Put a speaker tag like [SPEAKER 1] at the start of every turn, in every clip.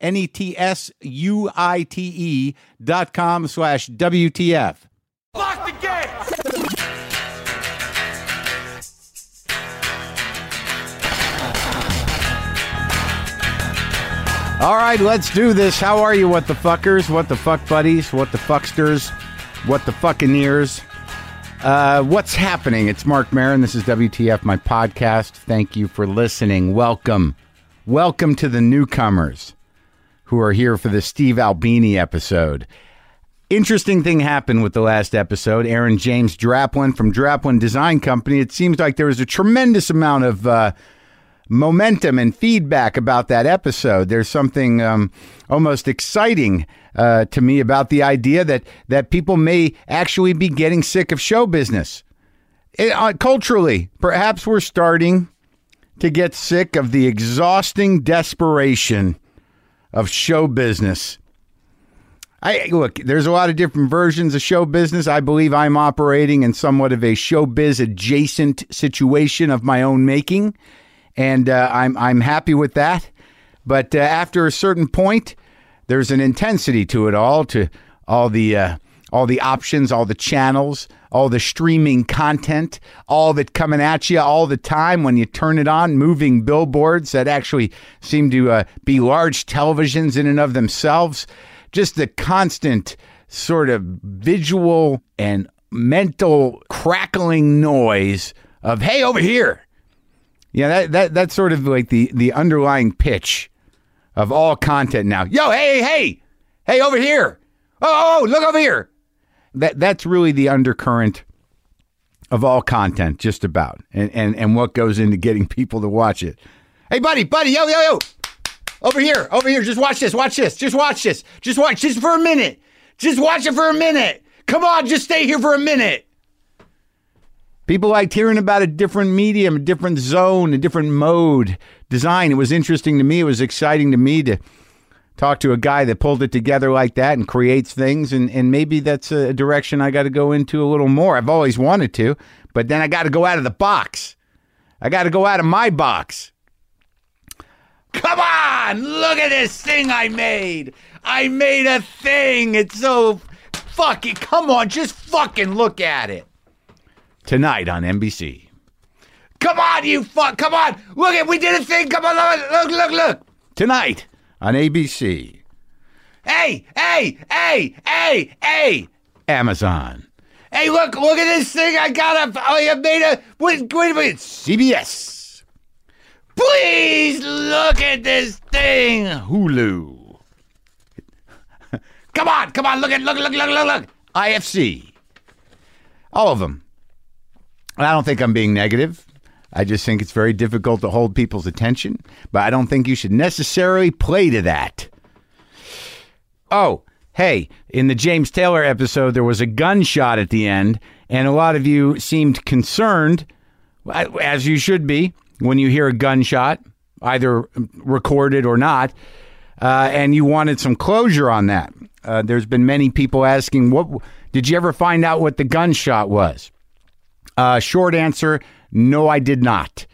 [SPEAKER 1] N E T S U I T E dot com slash WTF.
[SPEAKER 2] Lock the gate!
[SPEAKER 1] All right, let's do this. How are you, what the fuckers? What the fuck buddies? What the fucksters? What the fucking ears? Uh, what's happening? It's Mark Marin. This is WTF, my podcast. Thank you for listening. Welcome. Welcome to the newcomers who are here for the Steve Albini episode. Interesting thing happened with the last episode. Aaron James Draplin from Draplin Design Company. It seems like there was a tremendous amount of. Uh, momentum and feedback about that episode. There's something um, almost exciting uh, to me about the idea that that people may actually be getting sick of show business. It- uh, culturally, perhaps we're starting to get sick of the exhausting desperation of show business. I look, there's a lot of different versions of show business. I believe I'm operating in somewhat of a showbiz adjacent situation of my own making, and uh, I'm I'm happy with that. But uh, after a certain point, there's an intensity to it all, to all the uh, all the options, all the channels, all the streaming content, all that coming at you all the time when you turn it on, moving billboards that actually seem to uh, be large televisions in and of themselves. Just the constant sort of visual and mental crackling noise of "Hey, over here!" Yeah, that, that that's sort of like the the underlying pitch of all content now. Yo, hey, hey, hey, over here! Oh, oh, look over here! That that's really the undercurrent of all content, just about, and and and what goes into getting people to watch it. Hey, buddy, buddy, yo, yo, yo, over here, over here, just watch this, watch this, just watch this, just watch just for a minute, just watch it for a minute. Come on, just stay here for a minute. People liked hearing about a different medium, a different zone, a different mode design. It was interesting to me. It was exciting to me to talk to a guy that pulled it together like that and creates things. And, and maybe that's a direction I got to go into a little more. I've always wanted to, but then I got to go out of the box. I got to go out of my box. Come on, look at this thing I made. I made a thing. It's so fucking, come on, just fucking look at it tonight on NBC. Come on, you fuck! Come on, look at we did a thing. Come on, look, look, look, look. Tonight on ABC. Hey, hey, hey, hey, hey. Amazon. Hey, look, look at this thing I got. I I made a. Wait, wait a minute. CBS. Please look at this thing. Hulu. come on, come on. Look at, look, look, look, look, look. IFC. All of them. And I don't think I'm being negative. I just think it's very difficult to hold people's attention, but I don't think you should necessarily play to that. Oh, hey, in the James Taylor episode, there was a gunshot at the end, and a lot of you seemed concerned, as you should be, when you hear a gunshot, either recorded or not uh, and you wanted some closure on that. Uh, there's been many people asking, "What did you ever find out what the gunshot was?" Uh, short answer: No, I did not.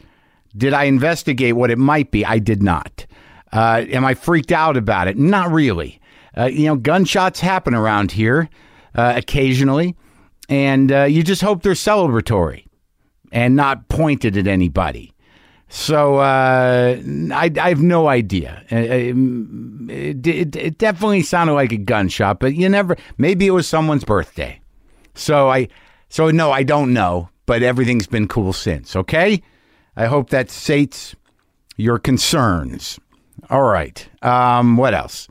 [SPEAKER 1] Did I investigate what it might be? I did not. Uh, am I freaked out about it? Not really. Uh, you know, gunshots happen around here uh, occasionally, and uh, you just hope they're celebratory and not pointed at anybody. So uh, I, I have no idea. Uh, um, It, it, it definitely sounded like a gunshot, but you never. Maybe it was someone's birthday. So I, so no, I don't know, but everything's been cool since. Okay, I hope that sates your concerns. All right. Um, what else?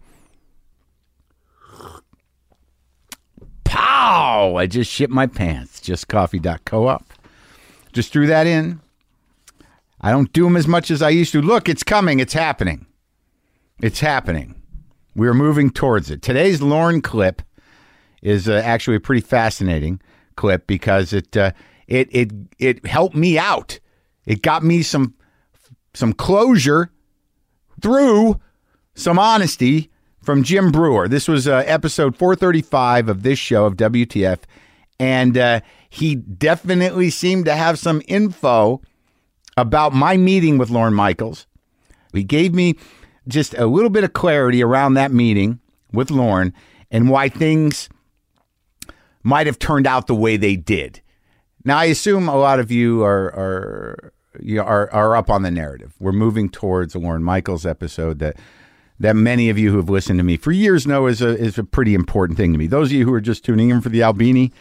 [SPEAKER 1] Pow! I just shit my pants. Just coffee.coop. Just threw that in. I don't do them as much as I used to. Look, it's coming. It's happening. It's happening. We're moving towards it. Today's Lorne clip is uh, actually a pretty fascinating clip because it uh, it it it helped me out. It got me some some closure through some honesty from Jim Brewer. This was uh, episode 435 of this show of WTF, and uh, he definitely seemed to have some info about my meeting with Lauren Michaels. He gave me just a little bit of clarity around that meeting with Lauren and why things might have turned out the way they did. Now, I assume a lot of you are are you know, are, are up on the narrative. We're moving towards a Lauren Michaels episode that that many of you who have listened to me for years know is a is a pretty important thing to me. Those of you who are just tuning in for the Albini,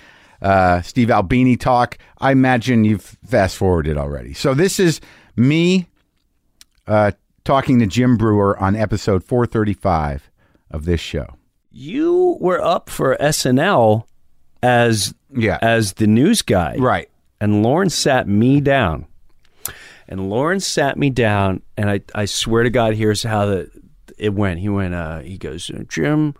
[SPEAKER 1] uh, Steve Albini talk, I imagine you've fast forwarded already. So this is me uh, talking to Jim Brewer on episode 435 of this show.
[SPEAKER 3] you were up for SNL as
[SPEAKER 1] Yeah.
[SPEAKER 3] as the news guy,
[SPEAKER 1] Uh, Right.
[SPEAKER 3] And Lauren sat me down, and Lauren sat me down, and I I swear to God, here's how the it went. He went, uh, he goes, Jim,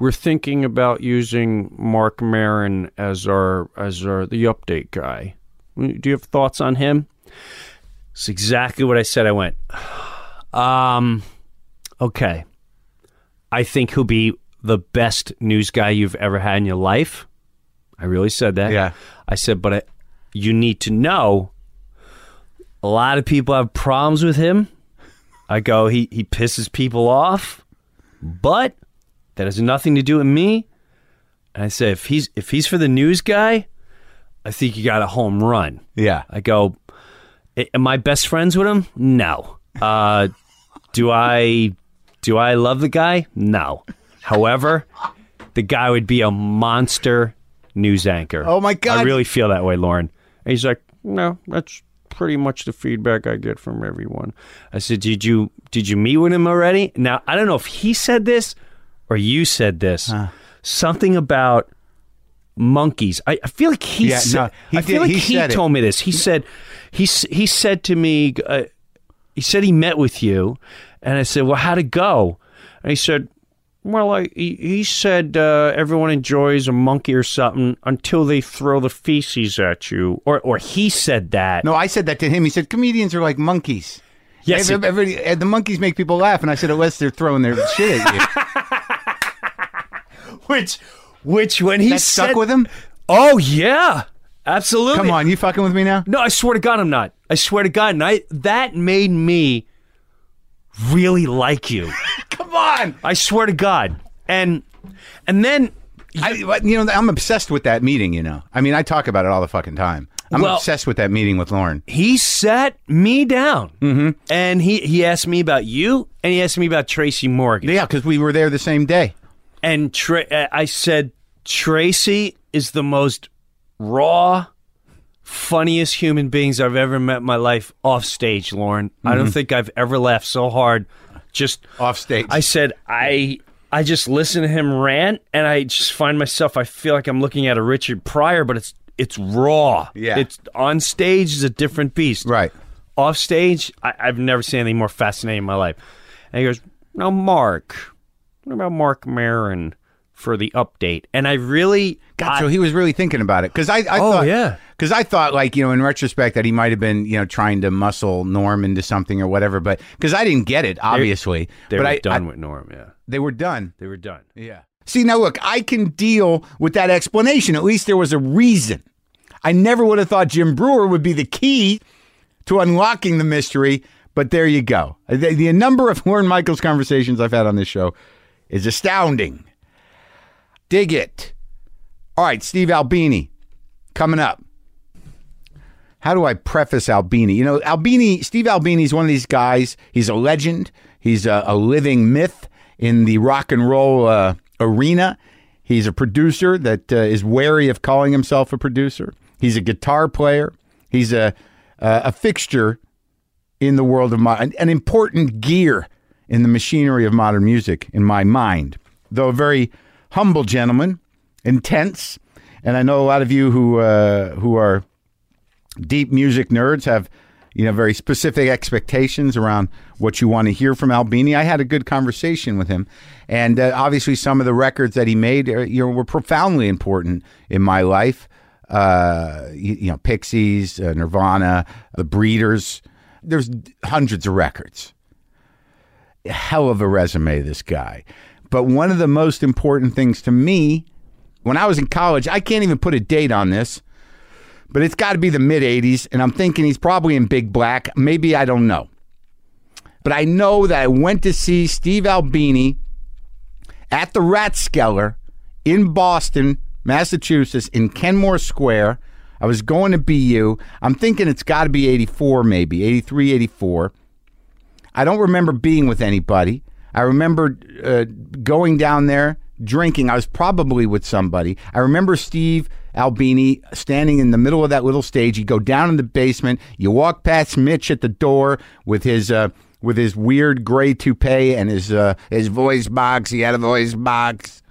[SPEAKER 3] we're thinking about using Mark Marin as our as our the update guy. Do you have thoughts on him? It's exactly what I said. I went, um, okay. I think he'll be the best news guy you've ever had in your life. I really said that.
[SPEAKER 1] Yeah.
[SPEAKER 3] I said, but I, you need to know a lot of people have problems with him. I go, he, he pisses people off, but that has nothing to do with me. And I said, if he's if he's for the news guy, I think you got a home run.
[SPEAKER 1] Yeah.
[SPEAKER 3] I go, "A- am I best friends with him? No. Uh, do I do I love the guy? No. However, the guy would be a monster news anchor.
[SPEAKER 1] Oh, my God.
[SPEAKER 3] I really feel that way, Lauren. And he's like, no, that's pretty much the feedback I get from everyone. I said, did you did you meet with him already? Now I don't know if he said this or you said this. Something about monkeys. I, I feel like he
[SPEAKER 1] Yeah,
[SPEAKER 3] said.
[SPEAKER 1] no, he
[SPEAKER 3] I
[SPEAKER 1] did-
[SPEAKER 3] feel like
[SPEAKER 1] he
[SPEAKER 3] he,
[SPEAKER 1] said it.
[SPEAKER 3] told me this. He said, he s- he said to me, uh, he said he met with you, and I said, well, how'd it go? And he said, well, I, he, he said uh, everyone enjoys a monkey or something until they throw the feces at you, or or he said that.
[SPEAKER 1] No, I said that to him. He said comedians are like monkeys.
[SPEAKER 3] Yes,
[SPEAKER 1] Ev-
[SPEAKER 3] it-
[SPEAKER 1] everybody- uh, the monkeys make people laugh, and I said unless they're throwing their shit at you.
[SPEAKER 3] which which when he
[SPEAKER 1] That stuck
[SPEAKER 3] said-
[SPEAKER 1] with him.
[SPEAKER 3] Oh yeah, absolutely.
[SPEAKER 1] Come on, you fucking with me now?
[SPEAKER 3] No, I swear to God, I'm not. I swear to God, and I that made me really like you.
[SPEAKER 1] Come on.
[SPEAKER 3] I swear to God. And and then
[SPEAKER 1] I, but, you know, I'm obsessed with that meeting. You know, I mean, I talk about it all the fucking time. I'm
[SPEAKER 3] Well-
[SPEAKER 1] obsessed with that meeting with Lauren.
[SPEAKER 3] he sat me down,
[SPEAKER 1] Mm-hmm.
[SPEAKER 3] and he he asked me about you, and he asked me about Tracy Morgan.
[SPEAKER 1] Yeah, because we were there the same day.
[SPEAKER 3] And Tra- uh, I said Tracy is the most raw, funniest human beings I've ever met in my life off stage, Lauren. I don't think I've ever laughed so hard. Just
[SPEAKER 1] Off stage.
[SPEAKER 3] I said I I just listen to him rant and I just find myself I feel like I'm looking at a Richard Pryor, but it's it's raw.
[SPEAKER 1] Yeah.
[SPEAKER 3] It's on stage is a different beast.
[SPEAKER 1] right.
[SPEAKER 3] Off stage, I, I've never seen anything more fascinating in my life. And he goes, No, Mark. What about Mark Marin for the update? And I really
[SPEAKER 1] God,
[SPEAKER 3] I-
[SPEAKER 1] so he was really thinking about it because I, I
[SPEAKER 3] Oh,
[SPEAKER 1] thought,
[SPEAKER 3] yeah.
[SPEAKER 1] because I thought like you know in retrospect that he might have been you know trying to muscle Norm into something or whatever, but because I didn't get it obviously,
[SPEAKER 3] they
[SPEAKER 1] but
[SPEAKER 3] were
[SPEAKER 1] I,
[SPEAKER 3] done
[SPEAKER 1] I-
[SPEAKER 3] with Norm, yeah.
[SPEAKER 1] they were done.
[SPEAKER 3] They were done.
[SPEAKER 1] Yeah. See, now look, I can deal with that explanation. At least there was a reason. I never would have thought Jim Brewer would be the key to unlocking the mystery, but there you go. The, the number of Warren Michaels conversations I've had on this show is astounding. Dig it. All right, Steve Albini coming up. How do I preface Albini? You know, Albini, Steve Albini is one of these guys. He's a legend. He's a, a living myth in the rock and roll uh, arena. He's a producer that uh, is wary of calling himself a producer. He's a guitar player. He's a uh, a fixture in the world of modern, an important gear in the machinery of modern music, in my mind. Though a very humble gentleman, intense, and I know a lot of you who uh, who are deep music nerds have you know very specific expectations around what you want to hear from Albini. I had a good conversation with him, and uh, obviously some of the records that he made uh, you know were profoundly important in my life. Uh, y- you, know, Pixies, uh, Nirvana, The Breeders. There's hundreds of records. Hell of a resume, this guy. But one of the most important things to me, when I was in college, I can't even put a date on this but it's got to be the mid 80s. And I'm thinking he's probably in Big Black. Maybe I don't know. But I know that I went to see Steve Albini at the Ratskeller in Boston, Massachusetts, in Kenmore Square. I was going to BU. I'm thinking it's got to be 84, maybe 83, 84. I don't remember being with anybody. I remember uh, going down there drinking. I was probably with somebody. I remember Steve Albini standing in the middle of that little stage. You go down in the basement. You walk past Mitch at the door with his uh, with his weird gray toupee and his uh, his voice box. He had a voice box.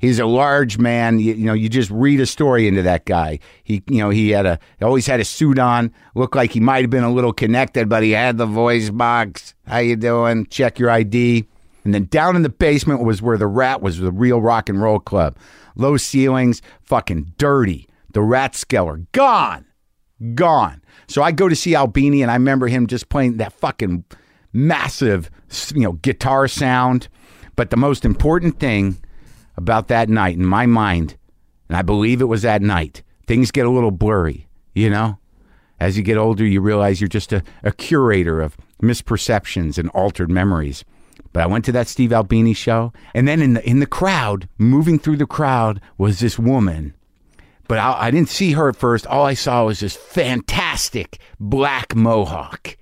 [SPEAKER 1] He's a large man. You, you know, you just read a story into that guy. He, you know, he had a he always had a suit on. Looked like he might have been a little connected, but he had the voice box. How you doing? Check your ID. And then down in the basement was where the Rat was the real rock and roll club. Low ceilings, fucking dirty. The Rat Skeller gone, gone. So I go to see Albini, and I remember him just playing that fucking massive, you know, guitar sound. But the most important thing about that night in my mind, and I believe it was that night, things get a little blurry, you know? As you get older, you realize you're just a, a curator of misperceptions and altered memories. But I went to that Steve Albini show, and then in the in the crowd, moving through the crowd, was this woman. But I, I didn't see her at first. All I saw was this fantastic black mohawk,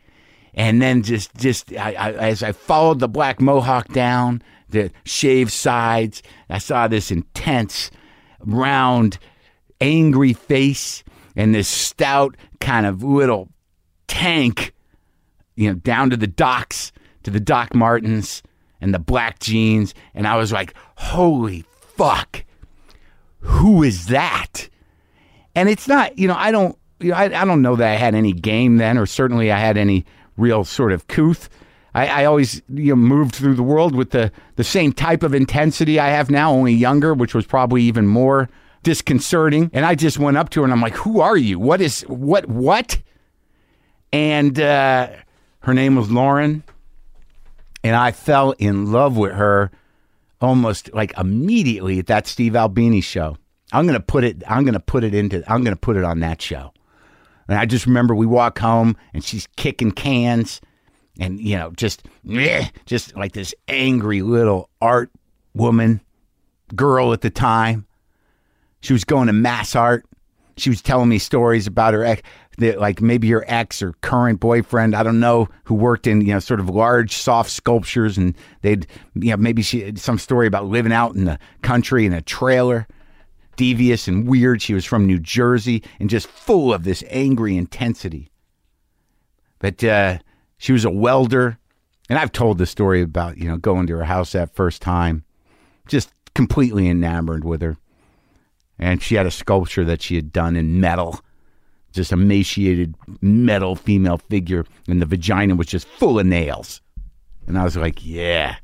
[SPEAKER 1] and then just just I, I, as I followed the black mohawk down the shaved sides, I saw this intense, round, angry face and this stout kind of little tank you know, down to the docks, to the Doc Martens and the black jeans. And I was like, holy fuck, who is that? And it's not, you know, I don't, you know, I, I don't know that I had any game then, or certainly I had any real sort of couth. I, I always you know, moved through the world with the, the same type of intensity I have now, only younger, which was probably even more disconcerting. And I just went up to her and I'm like, who are you? What is, what, what? and uh, her name was Lauren, and I fell in love with her almost like immediately at that Steve Albini show. I'm gonna put it. I'm gonna put it into. I'm gonna put it on that show. And I just remember we walk home and she's kicking cans, and you know just meh, just like this angry little art woman girl at the time. She was going to mass art. She was telling me stories about her ex, that like maybe her ex or current boyfriend, I don't know, who worked in you know sort of large soft sculptures, and they'd you know maybe she had some story about living out in the country in a trailer, devious and weird. She was from New Jersey and just full of this angry intensity. But uh, she was a welder, and I've told the story about you know going to her house that first time, just completely enamored with her and she had a sculpture that she had done in metal, just emaciated metal female figure, and the vagina was just full of nails. And I was like, yeah,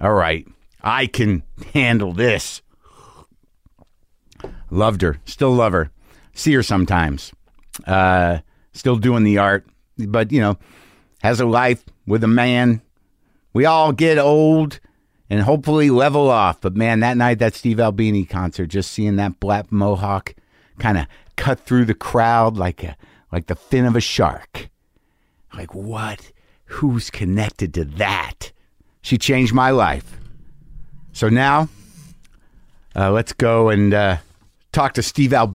[SPEAKER 1] all right, I can handle this. Loved her, still love her, see her sometimes, uh, still doing the art, but you know, has a life with a man. We all get old and hopefully level off. But man, that night, that Steve Albini concert, just seeing that black mohawk kind of cut through the crowd like a like the fin of a shark. Like what? Who's connected to that? She changed my life. So now, uh, let's go and uh, talk to Steve Albini.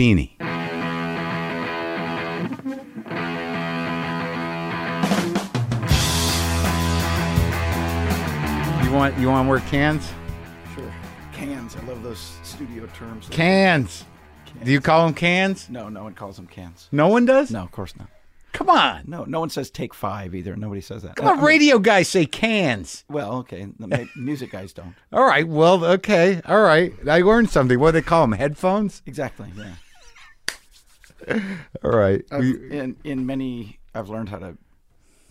[SPEAKER 1] Beanie. You want you want to wear cans?
[SPEAKER 4] Sure. Cans. I love those studio terms.
[SPEAKER 1] Cans. Do you call them cans?
[SPEAKER 4] no, no one calls them cans.
[SPEAKER 1] No one does.
[SPEAKER 4] No, of course not.
[SPEAKER 1] Come on.
[SPEAKER 4] No, no one says take five either. Nobody says that.
[SPEAKER 1] Come on,
[SPEAKER 4] Uh, I mean-
[SPEAKER 1] radio guys say cans.
[SPEAKER 4] well, okay. the ma- music guys don't.
[SPEAKER 1] All right. Well, okay. All right. I learned something. What do they call them? Headphones.
[SPEAKER 4] Exactly. Yeah.
[SPEAKER 1] All right.
[SPEAKER 4] I've-
[SPEAKER 1] We-
[SPEAKER 4] in in many, I've learned how to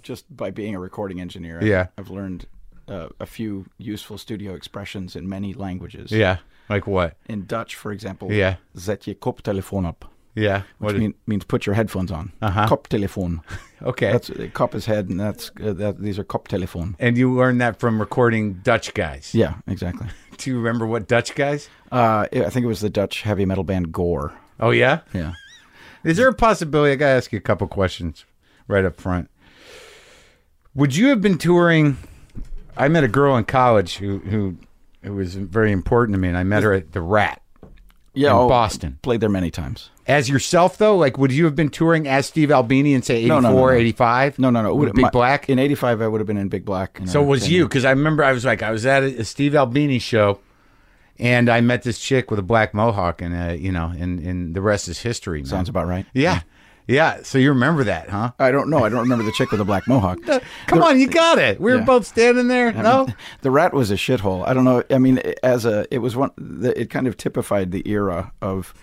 [SPEAKER 4] just by being a recording engineer. I've-
[SPEAKER 1] Yeah.
[SPEAKER 4] I've learned uh, a few useful studio expressions in many languages.
[SPEAKER 1] yeah. Like what?
[SPEAKER 4] In Dutch, for example.
[SPEAKER 1] Yeah.
[SPEAKER 4] Zet je koptelefoon op.
[SPEAKER 1] Yeah.
[SPEAKER 4] Which
[SPEAKER 1] What?
[SPEAKER 4] mean, means put your headphones on.
[SPEAKER 1] Uh-huh.
[SPEAKER 4] Koptelefoon.
[SPEAKER 1] okay.
[SPEAKER 4] That's uh, kop is head, and that's uh, that, these are koptelefoon.
[SPEAKER 1] and you learned that from recording Dutch guys.
[SPEAKER 4] Yeah, exactly.
[SPEAKER 1] Do you remember what Dutch guys?
[SPEAKER 4] Uh, I think it was the Dutch heavy metal band Gore.
[SPEAKER 1] Oh yeah.
[SPEAKER 4] Yeah.
[SPEAKER 1] Is there a possibility? I gotta ask you a couple questions right up front. Would you have been touring? I met a girl in college who who who was very important to me, and I met her at the Rat
[SPEAKER 4] Yeah.
[SPEAKER 1] in
[SPEAKER 4] oh,
[SPEAKER 1] Boston.
[SPEAKER 4] Played there many times.
[SPEAKER 1] As yourself though, like would you have been touring as Steve Albini in say 84,
[SPEAKER 4] No, no, no, no.
[SPEAKER 1] 85?
[SPEAKER 4] No, no, no.
[SPEAKER 1] Would it be
[SPEAKER 4] my-
[SPEAKER 1] black?
[SPEAKER 4] In 85, I would have been in Big Black. and I
[SPEAKER 1] So it
[SPEAKER 4] would've
[SPEAKER 1] was
[SPEAKER 4] been-
[SPEAKER 1] you because I remember I was like I was at a, a Steve Albini show, and I met this chick with a black mohawk, and uh, you know, and and the rest is history. Man.
[SPEAKER 4] Sounds about right.
[SPEAKER 1] yeah, yeah. So you remember that, huh?
[SPEAKER 4] I don't know. I don't remember the chick with the black mohawk.
[SPEAKER 1] Come on, you got it. We were
[SPEAKER 4] Yeah.
[SPEAKER 1] both standing there. No,
[SPEAKER 4] The rat was a shithole. I don't know. I mean, as a, it was one, the, it kind of typified the era of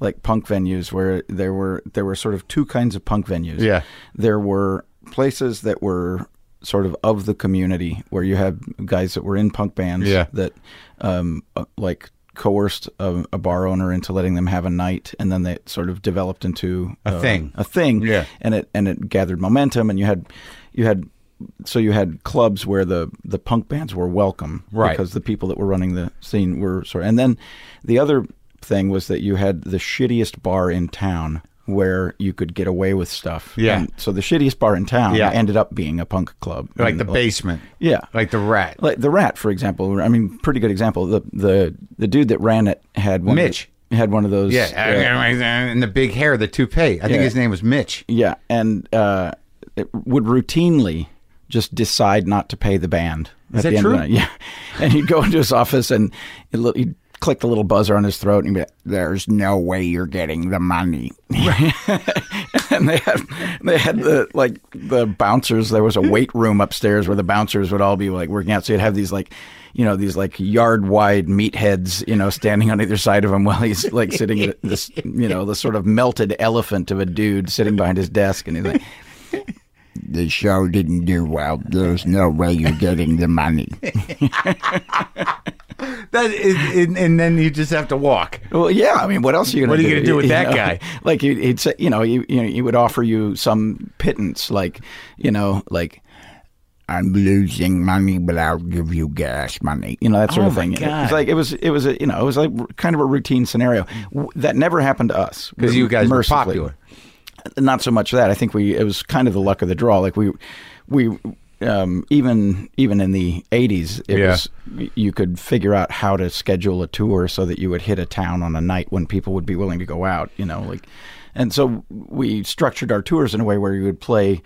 [SPEAKER 4] like punk venues where there were, there were sort of two kinds of punk venues.
[SPEAKER 1] Yeah.
[SPEAKER 4] There were places that were sort of of the community where you had guys that were in punk bands
[SPEAKER 1] Yeah.
[SPEAKER 4] that, um, uh, like, coerced a, a bar owner into letting them have a night and then they sort of developed into
[SPEAKER 1] A thing.
[SPEAKER 4] a thing
[SPEAKER 1] Yeah.
[SPEAKER 4] and it and it gathered momentum and you had you had so you had clubs where the the punk bands were welcome
[SPEAKER 1] Right.
[SPEAKER 4] because the people that were running the scene were sort of, and then the other thing was that you had the shittiest bar in town where you could get away with stuff
[SPEAKER 1] Yeah.
[SPEAKER 4] And so the shittiest bar in town
[SPEAKER 1] Yeah.
[SPEAKER 4] ended up being a punk club
[SPEAKER 1] like
[SPEAKER 4] And,
[SPEAKER 1] the basement,
[SPEAKER 4] yeah
[SPEAKER 1] like the rat.
[SPEAKER 4] like the rat, for example. I mean, pretty good example. The the the dude that ran it had one
[SPEAKER 1] Mitch.
[SPEAKER 4] had one of those.
[SPEAKER 1] yeah,
[SPEAKER 4] uh,
[SPEAKER 1] and the big hair, the toupee. I think
[SPEAKER 4] Yeah.
[SPEAKER 1] his name was Mitch.
[SPEAKER 4] yeah, and uh, it would routinely just decide not to pay the band. Is
[SPEAKER 1] that true?
[SPEAKER 4] yeah, and he'd go into his office and he'd li- he'd click the little buzzer on his throat and he'd be like, "There's no way you're getting the money." and they had they had the like the bouncers. There was a weight room upstairs where the bouncers would all be like working out. So you'd have these like, you know, these like yard wide meatheads, you know, standing on either side of him while he's like sitting at this, you know, the sort of melted elephant of a dude sitting behind his desk, and he's like. The show didn't do well. There's no way you're getting the money.
[SPEAKER 1] That is, and, and then you just have to walk.
[SPEAKER 4] Well, yeah. I mean, what else are you going
[SPEAKER 1] What are
[SPEAKER 4] to
[SPEAKER 1] you
[SPEAKER 4] do?
[SPEAKER 1] gonna do with that
[SPEAKER 4] know?
[SPEAKER 1] guy?
[SPEAKER 4] Like, he- he'd say, you know, you, you know, he would offer you some pittance, like, you know, like, I'm losing money, but I'll give you gas money. You know that sort
[SPEAKER 1] Oh,
[SPEAKER 4] of thing.
[SPEAKER 1] my God.
[SPEAKER 4] It's like it was, it was, a, you know, it was like r- kind of a routine scenario W- that never happened to us
[SPEAKER 1] 'Cause you guys were
[SPEAKER 4] mercifully.
[SPEAKER 1] popular.
[SPEAKER 4] Not so much that I think we it was kind of the luck of the draw. Like we, we. Um, even even in the 80s, it
[SPEAKER 1] Yeah.
[SPEAKER 4] was you could figure out how to schedule a tour so that you would hit a town on a night when people would be willing to go out, you know, like and so we structured our tours in a way where you would play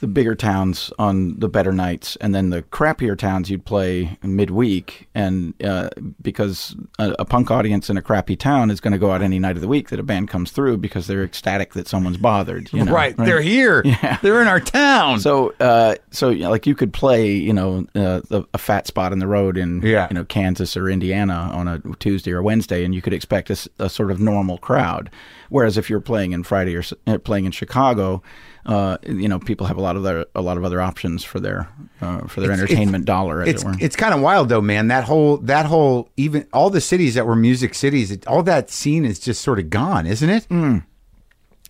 [SPEAKER 4] the bigger towns on the better nights, and then the crappier towns you'd play midweek. And uh, because a, a punk audience in a crappy town is going to go out any night of the week that a band comes through because they're ecstatic that someone's bothered. you know,
[SPEAKER 1] right, They're here. They're in our town.
[SPEAKER 4] so, uh, so you know, like you could play, you know, uh, the, a fat spot in the road in,
[SPEAKER 1] Yeah.
[SPEAKER 4] you know, Kansas or Indiana on a Tuesday or Wednesday, and you could expect a, s- a sort of normal crowd. Whereas if you're playing in Friday or s- uh, playing in Chicago, uh, you know, people have a lot of their, a lot of other options for their uh, for their entertainment dollar, as
[SPEAKER 1] it's
[SPEAKER 4] it were.
[SPEAKER 1] it's kind of wild though, man. That whole that whole even all the cities that were music cities, it, all that scene is just sort of gone, isn't it?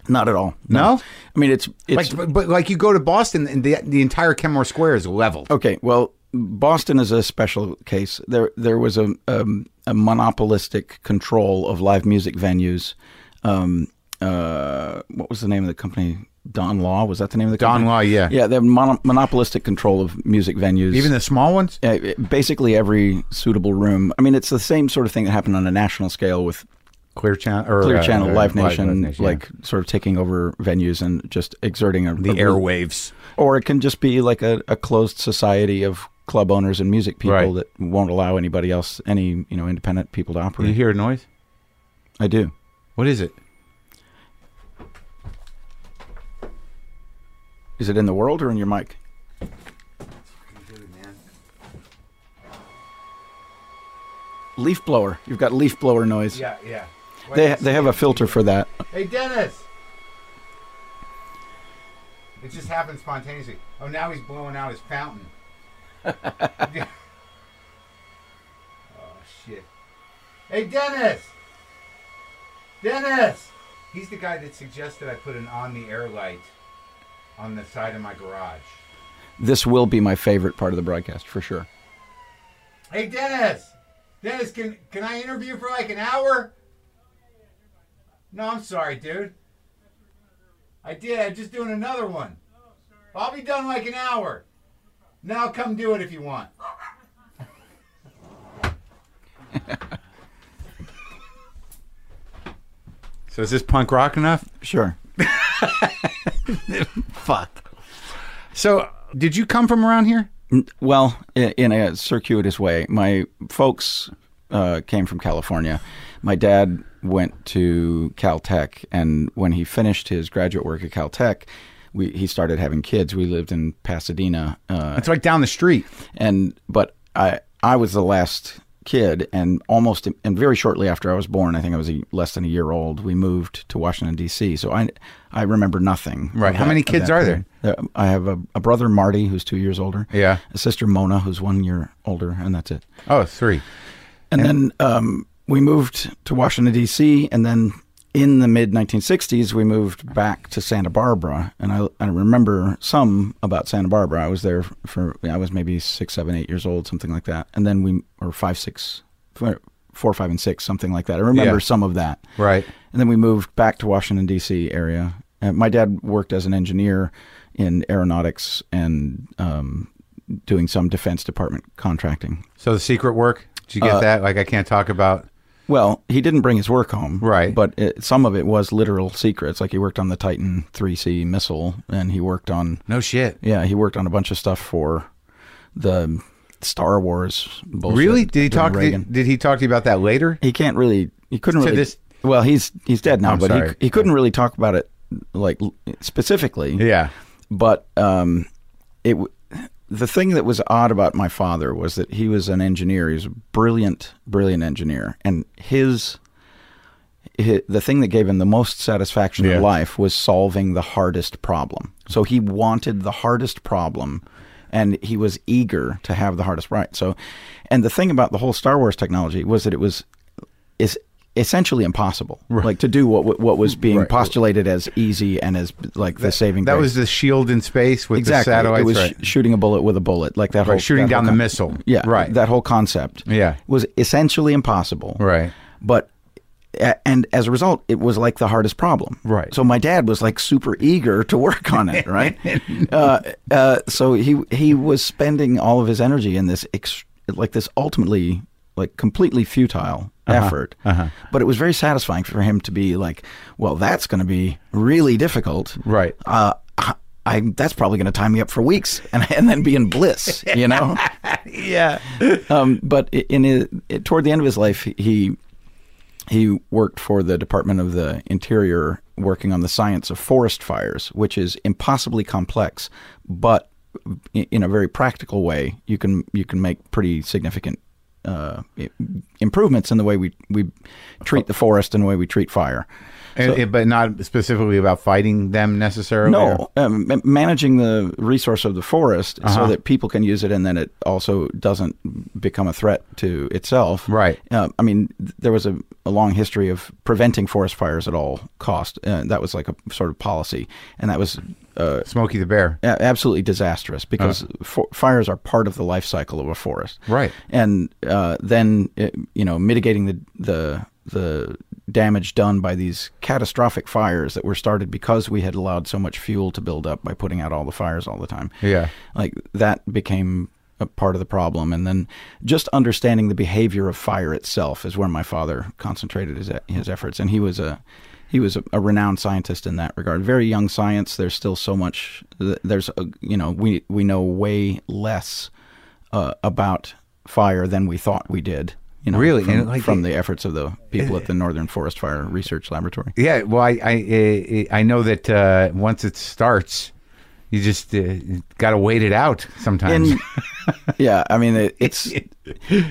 [SPEAKER 4] Not at all.
[SPEAKER 1] No?
[SPEAKER 4] I mean, it's it's
[SPEAKER 1] Like, but, but like you go to Boston, and the the entire Kenmore Square is leveled.
[SPEAKER 4] Okay, well, Boston is a special case. There, there was a um, a monopolistic control of live music venues. Um, uh, what was the name of the company? Don Law was that the name of the
[SPEAKER 1] Don
[SPEAKER 4] company?
[SPEAKER 1] Law, yeah.
[SPEAKER 4] yeah. They have mono- monopolistic control of music venues.
[SPEAKER 1] Even the small ones.
[SPEAKER 4] Uh, it- basically every suitable room. I mean, it's the same sort of thing that happened on a national scale with
[SPEAKER 1] Clear Channel or
[SPEAKER 4] Clear
[SPEAKER 1] uh,
[SPEAKER 4] Channel,
[SPEAKER 1] uh,
[SPEAKER 4] Live Nation,
[SPEAKER 1] yeah.
[SPEAKER 4] like sort of taking over venues and just exerting a,
[SPEAKER 1] the
[SPEAKER 4] a
[SPEAKER 1] airwaves.
[SPEAKER 4] or it can just be like a, a closed society of club owners and music people
[SPEAKER 1] Right.
[SPEAKER 4] that won't allow anybody else any you know independent people to
[SPEAKER 1] Do you
[SPEAKER 4] operate
[SPEAKER 1] hear a noise?
[SPEAKER 4] i do
[SPEAKER 1] What is it?
[SPEAKER 4] is it in the world or in your mic leaf blower you've got leaf blower noise
[SPEAKER 1] Yeah, yeah.
[SPEAKER 4] they, they have a filter for that
[SPEAKER 1] Hey, Dennis. It just happened spontaneously. Oh, now he's blowing out his fountain. Yeah. Oh shit. Hey, Dennis. Dennis. He's the guy that suggested I put an on-the-air light on the side of my garage.
[SPEAKER 4] this will be my favorite part of the broadcast for sure
[SPEAKER 1] Hey, Dennis. Dennis, can can I interview for like an hour? No, I'm sorry, dude. I did. I'm just doing another one. I'll be done in like an hour. Now come do it if you want. so is this punk rock enough?
[SPEAKER 4] sure
[SPEAKER 1] Fuck. So did you come from around here?
[SPEAKER 4] Well, i- in a circuitous way, my folks uh, came from California. My dad went to Caltech, and when he finished his graduate work at Caltech, we, he started having kids. We lived in Pasadena, uh,
[SPEAKER 1] It's like down the street.
[SPEAKER 4] and but I I was the last kid, and almost and very shortly after I was born, I think I was a, less than a year old. We moved to Washington D.C., so I I remember nothing. of
[SPEAKER 1] Right. How
[SPEAKER 4] that-
[SPEAKER 1] many
[SPEAKER 4] of
[SPEAKER 1] kids
[SPEAKER 4] that
[SPEAKER 1] are
[SPEAKER 4] period. Uh, I have a, a brother Marty who's two years older.
[SPEAKER 1] Yeah.
[SPEAKER 4] A sister Mona who's one year older, and that's it.
[SPEAKER 1] Oh, three.
[SPEAKER 4] And, then um, we moved to Washington D.C., and then in the mid 1960s we moved back to Santa Barbara, and I, I remember some about Santa Barbara. I was there for I was maybe six, seven, eight years old, something like that. And then we or five, six, four, four, five, and six, something like that. I remember
[SPEAKER 1] Yeah.
[SPEAKER 4] some of that.
[SPEAKER 1] Right.
[SPEAKER 4] And then we moved back to Washington D.C. area. And my dad worked as an engineer in aeronautics and um, doing some defense department contracting.
[SPEAKER 1] So the secret work? Did you get that? Like I can't talk about.
[SPEAKER 4] Well, he didn't bring his work home,
[SPEAKER 1] Right.
[SPEAKER 4] But it, some of it was literal secrets. Like he worked on the Titan 3C missile, and he worked on
[SPEAKER 1] No shit.
[SPEAKER 4] yeah, he worked on a bunch of stuff for the Star Wars. Bullshit
[SPEAKER 1] Really? Did he
[SPEAKER 4] during
[SPEAKER 1] talk?
[SPEAKER 4] Reagan.
[SPEAKER 1] Did, did he talk to you about that later?
[SPEAKER 4] he can't really he couldn't
[SPEAKER 1] So
[SPEAKER 4] really
[SPEAKER 1] this-
[SPEAKER 4] well he's he's dead now
[SPEAKER 1] I'm
[SPEAKER 4] but
[SPEAKER 1] sorry.
[SPEAKER 4] he, he couldn't really talk about it like l- specifically
[SPEAKER 1] Yeah.
[SPEAKER 4] but um it w- the thing that was odd about my father was that he was an engineer he was a brilliant brilliant engineer and his hi- the thing that gave him the most satisfaction
[SPEAKER 1] Yeah.
[SPEAKER 4] in life was solving the hardest problem. So he wanted the hardest problem and he was eager to have the hardest right. So and the thing about the whole Star Wars technology was that it was is essentially impossible like to do what what was being postulated as easy and as like the saving
[SPEAKER 1] That
[SPEAKER 4] grace.
[SPEAKER 1] was the shield in space with
[SPEAKER 4] exactly
[SPEAKER 1] the satellites.
[SPEAKER 4] it was
[SPEAKER 1] right.
[SPEAKER 4] sh- shooting a bullet with a bullet like that whole
[SPEAKER 1] Right, shooting
[SPEAKER 4] that whole
[SPEAKER 1] down the
[SPEAKER 4] con-
[SPEAKER 1] missile.
[SPEAKER 4] yeah
[SPEAKER 1] Right.
[SPEAKER 4] that whole concept
[SPEAKER 1] Yeah.
[SPEAKER 4] was essentially impossible
[SPEAKER 1] Right.
[SPEAKER 4] but a- and as a result it was like the hardest problem
[SPEAKER 1] Right.
[SPEAKER 4] so my dad was like super eager to work on it right uh, uh, so he he was spending all of his energy in this ex- like this ultimately like completely futile
[SPEAKER 1] Uh-huh.
[SPEAKER 4] effort but it was very satisfying for him to be like well that's going to be really difficult
[SPEAKER 1] Right.
[SPEAKER 4] uh, h- I that's probably going to tie me up for weeks, and and then be in bliss, you know.
[SPEAKER 1] Yeah.
[SPEAKER 4] um, but i- in his, it, toward the end of his life, he he worked for the Department of the Interior, working on the science of forest fires, which is impossibly complex, but i- in a very practical way, you can you can make pretty significant uh, i- improvements in the way we we treat the forest and the way we treat fire.
[SPEAKER 1] And- and- but not specifically about fighting them necessarily.
[SPEAKER 4] No, um, ma- managing the resource of the forest so that people can use it, and then it also doesn't become a threat to itself.
[SPEAKER 1] Right.
[SPEAKER 4] Uh, I mean, th- there was a, a long history of preventing forest fires at all cost. Uh, that was like a sort of policy, and that was uh,
[SPEAKER 1] Smokey the Bear.
[SPEAKER 4] a- absolutely disastrous because fo- fires are part of the life cycle of a forest.
[SPEAKER 1] Right.
[SPEAKER 4] And uh, then uh, you know mitigating the the the damage done by these catastrophic fires that were started because we had allowed so much fuel to build up by putting out all the fires all the time.
[SPEAKER 1] Yeah.
[SPEAKER 4] Like that became a part of the problem and then just understanding the behavior of fire itself is where my father concentrated his e, his efforts and he was a he was a, a renowned scientist in that regard very young science there's still so much th- there's a, you know we we know way less uh, about fire than we thought we did you know
[SPEAKER 1] Really?
[SPEAKER 4] from,
[SPEAKER 1] And, like,
[SPEAKER 4] from
[SPEAKER 1] it-
[SPEAKER 4] the efforts of the people at the northern forest fire research laboratory
[SPEAKER 1] Yeah. Well, I I I I know that uh, once it starts, you just uh, got to wait it out sometimes.
[SPEAKER 4] And yeah, I mean, it, it's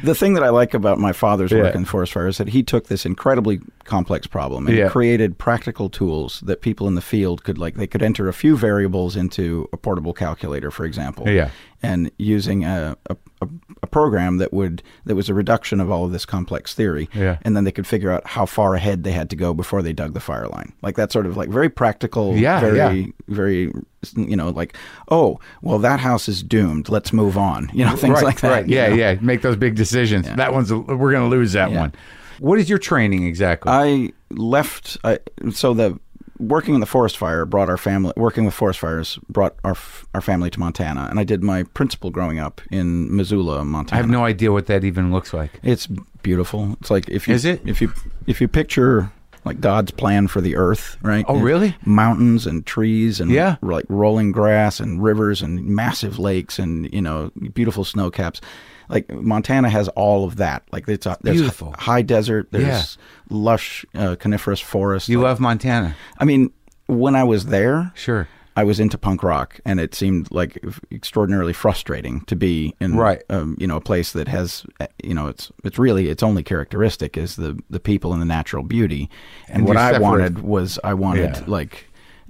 [SPEAKER 4] the thing that I like about my father's work
[SPEAKER 1] Yeah.
[SPEAKER 4] in forest fire is that he took this incredibly complex problem and
[SPEAKER 1] Yeah.
[SPEAKER 4] created practical tools that people in the field could like. They could enter a few variables into a portable calculator, for example.
[SPEAKER 1] Yeah.
[SPEAKER 4] and using a. a a- a program that would that was a reduction of all of this complex theory,
[SPEAKER 1] Yeah.
[SPEAKER 4] and then they could figure out how far ahead they had to go before they dug the fire line, like that sort of like very practical,
[SPEAKER 1] Yeah,
[SPEAKER 4] very
[SPEAKER 1] yeah.
[SPEAKER 4] very you know like oh well that house is doomed let's move on you know things
[SPEAKER 1] right,
[SPEAKER 4] like that
[SPEAKER 1] Right.
[SPEAKER 4] you
[SPEAKER 1] Yeah,
[SPEAKER 4] know?
[SPEAKER 1] yeah. Make those big decisions. That one's a, we're going to lose that
[SPEAKER 4] Yeah. Uh,
[SPEAKER 1] one. What is your training exactly?
[SPEAKER 4] i left I, so the working in the forest fire brought our family working with forest fires brought our f- our family to montana and i did my principal growing up in missoula
[SPEAKER 1] I
[SPEAKER 4] montana
[SPEAKER 1] have no idea what that even looks like.
[SPEAKER 4] it's beautiful it's like if you
[SPEAKER 1] Is it?
[SPEAKER 4] if you if you picture like God's plan for the earth, right?
[SPEAKER 1] Oh,
[SPEAKER 4] And
[SPEAKER 1] really?
[SPEAKER 4] Mountains and trees and
[SPEAKER 1] Yeah.
[SPEAKER 4] like rolling grass and rivers and massive lakes and you know beautiful snow caps. Like Montana has all of that. Like it's a, there's
[SPEAKER 1] Beautiful.
[SPEAKER 4] h- high desert. There's lush uh, coniferous forest.
[SPEAKER 1] You
[SPEAKER 4] Like,
[SPEAKER 1] love Montana.
[SPEAKER 4] I mean, when I was there,
[SPEAKER 1] Sure.
[SPEAKER 4] I was into punk rock, and it seemed like extraordinarily frustrating to be in,
[SPEAKER 1] Right.
[SPEAKER 4] um, you know, a place that has, uh, you know, it's it's really its only characteristic is the the people and the natural beauty. And,
[SPEAKER 1] And
[SPEAKER 4] what
[SPEAKER 1] you're
[SPEAKER 4] I
[SPEAKER 1] separate-
[SPEAKER 4] wanted was I wanted
[SPEAKER 1] Yeah.
[SPEAKER 4] like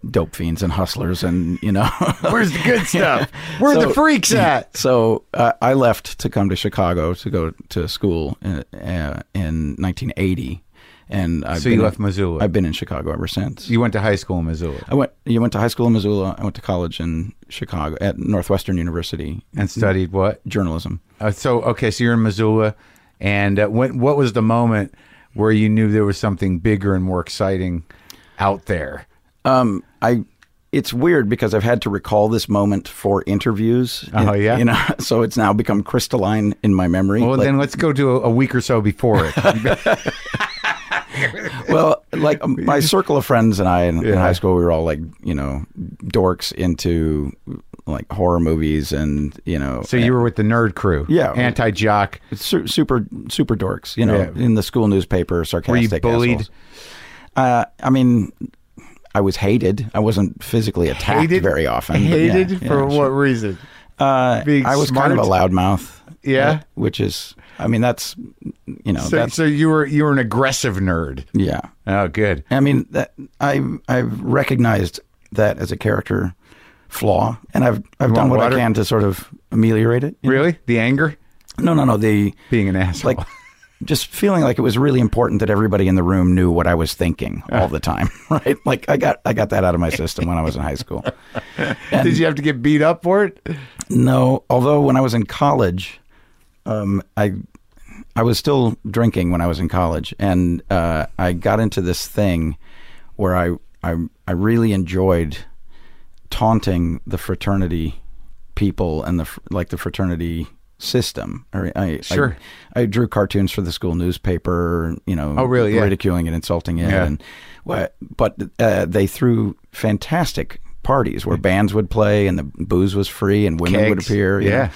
[SPEAKER 4] dope fiends and hustlers, and you know,
[SPEAKER 1] Where's the good stuff? Where are the
[SPEAKER 4] So-
[SPEAKER 1] freaks at?
[SPEAKER 4] so uh, I left to come to Chicago to go to school in, uh, in 1980, and I've
[SPEAKER 1] So you
[SPEAKER 4] been-
[SPEAKER 1] left Missoula.
[SPEAKER 4] I've been in Chicago ever since.
[SPEAKER 1] You went to high school in Missoula
[SPEAKER 4] I went. You went to high school in Missoula. I went to college in Chicago at Northwestern University.
[SPEAKER 1] and studied what?
[SPEAKER 4] Journalism.
[SPEAKER 1] Uh, so okay, so you're in Missoula, and uh, when, what was the moment where you knew there was something bigger and more exciting out there?
[SPEAKER 4] Um, I. It's weird because I've had to recall this moment for interviews.
[SPEAKER 1] Oh, yeah?
[SPEAKER 4] You know, so it's now become crystalline in my memory.
[SPEAKER 1] Well,
[SPEAKER 4] Like-
[SPEAKER 1] then let's go to a, a week or so before it.
[SPEAKER 4] well, like um, my circle of friends and I in, in
[SPEAKER 1] Yeah.
[SPEAKER 4] high school, we were all like, you know, dorks into like horror movies and you know.
[SPEAKER 1] so you were with the nerd crew,
[SPEAKER 4] Yeah.
[SPEAKER 1] anti jock.
[SPEAKER 4] su- super super dorks, you know,
[SPEAKER 1] Yeah.
[SPEAKER 4] in the school newspaper, sarcastic.
[SPEAKER 1] Were you bullied?
[SPEAKER 4] assholes. Uh, I mean, I was hated. I wasn't physically attacked
[SPEAKER 1] Hated?
[SPEAKER 4] very often. but yeah,
[SPEAKER 1] Hated
[SPEAKER 4] yeah,
[SPEAKER 1] for
[SPEAKER 4] sure.
[SPEAKER 1] what reason?
[SPEAKER 4] Uh,
[SPEAKER 1] being
[SPEAKER 4] I was kind of a
[SPEAKER 1] smart?
[SPEAKER 4] loudmouth.
[SPEAKER 1] Yeah?
[SPEAKER 4] uh, which is, I mean, that's, you know,
[SPEAKER 1] So,
[SPEAKER 4] that's
[SPEAKER 1] so you were you were an aggressive nerd.
[SPEAKER 4] yeah.
[SPEAKER 1] Oh, good.
[SPEAKER 4] I mean, that I I've recognized that as a character flaw, and I've I've done
[SPEAKER 1] want
[SPEAKER 4] what
[SPEAKER 1] water?
[SPEAKER 4] I can to sort of ameliorate it.
[SPEAKER 1] Really, the anger,
[SPEAKER 4] No, no, no. The
[SPEAKER 1] being an asshole.
[SPEAKER 4] like just feeling like it was really important that everybody in the room knew what I was thinking all the time, right? Like I got I got that out of my system when I was in high school.
[SPEAKER 1] Did you have to get beat up for it?
[SPEAKER 4] No, although when I was in college, um, I I was still drinking when I was in college, and uh, I got into this thing where I I I really enjoyed taunting the fraternity people and the fr- like the fraternity system. I, I
[SPEAKER 1] Sure.
[SPEAKER 4] I, I drew cartoons for the school newspaper. You know.
[SPEAKER 1] Oh, really? Yeah.
[SPEAKER 4] ridiculing and insulting it,
[SPEAKER 1] Yeah.
[SPEAKER 4] and what? But uh, they threw fantastic parties
[SPEAKER 1] Mm.
[SPEAKER 4] where bands would play and the booze was free and women would
[SPEAKER 1] Kegs,
[SPEAKER 4] appear. you know.
[SPEAKER 1] yeah.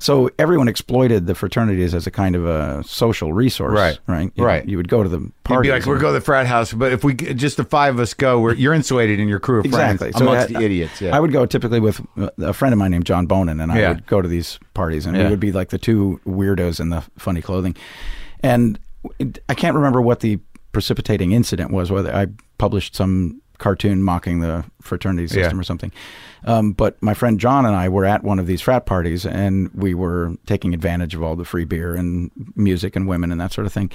[SPEAKER 4] So everyone exploited the fraternities as a kind of a social resource.
[SPEAKER 1] Right.
[SPEAKER 4] Right. You,
[SPEAKER 1] Right.
[SPEAKER 4] You would go to the parties.
[SPEAKER 1] You'd be like, we're
[SPEAKER 4] and-
[SPEAKER 1] going to the frat house, but if we g- just the five of us go, we're, you're insulated in your crew of
[SPEAKER 4] Exactly.
[SPEAKER 1] friends amongst
[SPEAKER 4] that-
[SPEAKER 1] the idiots. Yeah.
[SPEAKER 4] I would go typically with uh, a friend of mine named John Bonin, and I
[SPEAKER 1] Yeah.
[SPEAKER 4] would go to these parties, and
[SPEAKER 1] Yeah.
[SPEAKER 4] we would be like the two weirdos in the funny clothing. And it- I can't remember what the precipitating incident was. Whether I published some cartoon mocking the fraternity system
[SPEAKER 1] Yeah.
[SPEAKER 4] or something. Um, but my friend John and I were at one of these frat parties, and we were taking advantage of all the free beer and music and women and that sort of thing.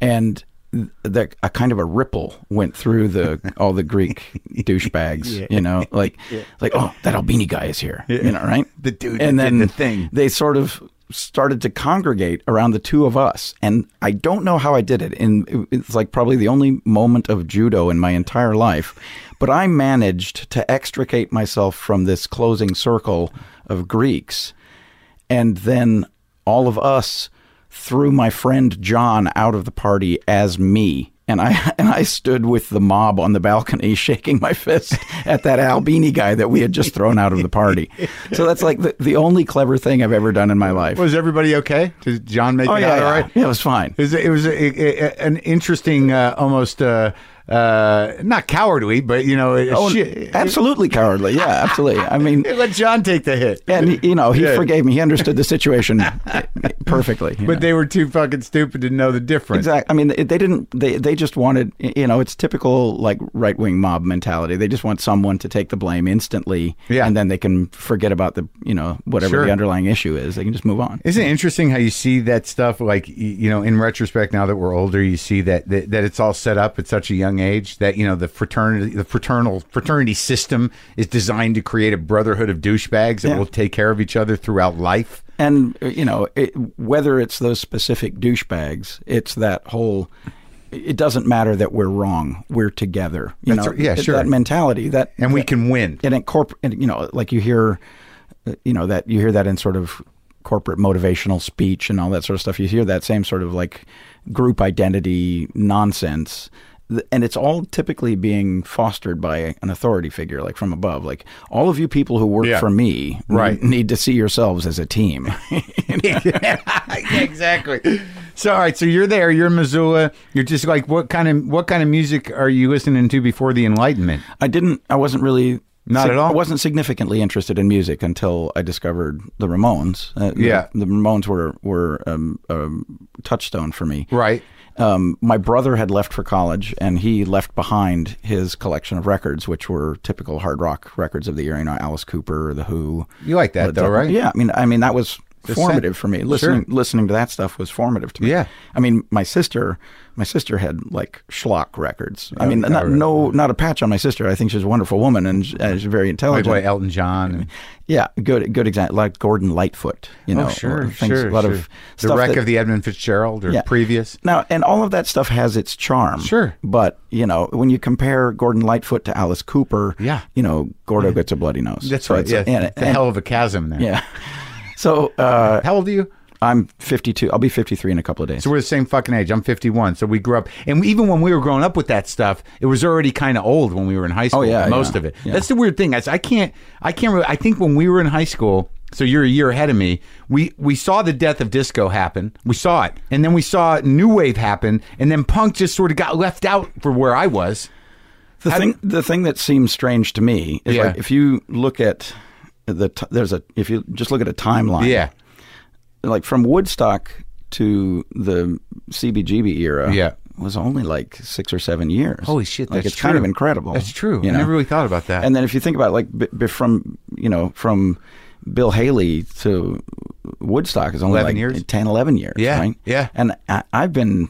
[SPEAKER 4] And th- that a kind of a ripple went through the all the Greek douchebags, you know, like like oh that Albini guy is here, you know, right?
[SPEAKER 1] The dude that did the thing.
[SPEAKER 4] They sort of started to congregate around the two of us, and I don't know how I did it. And it- it's like probably the only moment of judo in my entire life, but I managed to extricate myself from this closing circle of Greeks and then all of us threw my friend John out of the party as me. And I and I stood with the mob on the balcony, shaking my fist at that Albini guy that we had just thrown out of the party. So that's like the, the only clever thing I've ever done in my life.
[SPEAKER 1] was everybody okay? Did John make
[SPEAKER 4] oh
[SPEAKER 1] it
[SPEAKER 4] yeah,
[SPEAKER 1] out
[SPEAKER 4] yeah.
[SPEAKER 1] all right?
[SPEAKER 4] Yeah, it was fine.
[SPEAKER 1] It was, it was a, a- an interesting, uh, almost uh, uh, not cowardly, but you know, a
[SPEAKER 4] Oh,
[SPEAKER 1] shit.
[SPEAKER 4] absolutely cowardly. Yeah, absolutely. I mean,
[SPEAKER 1] let John take the hit.
[SPEAKER 4] and you know, he
[SPEAKER 1] Yeah.
[SPEAKER 4] forgave me. He understood the situation perfectly. you know.
[SPEAKER 1] But they were too fucking stupid to know the difference.
[SPEAKER 4] Exactly. I mean, it- they didn't. They they just wanted. You know, it's typical like right wing mob mentality. They just want someone to take the blame instantly,
[SPEAKER 1] Yeah.
[SPEAKER 4] and then they can forget about the you know whatever
[SPEAKER 1] Sure.
[SPEAKER 4] the underlying issue is. They can just move on.
[SPEAKER 1] Isn't it interesting how you see that stuff? Like y- you know, in retrospect, now that we're older, you see that, that that it's all set up at such a young age that you know the fraternity, the fraternal fraternity system is designed to create a brotherhood of douchebags that
[SPEAKER 4] Yeah.
[SPEAKER 1] will take care of each other throughout life.
[SPEAKER 4] And uh, you know, it, whether it's those specific douchebags, it's that whole. It doesn't matter that we're wrong. We're together. You
[SPEAKER 1] That's
[SPEAKER 4] know,
[SPEAKER 1] right. Yeah,
[SPEAKER 4] It's
[SPEAKER 1] sure.
[SPEAKER 4] That mentality. That
[SPEAKER 1] And we can win.
[SPEAKER 4] and in corp- and, you know, like you hear, uh, you know that you hear that in sort of corporate motivational speech and all that sort of stuff. You hear that same sort of like group identity nonsense. Th- And it's all typically being fostered by an authority figure, like from above. Like all of you people who work
[SPEAKER 1] Yeah.
[SPEAKER 4] for me,
[SPEAKER 1] Right.
[SPEAKER 4] need to see yourselves as a team.
[SPEAKER 1] exactly. So all right, so you're there, you're in Missoula. You're just like what kind of what kind of music are you listening to before the Enlightenment?
[SPEAKER 4] I didn't. I wasn't really.
[SPEAKER 1] Not at all?
[SPEAKER 4] I wasn't significantly interested in music until I discovered the Ramones. Uh, the-
[SPEAKER 1] Yeah.
[SPEAKER 4] the, Ramones were were um, a touchstone for me.
[SPEAKER 1] Right.
[SPEAKER 4] Um, my brother had left for college, and he left behind his collection of records, which were typical hard rock records of the era. You know, Alice Cooper, The Who.
[SPEAKER 1] You like that
[SPEAKER 4] Led
[SPEAKER 1] though,
[SPEAKER 4] Zeppelin.
[SPEAKER 1] right?
[SPEAKER 4] Yeah. I mean, I mean that was
[SPEAKER 1] Just
[SPEAKER 4] formative
[SPEAKER 1] saying.
[SPEAKER 4] for me. Listening
[SPEAKER 1] Sure.
[SPEAKER 4] listening to that stuff was formative to me.
[SPEAKER 1] Yeah.
[SPEAKER 4] I mean, my sister, my sister had like schlock records. I mean,
[SPEAKER 1] yeah,
[SPEAKER 4] not,
[SPEAKER 1] right.
[SPEAKER 4] no, not a patch on my sister. I think she's a wonderful woman and sh- uh, she's very
[SPEAKER 1] Like
[SPEAKER 4] intelligent.
[SPEAKER 1] boy Elton John and
[SPEAKER 4] yeah, good, good example. Like Gordon Lightfoot, you know,
[SPEAKER 1] Oh, sure,
[SPEAKER 4] things-
[SPEAKER 1] sure,
[SPEAKER 4] a lot
[SPEAKER 1] sure.
[SPEAKER 4] of
[SPEAKER 1] the
[SPEAKER 4] stuff
[SPEAKER 1] wreck
[SPEAKER 4] that-
[SPEAKER 1] of the Edmund Fitzgerald or
[SPEAKER 4] Yeah.
[SPEAKER 1] previous.
[SPEAKER 4] Now, and all of that stuff has its charm.
[SPEAKER 1] Sure.
[SPEAKER 4] But, you know, when you compare Gordon Lightfoot to Alice Cooper,
[SPEAKER 1] Yeah.
[SPEAKER 4] you know, Gordo gets a bloody nose. So it's-
[SPEAKER 1] Yeah,
[SPEAKER 4] and-
[SPEAKER 1] it's a
[SPEAKER 4] and-
[SPEAKER 1] hell of a chasm there.
[SPEAKER 4] yeah. So uh,
[SPEAKER 1] How old are you?
[SPEAKER 4] I'm 52. I'll be 53 in a couple of days.
[SPEAKER 1] So we're the same fucking age. I'm 51. So we grew up, and even when we were growing up with that stuff, it was already kind of old when we were in high school.
[SPEAKER 4] Oh, yeah,
[SPEAKER 1] most
[SPEAKER 4] yeah,
[SPEAKER 1] of it.
[SPEAKER 4] yeah.
[SPEAKER 1] That's the weird thing. I, I can't. I can't. Really, I think when we were in high school, so you're a year ahead of me. We we saw the death of disco happen. We saw it, and then we saw new wave happen, and then punk just sort of got left out for where I was.
[SPEAKER 4] The thing, the thing that seems strange to me is
[SPEAKER 1] Yeah.
[SPEAKER 4] like if you look at the t- there's a if you just look at a timeline,
[SPEAKER 1] Yeah.
[SPEAKER 4] like from Woodstock to the CBGB era,
[SPEAKER 1] Yeah.
[SPEAKER 4] was only like six or seven years.
[SPEAKER 1] Holy shit,
[SPEAKER 4] Like
[SPEAKER 1] that's
[SPEAKER 4] it's kind of
[SPEAKER 1] true.
[SPEAKER 4] incredible.
[SPEAKER 1] That's true.
[SPEAKER 4] you
[SPEAKER 1] I
[SPEAKER 4] know?
[SPEAKER 1] never really thought about that.
[SPEAKER 4] And then if you think about it, like b- b- from you know from Bill Haley to Woodstock is only
[SPEAKER 1] 11
[SPEAKER 4] like
[SPEAKER 1] years?
[SPEAKER 4] 10, 11 years.
[SPEAKER 1] Yeah,
[SPEAKER 4] right?
[SPEAKER 1] yeah.
[SPEAKER 4] And I, I've been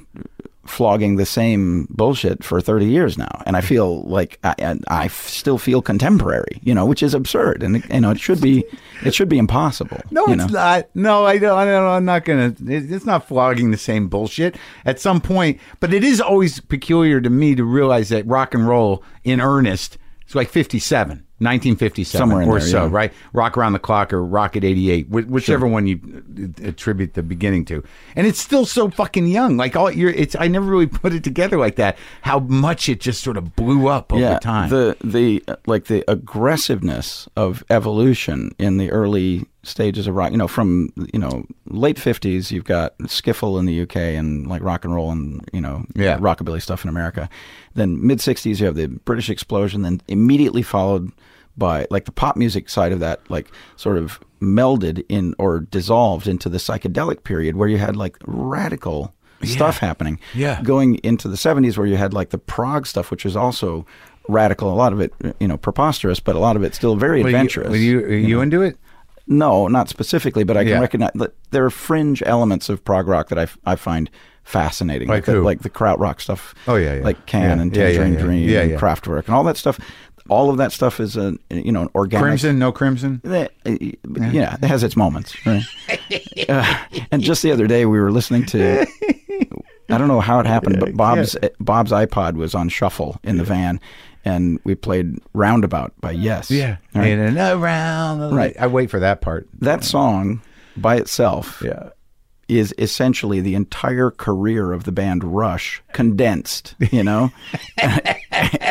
[SPEAKER 4] flogging the same bullshit for 30 years now and i feel like I, and I f- still feel contemporary you know which is absurd and you know it should be it should be impossible
[SPEAKER 1] No,
[SPEAKER 4] you
[SPEAKER 1] it's
[SPEAKER 4] know?
[SPEAKER 1] not. No, I don't, I don't. I'm not gonna. it- It's not flogging the same bullshit. At some point, but it is always peculiar to me to realize that rock and roll in earnest It's like 57, 1957
[SPEAKER 4] Somewhere in
[SPEAKER 1] or
[SPEAKER 4] there,
[SPEAKER 1] so,
[SPEAKER 4] yeah.
[SPEAKER 1] right? Rock Around the Clock or Rocket 88, whi- whichever one you uh, attribute the beginning to. And it's still so fucking young. Like all your it's I never really put it together like that how much it just sort of blew up over time.
[SPEAKER 4] The the uh, like the aggressiveness of evolution in the early stages of rock. You know, from you know late fifties, you've got skiffle in the UK and like rock and roll and you know
[SPEAKER 1] Yeah.
[SPEAKER 4] rockabilly stuff in America. Then mid sixties, you have the British explosion. Then immediately followed by like the pop music side of that, like sort of melded in or dissolved into the psychedelic period where you had like radical stuff happening
[SPEAKER 1] Yeah.
[SPEAKER 4] going into the 70s where you had like the Prague stuff, which was also radical. A lot of it, you know, preposterous, but a lot of it still very
[SPEAKER 1] Were you-
[SPEAKER 4] adventurous.
[SPEAKER 1] Were you, are you, into it?
[SPEAKER 4] no, not specifically, but I can
[SPEAKER 1] Yeah.
[SPEAKER 4] recognize that there are fringe elements of prog rock that I, f- I find fascinating.
[SPEAKER 1] Like
[SPEAKER 4] the,
[SPEAKER 1] who?
[SPEAKER 4] like the krautrock stuff.
[SPEAKER 1] Oh, yeah, yeah.
[SPEAKER 4] Like Can
[SPEAKER 1] Yeah,
[SPEAKER 4] and
[SPEAKER 1] yeah, yeah,
[SPEAKER 4] Tangerine
[SPEAKER 1] yeah.
[SPEAKER 4] Dream
[SPEAKER 1] Yeah,
[SPEAKER 4] and
[SPEAKER 1] yeah.
[SPEAKER 4] Kraftwerk and all that stuff. All of that stuff is a you know an organic
[SPEAKER 1] Crimson, no Crimson?
[SPEAKER 4] Eh, eh, yeah. it has its moments. Right? Uh, and just the other day, we were listening to. I don't know how it happened, but Bob's eh, Bob's iPod was on shuffle in the van, and we played "Roundabout" by Yes. All right?
[SPEAKER 1] In and around. the-
[SPEAKER 4] Right.
[SPEAKER 1] I wait for that part.
[SPEAKER 4] that song by itself is essentially the entire career of the band Rush condensed, you know,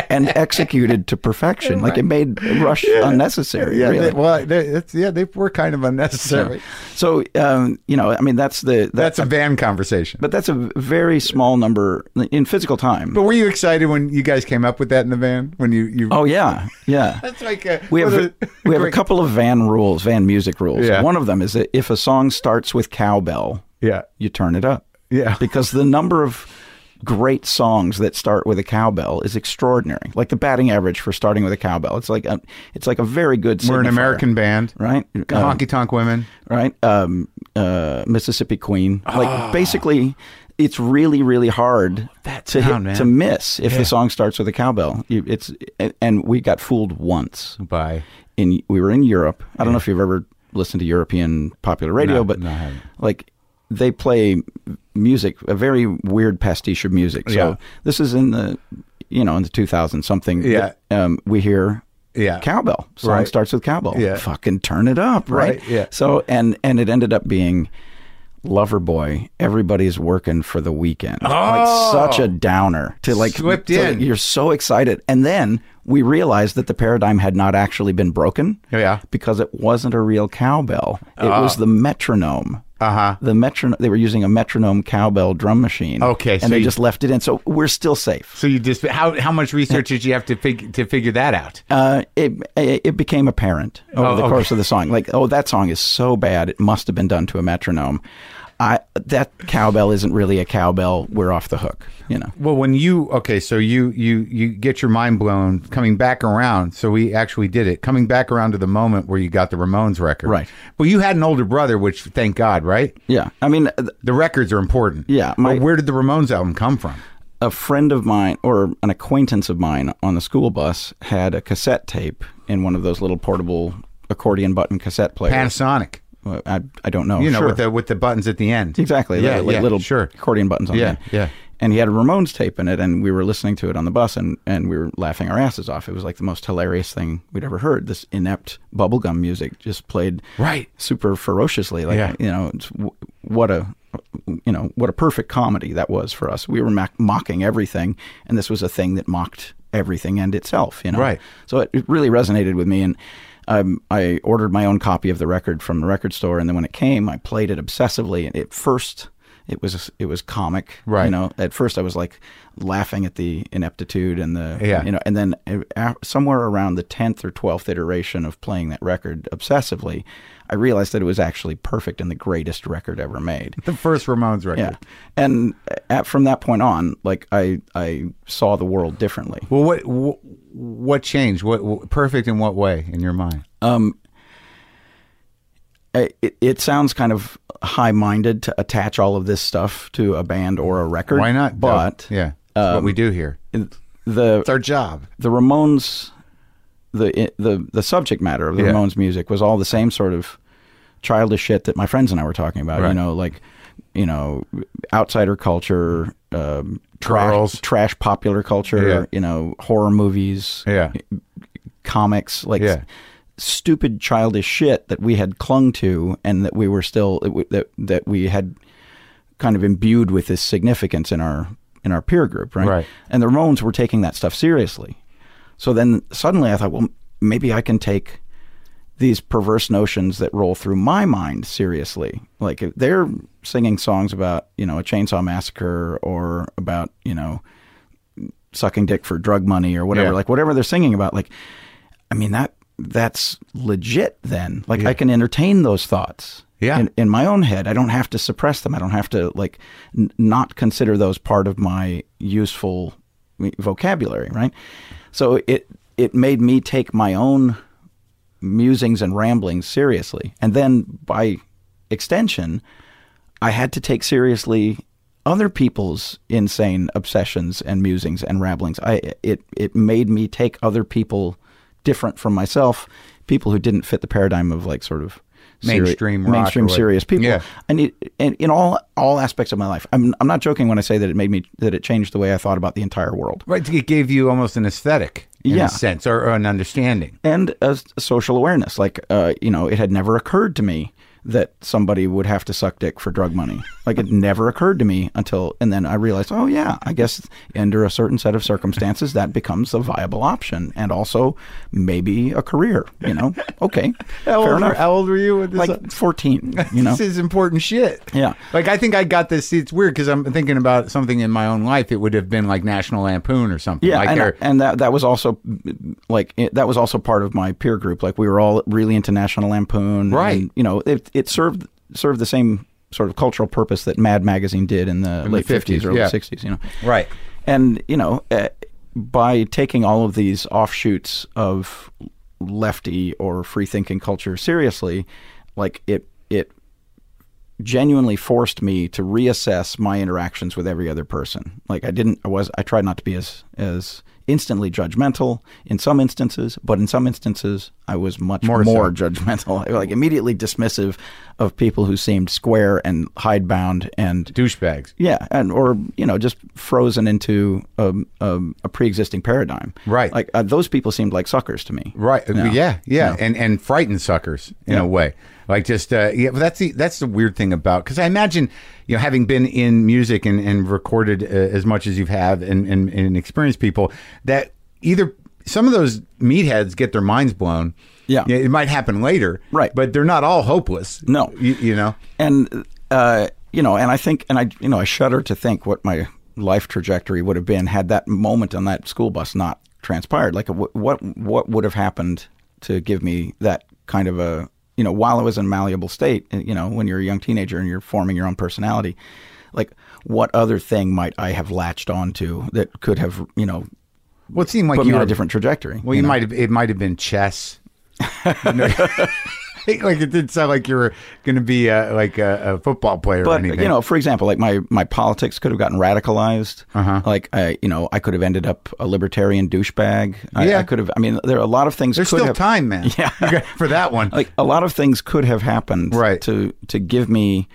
[SPEAKER 4] and executed to perfection. Like it made Rush unnecessary.
[SPEAKER 1] Yeah,
[SPEAKER 4] really.
[SPEAKER 1] they, well, they, it's, yeah, they were kind of unnecessary.
[SPEAKER 4] So um, you know, I mean, that's the that,
[SPEAKER 1] That's a van conversation.
[SPEAKER 4] but that's a very small number in physical time.
[SPEAKER 1] But were you excited when you guys came up with that in the van? When you, you
[SPEAKER 4] oh yeah, yeah.
[SPEAKER 1] that's like a,
[SPEAKER 4] We have
[SPEAKER 1] what
[SPEAKER 4] a, we have a
[SPEAKER 1] great-
[SPEAKER 4] couple of van rules, van music rules.
[SPEAKER 1] Yeah.
[SPEAKER 4] One of them is that if a song starts with cowbell,
[SPEAKER 1] Yeah,
[SPEAKER 4] you turn it up.
[SPEAKER 1] Yeah.
[SPEAKER 4] because the number of great songs that start with a cowbell is extraordinary. Like the batting average for starting with a cowbell, it's like a, it's like a very good.
[SPEAKER 1] we're an
[SPEAKER 4] signifier,
[SPEAKER 1] American band,
[SPEAKER 4] right? Uh,
[SPEAKER 1] Honky Tonk Women.
[SPEAKER 4] right? Um, uh, Mississippi Queen.
[SPEAKER 1] Ah.
[SPEAKER 4] Like basically, it's really really hard to
[SPEAKER 1] sound, man.
[SPEAKER 4] hit, to miss if the song starts with a cowbell. You- It's and we got fooled once.
[SPEAKER 1] Bye.
[SPEAKER 4] In we were in Europe. I don't know if you've ever listened to European popular radio,
[SPEAKER 1] No,
[SPEAKER 4] but
[SPEAKER 1] no, I haven't.
[SPEAKER 4] like they play music, a very weird pastiche of music. So
[SPEAKER 1] Yeah.
[SPEAKER 4] this is in the you know in the 2000 something.
[SPEAKER 1] Yeah.
[SPEAKER 4] um, we hear
[SPEAKER 1] Yeah.
[SPEAKER 4] cowbell. Song
[SPEAKER 1] Right.
[SPEAKER 4] starts with cowbell.
[SPEAKER 1] Yeah.
[SPEAKER 4] Fucking turn it up, right?
[SPEAKER 1] Right, yeah.
[SPEAKER 4] So and and it ended up being Loverboy. Everybody's working for the weekend. Oh, like such a downer to like
[SPEAKER 1] Slipped
[SPEAKER 4] to-
[SPEAKER 1] in.
[SPEAKER 4] You're so excited, and then we realized that the paradigm had not actually been broken.
[SPEAKER 1] Oh, Yeah. Oh.
[SPEAKER 4] because it wasn't a real cowbell. It was the metronome.
[SPEAKER 1] Uh huh.
[SPEAKER 4] The metronome. They were using a metronome cowbell drum machine.
[SPEAKER 1] Okay,
[SPEAKER 4] and
[SPEAKER 1] so
[SPEAKER 4] they
[SPEAKER 1] you-
[SPEAKER 4] just left it in. So we're still safe.
[SPEAKER 1] So you just how how much research did you have to fig- to figure that out?
[SPEAKER 4] Uh, it it became apparent over
[SPEAKER 1] Oh,
[SPEAKER 4] the
[SPEAKER 1] okay.
[SPEAKER 4] course of the song. Like, oh, that song is so bad; it must have been done to a metronome. I that cowbell isn't really a cowbell. We're off the hook, you know.
[SPEAKER 1] Well, when you okay, so you you you get your mind blown coming back around. So we actually did it coming back around to the moment where you got the Ramones record,
[SPEAKER 4] Right.
[SPEAKER 1] Well, you had an older brother, which thank God, right?
[SPEAKER 4] Yeah, I mean, th-
[SPEAKER 1] The records are important.
[SPEAKER 4] Yeah, my-
[SPEAKER 1] but where did the Ramones album come from?
[SPEAKER 4] a friend of mine or an acquaintance of mine on the school bus had a cassette tape in one of those little portable accordion button cassette players.
[SPEAKER 1] Panasonic.
[SPEAKER 4] Well, I I don't know.
[SPEAKER 1] You know,
[SPEAKER 4] Sure.
[SPEAKER 1] with the with the buttons at the end.
[SPEAKER 4] Exactly.
[SPEAKER 1] Yeah,
[SPEAKER 4] Yeah, like
[SPEAKER 1] yeah,
[SPEAKER 4] little
[SPEAKER 1] sure.
[SPEAKER 4] accordion buttons on
[SPEAKER 1] Yeah,
[SPEAKER 4] it.
[SPEAKER 1] yeah.
[SPEAKER 4] And he had a Ramones tape in it, and we were listening to it on the bus, and, and we were laughing our asses off. It was like the most hilarious thing we'd ever heard. This inept bubblegum music just played
[SPEAKER 1] Right.
[SPEAKER 4] super ferociously. Like,
[SPEAKER 1] Yeah.
[SPEAKER 4] you know, it's, w- what a you know what a perfect comedy that was for us. We were mock- mocking everything, and this was a thing that mocked everything and itself. You know,
[SPEAKER 1] Right.
[SPEAKER 4] so it, it really resonated with me, and um, I ordered my own copy of the record from the record store, and then when it came, I played it obsessively. And at first, it was it was comic,
[SPEAKER 1] Right.
[SPEAKER 4] You know, at first I was like laughing at the ineptitude and the
[SPEAKER 1] Yeah.
[SPEAKER 4] you know, and then uh, af- somewhere around the tenth or twelfth iteration of playing that record obsessively, I realized that it was actually perfect and the greatest record ever made.
[SPEAKER 1] The first Ramones record.
[SPEAKER 4] Yeah, and uh, at, from that point on, like I I saw the world differently.
[SPEAKER 1] Well, what wh- what changed? What, what perfect in what way in your mind?
[SPEAKER 4] I- it, it sounds kind of high minded to attach all of this stuff to a band or a record.
[SPEAKER 1] Why not?
[SPEAKER 4] But um,
[SPEAKER 1] yeah, that's what we do here.
[SPEAKER 4] the
[SPEAKER 1] It's our job.
[SPEAKER 4] the Ramones, the i- the the subject matter of the
[SPEAKER 1] Yeah.
[SPEAKER 4] Ramones music was all the same sort of childish shit that my friends and I were talking about.
[SPEAKER 1] Right.
[SPEAKER 4] You know, like you know, outsider culture, um, trash,
[SPEAKER 1] Girls.
[SPEAKER 4] trash popular culture.
[SPEAKER 1] Yeah.
[SPEAKER 4] You know, horror movies.
[SPEAKER 1] Yeah.
[SPEAKER 4] comics, like
[SPEAKER 1] Yeah.
[SPEAKER 4] stupid childish shit that we had clung to and that we were still that we- that that we had kind of imbued with this significance in our in our peer group, right?
[SPEAKER 1] Right.
[SPEAKER 4] And the Ramones were taking that stuff seriously. So then suddenly I thought, well, maybe I can take these perverse notions that roll through my mind seriously. Like if they're singing songs about, you know, a chainsaw massacre or about, you know, sucking dick for drug money or whatever,
[SPEAKER 1] Yeah.
[SPEAKER 4] like whatever they're singing about, like I mean that that's legit then. Like I can entertain those thoughts.
[SPEAKER 1] Yeah.
[SPEAKER 4] In, in my own head. I don't have to suppress them. I don't have to like n- not consider those part of my useful vocabulary, right? So it it made me take my own musings and ramblings seriously. And then by extension, I had to take seriously other people's insane obsessions and musings and ramblings. I it it made me take other people different from myself, people who didn't fit the paradigm of like sort of seri-
[SPEAKER 1] Mainstream rock or
[SPEAKER 4] mainstream
[SPEAKER 1] what-
[SPEAKER 4] serious people.
[SPEAKER 1] Yeah.
[SPEAKER 4] And it and in all all aspects of my life. I'm I'm not joking when I say that it made me that it changed the way I thought about the entire world.
[SPEAKER 1] Right, it gave you almost an aesthetic, in
[SPEAKER 4] Yeah.
[SPEAKER 1] a sense, or, or an understanding.
[SPEAKER 4] and a, s- a social awareness. Like, uh, you know, it had never occurred to me that somebody would have to suck dick for drug money. Like, it never occurred to me until, and then I realized, oh yeah, I guess under a certain set of circumstances, that becomes a viable option, and also maybe a career. You know, okay,
[SPEAKER 1] How
[SPEAKER 4] fair
[SPEAKER 1] old, were,
[SPEAKER 4] enough.
[SPEAKER 1] how old were you? With this? uh,
[SPEAKER 4] Like fourteen, you know.
[SPEAKER 1] this is important shit.
[SPEAKER 4] Yeah.
[SPEAKER 1] Like I think I got this. It's weird because I'm thinking about something in my own life. It would have been like National Lampoon or something.
[SPEAKER 4] Yeah,
[SPEAKER 1] like
[SPEAKER 4] and,
[SPEAKER 1] they're-
[SPEAKER 4] and that that was also mm, like it, that was also part of my peer group. Like we were all really into National Lampoon,
[SPEAKER 1] Right.
[SPEAKER 4] And, you know, it it served served the same sort of cultural purpose that Mad Magazine did in the
[SPEAKER 1] the
[SPEAKER 4] late
[SPEAKER 1] 50s,
[SPEAKER 4] early
[SPEAKER 1] yeah.
[SPEAKER 4] sixties. You know,
[SPEAKER 1] Right.
[SPEAKER 4] And you know, uh, by taking all of these offshoots of lefty or free thinking culture seriously, like it it genuinely forced me to reassess my interactions with every other person. Like I didn't, I was, I tried not to be as as instantly judgmental in some instances, but in some instances I was much
[SPEAKER 1] More
[SPEAKER 4] more,
[SPEAKER 1] so.
[SPEAKER 4] judgmental, like immediately dismissive of people who seemed square and hidebound and
[SPEAKER 1] douchebags.
[SPEAKER 4] yeah, and or you know just frozen into a, a, a pre-existing paradigm.
[SPEAKER 1] Right.
[SPEAKER 4] Like uh, those people seemed like suckers to me.
[SPEAKER 1] Right.
[SPEAKER 4] No.
[SPEAKER 1] Yeah. Yeah.
[SPEAKER 4] No.
[SPEAKER 1] And and frightened suckers in
[SPEAKER 4] Yeah.
[SPEAKER 1] a way. Like just uh, yeah. But that's the that's the weird thing about because I imagine you know having been in music and and recorded uh, as much as you have and and and experienced people that either some of those meatheads get their minds blown.
[SPEAKER 4] Yeah.
[SPEAKER 1] It might happen later.
[SPEAKER 4] Right.
[SPEAKER 1] But they're not all hopeless.
[SPEAKER 4] No.
[SPEAKER 1] You, you know.
[SPEAKER 4] and uh, you know, and I think, and I, you know, I shudder to think what my life trajectory would have been had that moment on that school bus not transpired. Like, wh- what what would have happened to give me that kind of a, you know, while I was in malleable state, and, you know, when you're a young teenager and you're forming your own personality, like, what other thing might I have latched onto that could have, you know,
[SPEAKER 1] Well, it seemed like
[SPEAKER 4] put
[SPEAKER 1] you
[SPEAKER 4] me on
[SPEAKER 1] were
[SPEAKER 4] a different trajectory?
[SPEAKER 1] Well, you, might have. It might have been chess. You know, like it did sound like you were going to be uh, like a, a football player or
[SPEAKER 4] but
[SPEAKER 1] anything.
[SPEAKER 4] you know, for example, like my my politics could have gotten radicalized.
[SPEAKER 1] Uh-huh.
[SPEAKER 4] Like I, you know, I could have ended up a libertarian douchebag. I,
[SPEAKER 1] Yeah.
[SPEAKER 4] I could have. I mean, there are a lot of things.
[SPEAKER 1] there's
[SPEAKER 4] could
[SPEAKER 1] still
[SPEAKER 4] have,
[SPEAKER 1] time, man.
[SPEAKER 4] Yeah.
[SPEAKER 1] You got- for that one.
[SPEAKER 4] Like a lot of things could have happened.
[SPEAKER 1] Right.
[SPEAKER 4] To to give me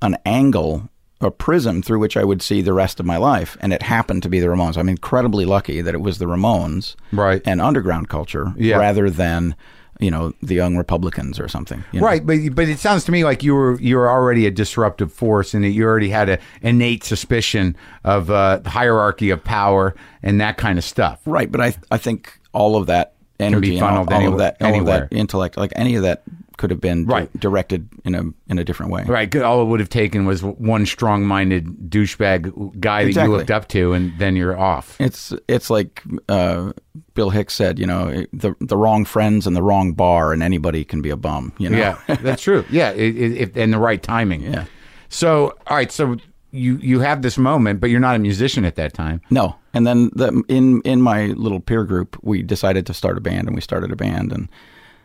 [SPEAKER 4] an angle, a prism through which I would see the rest of my life, and it happened to be the Ramones. I'm incredibly lucky that it was the Ramones.
[SPEAKER 1] Right.
[SPEAKER 4] And underground culture.
[SPEAKER 1] Yeah.
[SPEAKER 4] Rather than. You know the young Republicans or something, you know?
[SPEAKER 1] Right, but but it sounds to me like you were you were already a disruptive force, and that you already had an innate suspicion of uh, hierarchy of power and that kind of stuff.
[SPEAKER 4] Right, but I I think all of that energy, and all-
[SPEAKER 1] funneled
[SPEAKER 4] all,
[SPEAKER 1] anywhere-
[SPEAKER 4] of that, all
[SPEAKER 1] anywhere.
[SPEAKER 4] of that intellect, like any of that could have been di-
[SPEAKER 1] Right.
[SPEAKER 4] directed in a in a different way.
[SPEAKER 1] Right, good- all it would have taken was one strong-minded douchebag guy that you
[SPEAKER 4] Exactly.
[SPEAKER 1] looked up to, and then you're off.
[SPEAKER 4] It's it's like uh, Bill Hicks said, you know, eh, the the wrong friends and the wrong bar, and anybody can be a bum. You know,
[SPEAKER 1] Yeah, that's true. Yeah, it, it, if, and the right timing.
[SPEAKER 4] Yeah.
[SPEAKER 1] So, all right. So you you have this moment, but you're not a musician at that time.
[SPEAKER 4] No, and then the, in in my little peer group, we decided to start a band, and we started a band, and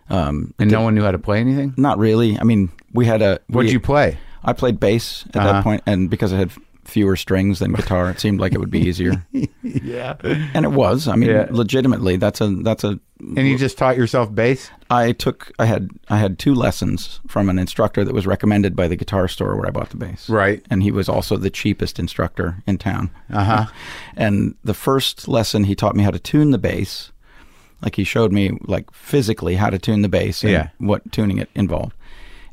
[SPEAKER 4] um,
[SPEAKER 1] And no one knew how to play anything.
[SPEAKER 4] not really. I mean, we had a
[SPEAKER 1] What'd
[SPEAKER 4] we-
[SPEAKER 1] you play?
[SPEAKER 4] I played bass at that point, and because it had fewer strings than guitar, it seemed like it would be easier. yeah, and it was. I mean,
[SPEAKER 1] Yeah.
[SPEAKER 4] legitimately, that's a that's a.
[SPEAKER 1] And you just taught yourself bass.
[SPEAKER 4] I took I had I had two lessons from an instructor that was recommended by the guitar store where I bought the bass.
[SPEAKER 1] Right.
[SPEAKER 4] and he was also the cheapest instructor
[SPEAKER 1] Uh-huh.
[SPEAKER 4] in town. Uh huh. and the first lesson he taught me how to tune the bass. Like he showed me like physically how to tune the bass and
[SPEAKER 1] Yeah.
[SPEAKER 4] what tuning it involved.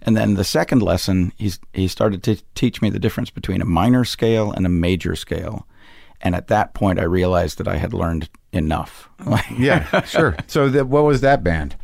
[SPEAKER 4] And then the second lesson, he's, he started to teach me the difference between a minor scale and a major scale. And at that point, I realized that I had learned enough. Like,
[SPEAKER 1] Yeah, sure. So that what was that band?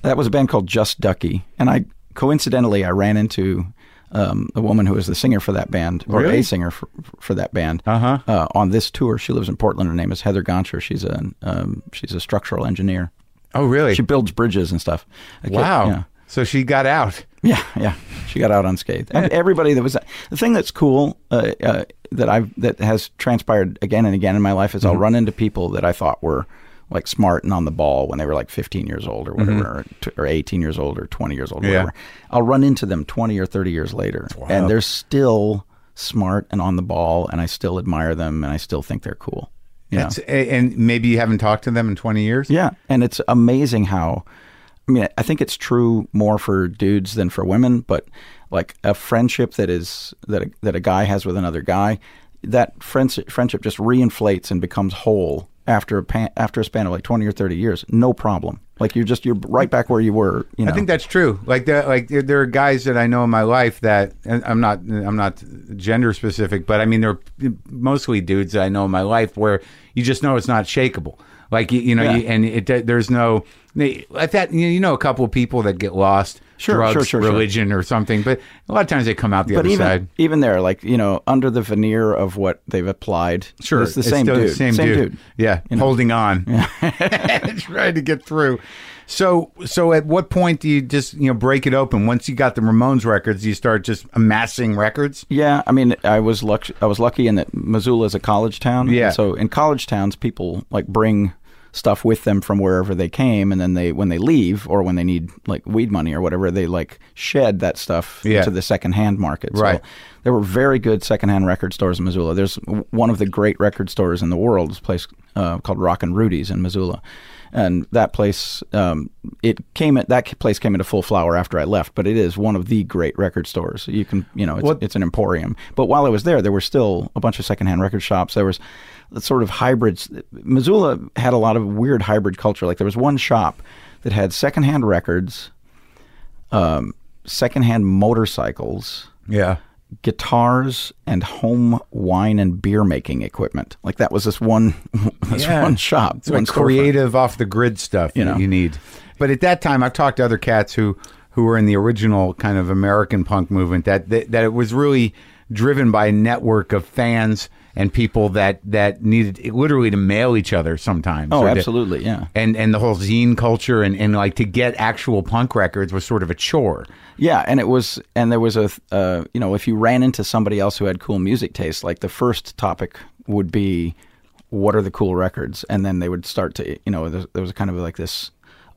[SPEAKER 4] that was a band called Just Ducky, and I coincidentally I ran into um, a woman who was the singer for that band or
[SPEAKER 1] Really?
[SPEAKER 4] a singer for, for that band
[SPEAKER 1] Uh-huh.
[SPEAKER 4] uh, on this tour. She lives in Portland. Her name is Heather Goncher. She's a um, she's a structural engineer.
[SPEAKER 1] Oh, really?
[SPEAKER 4] She builds bridges and stuff. A kid-
[SPEAKER 1] wow.
[SPEAKER 4] yeah.
[SPEAKER 1] So she got out.
[SPEAKER 4] Yeah, yeah. She got out unscathed. And everybody that was the thing that's cool uh, uh, that I've that has transpired again and again in my life is I'll run into people that I thought were like smart and on the ball when they were like 15 years old or whatever, or, t- or 18 years old or 20 years old,
[SPEAKER 1] Yeah.
[SPEAKER 4] whatever. I'll run into them 20 or 30 years later, and they're still smart and on the ball, and I still admire them and I still think they're cool. You know?
[SPEAKER 1] That's, a- and maybe you haven't talked to them in 20 years?
[SPEAKER 4] Yeah, and it's amazing how. I mean, I think it's true more for dudes than for women, but like a friendship that is that a, that a guy has with another guy, that friendship friendship just reinflates and becomes whole after a pan, after a span of like twenty or thirty years, no problem. Like you're just you're right back where you were. You know,
[SPEAKER 1] I think that's true. Like there, like there, there are guys that I know in my life that and I'm not, I'm not gender specific, but I mean they're mostly dudes that I know in my life where you just know it's not shakeable. Like you, you know,
[SPEAKER 4] Yeah.
[SPEAKER 1] you, and it there's no they- like that. You you know, a couple of people that get lost,
[SPEAKER 4] Sure,
[SPEAKER 1] drugs,
[SPEAKER 4] sure, sure, sure.
[SPEAKER 1] religion, or something. But a lot of times they come out the
[SPEAKER 4] but
[SPEAKER 1] other
[SPEAKER 4] even
[SPEAKER 1] side.
[SPEAKER 4] even there, like you know, under the veneer of what they've applied,
[SPEAKER 1] Sure,
[SPEAKER 4] it's the same
[SPEAKER 1] still
[SPEAKER 4] dude,
[SPEAKER 1] The same, dude. Yeah, holding on, trying to get through. So, so at what point do you just you know break it open? Once you got the Ramones records, you start just amassing records.
[SPEAKER 4] Yeah, I mean, I was luck- I was lucky in that Missoula is a college town.
[SPEAKER 1] Yeah.
[SPEAKER 4] And So in college towns, people like bring stuff with them from wherever they came, and then they when they leave or when they need like weed money or whatever, they like shed that stuff
[SPEAKER 1] Yeah.
[SPEAKER 4] into the secondhand market. So
[SPEAKER 1] Right.
[SPEAKER 4] there were very good secondhand record stores in Missoula. There's w- one of the great record stores in the world, is a place uh, called Rock and Rudy's in Missoula. And that place, um, it came at, that place came into full flower after I left, but it is one of the great record stores. You can, you know, it's,
[SPEAKER 1] What-
[SPEAKER 4] it's an emporium. But while I was there, there were still a bunch of secondhand record shops. There was the sort of hybrids. Missoula had a lot of weird hybrid culture. Like there was one shop that had secondhand records, um, secondhand motorcycles,
[SPEAKER 1] Yeah,
[SPEAKER 4] guitars and home wine and beer making equipment. Like that was this one this
[SPEAKER 1] Yeah.
[SPEAKER 4] one shop.
[SPEAKER 1] it's like
[SPEAKER 4] one storefront.
[SPEAKER 1] creative, off the grid stuff you
[SPEAKER 4] You
[SPEAKER 1] that
[SPEAKER 4] know.
[SPEAKER 1] you need. But at that time, I've talked to other cats who who were in the original kind of American punk movement. That that, that it was really driven by a network of fans and people that that needed literally to mail each other sometimes.
[SPEAKER 4] Oh,
[SPEAKER 1] or to-
[SPEAKER 4] absolutely, yeah.
[SPEAKER 1] and and the whole zine culture and, and like to get actual punk records was sort of a chore.
[SPEAKER 4] Yeah, and it was and there was a uh, you know, if you ran into somebody else who had cool music taste, like the first topic would be what are the cool records and then they would start to you know there, there was kind of like this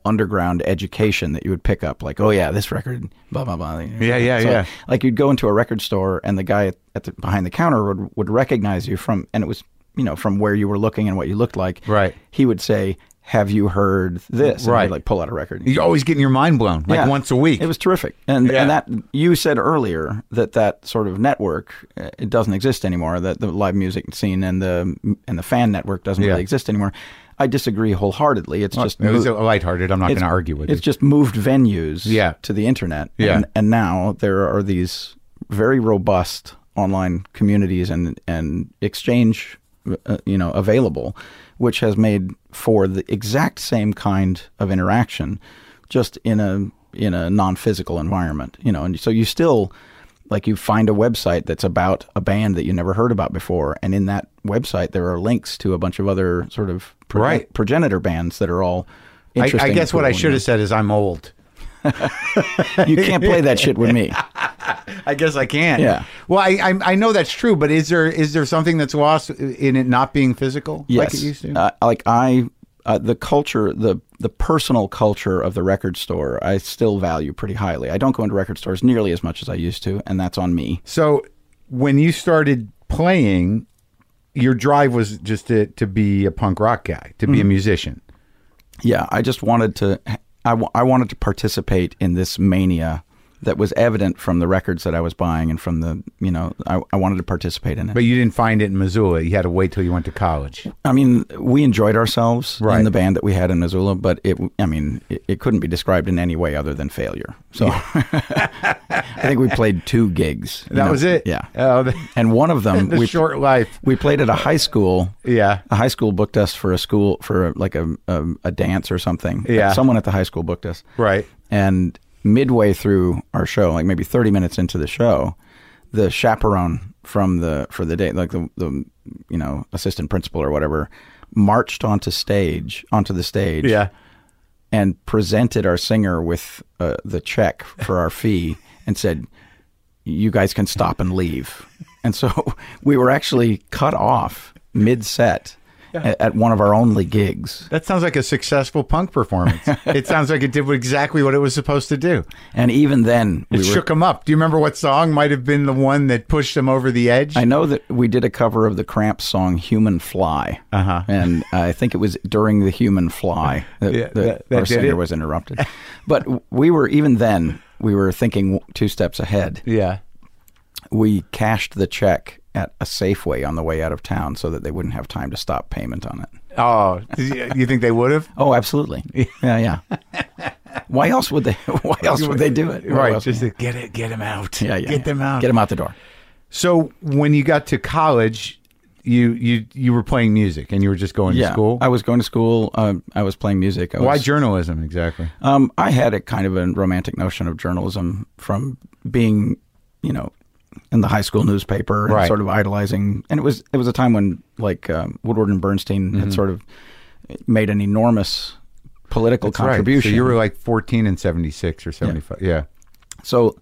[SPEAKER 4] underground education that you would pick up like oh yeah this record blah blah blah
[SPEAKER 1] Yeah, yeah, yeah.
[SPEAKER 4] like you'd go into a record store and the guy at the, behind the counter would, would recognize you from and it was you know from where you were looking and what you looked like
[SPEAKER 1] Right.
[SPEAKER 4] he would say have you heard this And he'd,
[SPEAKER 1] Right.
[SPEAKER 4] like pull out a record
[SPEAKER 1] You're always getting your mind blown, like
[SPEAKER 4] Yeah.
[SPEAKER 1] once a week.
[SPEAKER 4] It was terrific, and
[SPEAKER 1] Yeah.
[SPEAKER 4] and that you said earlier that that sort of network uh, it doesn't exist anymore. That the live music scene and the and the fan network doesn't
[SPEAKER 1] Yeah.
[SPEAKER 4] really exist anymore. I disagree wholeheartedly. It's just
[SPEAKER 1] it was
[SPEAKER 4] mo-
[SPEAKER 1] lighthearted. I'm not going
[SPEAKER 4] it's-
[SPEAKER 1] to argue with
[SPEAKER 4] It's
[SPEAKER 1] it.
[SPEAKER 4] just moved venues
[SPEAKER 1] Yeah.
[SPEAKER 4] to the internet.
[SPEAKER 1] Yeah.
[SPEAKER 4] And, and now there are these very robust online communities and and exchange uh, you know available which has made for the exact same kind of interaction just in a in a non-physical environment, you know. And so you still like you find a website that's about a band that you never heard about before and in that website there are links to a bunch of other sort of proge-
[SPEAKER 1] Right.
[SPEAKER 4] progenitor bands that are all
[SPEAKER 1] I, I
[SPEAKER 4] interesting
[SPEAKER 1] guess what I
[SPEAKER 4] cool,
[SPEAKER 1] should have said is I'm old.
[SPEAKER 4] yeah. You can't play that shit with me.
[SPEAKER 1] I guess I can.
[SPEAKER 4] Yeah.
[SPEAKER 1] Well, I, I I know that's true, but is there is there something that's lost in it not being physical like
[SPEAKER 4] Yes,
[SPEAKER 1] it used to?
[SPEAKER 4] Uh, like I, uh, the culture, the the personal culture of the record store, I still value pretty highly. I don't go into record stores nearly as much as I used to, and that's on me.
[SPEAKER 1] so when you started playing, your drive was just to, to be a punk rock guy, to be
[SPEAKER 4] Mm-hmm.
[SPEAKER 1] a musician.
[SPEAKER 4] Yeah, I just wanted to, I, wa- I wanted to participate in this mania that was evident from the records that I was buying and from the you know I, I wanted to participate in it.
[SPEAKER 1] But you didn't find it in Missoula. You had to wait till you went to college.
[SPEAKER 4] I mean, we enjoyed ourselves
[SPEAKER 1] Right.
[SPEAKER 4] in the band that we had in Missoula, but it I mean it, it couldn't be described in any way other than failure. So I think we played two gigs. you
[SPEAKER 1] That
[SPEAKER 4] know,
[SPEAKER 1] was it.
[SPEAKER 4] Yeah.
[SPEAKER 1] Oh, the,
[SPEAKER 4] and one of them
[SPEAKER 1] the
[SPEAKER 4] we
[SPEAKER 1] short life.
[SPEAKER 4] we played at a high school
[SPEAKER 1] Yeah.
[SPEAKER 4] a high school booked us for a school for like a a, a dance or something.
[SPEAKER 1] Yeah.
[SPEAKER 4] someone at the high school booked us.
[SPEAKER 1] Right.
[SPEAKER 4] And midway through our show, like maybe thirty minutes into the show, the chaperone from the for the day, like the the you know assistant principal or whatever, marched onto stage onto the stage.
[SPEAKER 1] Yeah.
[SPEAKER 4] And presented our singer with uh, the check for our fee and said, "You guys can stop and leave." And so we were actually cut off mid set. At one of our only gigs,
[SPEAKER 1] That sounds like a successful punk performance. it sounds like it did exactly what it was supposed to do.
[SPEAKER 4] and even then
[SPEAKER 1] It
[SPEAKER 4] we were
[SPEAKER 1] shook him up. Do you remember what song might have been the one that pushed him over the edge?
[SPEAKER 4] I know that we did a cover of the Cramps song "Human Fly,"
[SPEAKER 1] Uh-huh.
[SPEAKER 4] and I think it was during the "Human Fly" that,
[SPEAKER 1] Yeah,
[SPEAKER 4] that
[SPEAKER 1] that- that
[SPEAKER 4] our
[SPEAKER 1] did
[SPEAKER 4] singer
[SPEAKER 1] it.
[SPEAKER 4] was interrupted. But we were even then we were thinking two steps ahead.
[SPEAKER 1] yeah.
[SPEAKER 4] We cashed the check at a Safeway on the way out of town so that they wouldn't have time to stop payment on it.
[SPEAKER 1] Oh, you you think they would have?
[SPEAKER 4] Oh, absolutely. Yeah, yeah. Why else would they? Why else would they do it? Why
[SPEAKER 1] Right.
[SPEAKER 4] else-
[SPEAKER 1] Just to get it, get him out.
[SPEAKER 4] yeah, yeah,
[SPEAKER 1] Get
[SPEAKER 4] yeah.
[SPEAKER 1] them out.
[SPEAKER 4] Get them out the door.
[SPEAKER 1] So when you got to college, you you you were playing music and you were just going
[SPEAKER 4] Yeah,
[SPEAKER 1] to school.
[SPEAKER 4] I was going to school. Um, I was playing music. I
[SPEAKER 1] Why
[SPEAKER 4] was,
[SPEAKER 1] journalism exactly?
[SPEAKER 4] Um, I had a kind of a romantic notion of journalism from being, you know, in the high school newspaper and
[SPEAKER 1] Right.
[SPEAKER 4] sort of idolizing. And it was it was a time when like um, Woodward and Bernstein
[SPEAKER 1] Mm-hmm.
[SPEAKER 4] had sort of made an enormous political
[SPEAKER 1] Right.
[SPEAKER 4] contribution.
[SPEAKER 1] So you were like 14 and 76 or 75. Yeah.
[SPEAKER 4] So,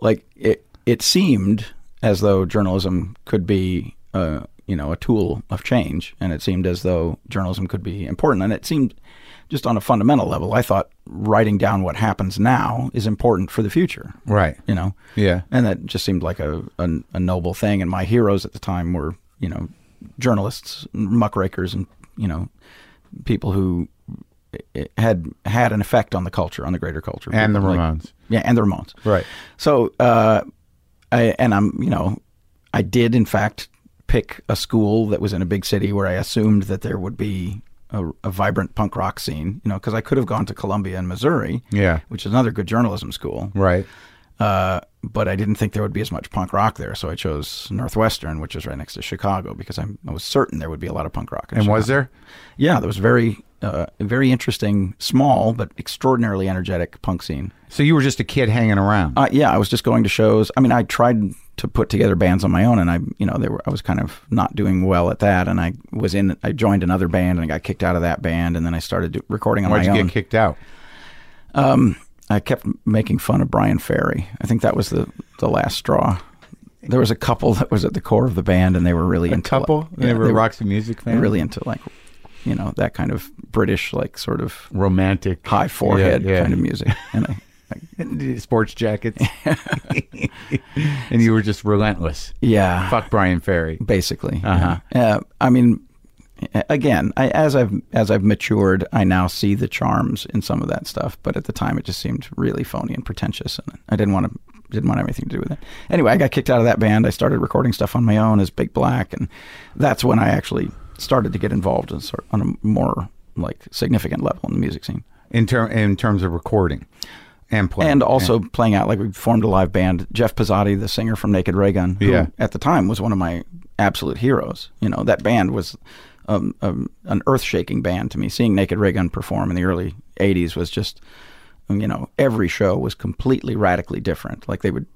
[SPEAKER 4] like it, it seemed as though journalism could be, uh, you know, a tool of change, and it seemed as though journalism could be important, and it seemed just on a fundamental level. I thought writing down what happens now is important for the future,
[SPEAKER 1] Right.
[SPEAKER 4] you know,
[SPEAKER 1] Yeah.
[SPEAKER 4] and that just seemed like a, a a noble thing. And my heroes at the time were, you know, journalists, muckrakers, and you know, people who eh, had had an effect on the culture, on the greater culture,
[SPEAKER 1] And the
[SPEAKER 4] People like-
[SPEAKER 1] Ramones.
[SPEAKER 4] yeah, and the Ramones.
[SPEAKER 1] Right.
[SPEAKER 4] So, uh, I, and I'm, you know, I did in fact pick a school that was in a big city where I assumed that there would be a, a vibrant punk rock scene, you know, because I could have gone to Columbia in Missouri,
[SPEAKER 1] Yeah.
[SPEAKER 4] which is another good journalism school,
[SPEAKER 1] Right.
[SPEAKER 4] uh, but I didn't think there would be as much punk rock there, so I chose Northwestern, which is right next to Chicago, because I'm, I was certain there would be a lot of punk rock. In
[SPEAKER 1] And was
[SPEAKER 4] Chicago.
[SPEAKER 1] there?
[SPEAKER 4] Yeah, there was very, uh, very interesting, small but extraordinarily energetic punk scene.
[SPEAKER 1] So you were just a kid hanging around.
[SPEAKER 4] Uh, yeah, I was just going to shows. I mean, I tried to put together bands on my own, and I, you know, they were. I was kind of not doing well at that, and I was in. I joined another band, and I got kicked out of that band, and then I started do, recording on
[SPEAKER 1] Why'd
[SPEAKER 4] my
[SPEAKER 1] you
[SPEAKER 4] own.
[SPEAKER 1] get kicked out?
[SPEAKER 4] I kept making fun of Brian Ferry. I think that was the the last straw. There was a couple that was at the core of the band, and they were really
[SPEAKER 1] A
[SPEAKER 4] into
[SPEAKER 1] couple?
[SPEAKER 4] Like, yeah,
[SPEAKER 1] they were a Roxy Music
[SPEAKER 4] they
[SPEAKER 1] fan?
[SPEAKER 4] were really into like, you know, that kind of British like sort of
[SPEAKER 1] romantic.
[SPEAKER 4] high forehead
[SPEAKER 1] Yeah, yeah.
[SPEAKER 4] kind of music, and I, I
[SPEAKER 1] Sports jackets. and you were just relentless.
[SPEAKER 4] yeah,
[SPEAKER 1] Fuck Brian Ferry.
[SPEAKER 4] basically.
[SPEAKER 1] Uh-huh.
[SPEAKER 4] Yeah. Uh, I mean, a- again, I, as I've as I've matured, I now see the charms in some of that stuff. But at the time, it just seemed really phony and pretentious, and I didn't want to didn't want anything to do with it. Anyway, I got kicked out of that band. I started recording stuff on my own as Big Black, and that's when I actually started to get involved in sort on a more like significant level in the music scene,
[SPEAKER 1] In, ter- in terms of recording and playing.
[SPEAKER 4] and also playing out. Like we formed a live band. Jeff Pizzotti, the singer from Naked Ray Gun, who
[SPEAKER 1] Yeah.
[SPEAKER 4] at the time was one of my absolute heroes. You know, that band was um, um, an earth shaking band to me. Seeing Naked Ray Gun perform in the early 80s was just, you know, every show was completely radically different. Like they would,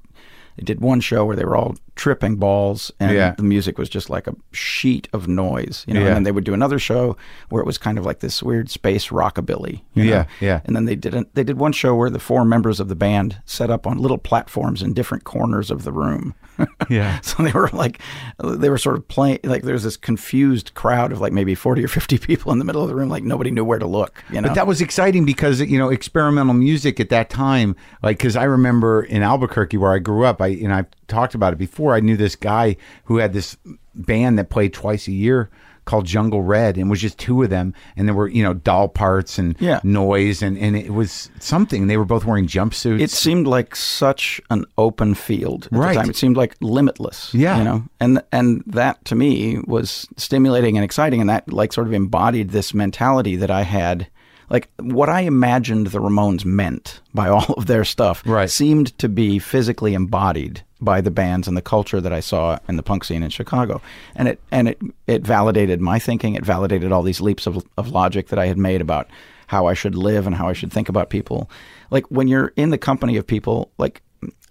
[SPEAKER 4] they did one show where they were all tripping balls and
[SPEAKER 1] Yeah.
[SPEAKER 4] the music was just like a sheet of noise, you know,
[SPEAKER 1] Yeah.
[SPEAKER 4] and then they would do another show where it was kind of like this weird space rockabilly. you know?
[SPEAKER 1] Yeah, yeah.
[SPEAKER 4] And then they did a, they did one show where the four members of the band set up on little platforms in different corners of the room.
[SPEAKER 1] Yeah.
[SPEAKER 4] So they were like, they were sort of playing, like there's this confused crowd of like maybe 40 or 50 people in the middle of the room, like nobody knew where to look, you know?
[SPEAKER 1] But that was exciting because you know experimental music at that time, like because I remember in Albuquerque where I grew up, I and I've talked about it before. I knew this guy who had this band that played twice a year called Jungle Red, and it was just two of them, and there were you know doll parts and
[SPEAKER 4] Yeah.
[SPEAKER 1] noise, and and it was something. They were both wearing jumpsuits.
[SPEAKER 4] It seemed like such an open field at
[SPEAKER 1] Right.
[SPEAKER 4] the time. It seemed like limitless.
[SPEAKER 1] Yeah.
[SPEAKER 4] You know? And and that to me was stimulating and exciting and that like sort of embodied this mentality that I had like what I imagined the Ramones meant by all of their stuff
[SPEAKER 1] Right.
[SPEAKER 4] seemed to be physically embodied by the bands and the culture that I saw in the punk scene in Chicago. And it and it it validated my thinking. It validated all these leaps of, of logic that I had made about how I should live and how I should think about people. Like when you're in the company of people, like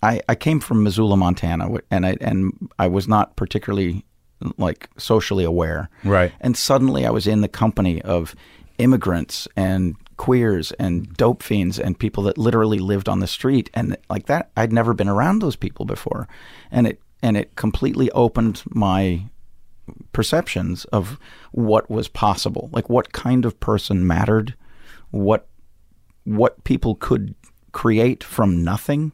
[SPEAKER 4] I, I came from Missoula, Montana, wh- and I and I was not particularly like socially aware.
[SPEAKER 1] Right.
[SPEAKER 4] And suddenly I was in the company of immigrants and queers and dope fiends and people that literally lived on the street and like that I'd never been around those people before. And it and it completely opened my perceptions of what was possible, like what kind of person mattered, what what people could create from nothing.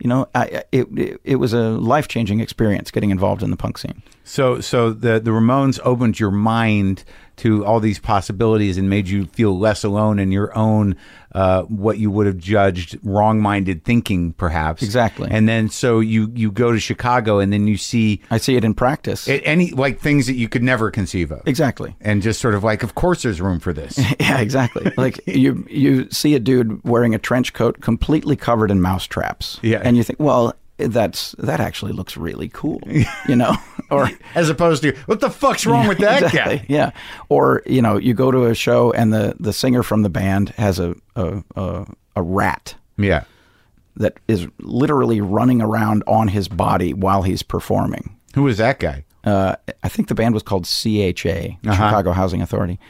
[SPEAKER 4] You know, I, I- it, it it was a life changing experience getting involved in the punk scene.
[SPEAKER 1] So, so the the Ramones opened your mind to all these possibilities and made you feel less alone in your own uh, what you would have judged wrong minded thinking, perhaps.
[SPEAKER 4] Exactly.
[SPEAKER 1] And then, so you you go to Chicago, and then you see
[SPEAKER 4] I see it in practice.
[SPEAKER 1] a- any like things that you could never conceive of,
[SPEAKER 4] exactly.
[SPEAKER 1] and just sort of like, of course, there's room for this.
[SPEAKER 4] Yeah, exactly. Like you you see a dude wearing a trench coat completely covered in mouse traps.
[SPEAKER 1] Yeah.
[SPEAKER 4] And you think, well, that's that actually looks really cool. You know? or
[SPEAKER 1] As opposed to what the fuck's wrong with that
[SPEAKER 4] Exactly,
[SPEAKER 1] guy?
[SPEAKER 4] Yeah. Or, you know, you go to a show and the, the singer from the band has a, a, a, a rat
[SPEAKER 1] Yeah.
[SPEAKER 4] that is literally running around on his body while he's performing.
[SPEAKER 1] Who was that guy?
[SPEAKER 4] Uh, I think the band was called CHA, the
[SPEAKER 1] Uh-huh.
[SPEAKER 4] Chicago Housing Authority.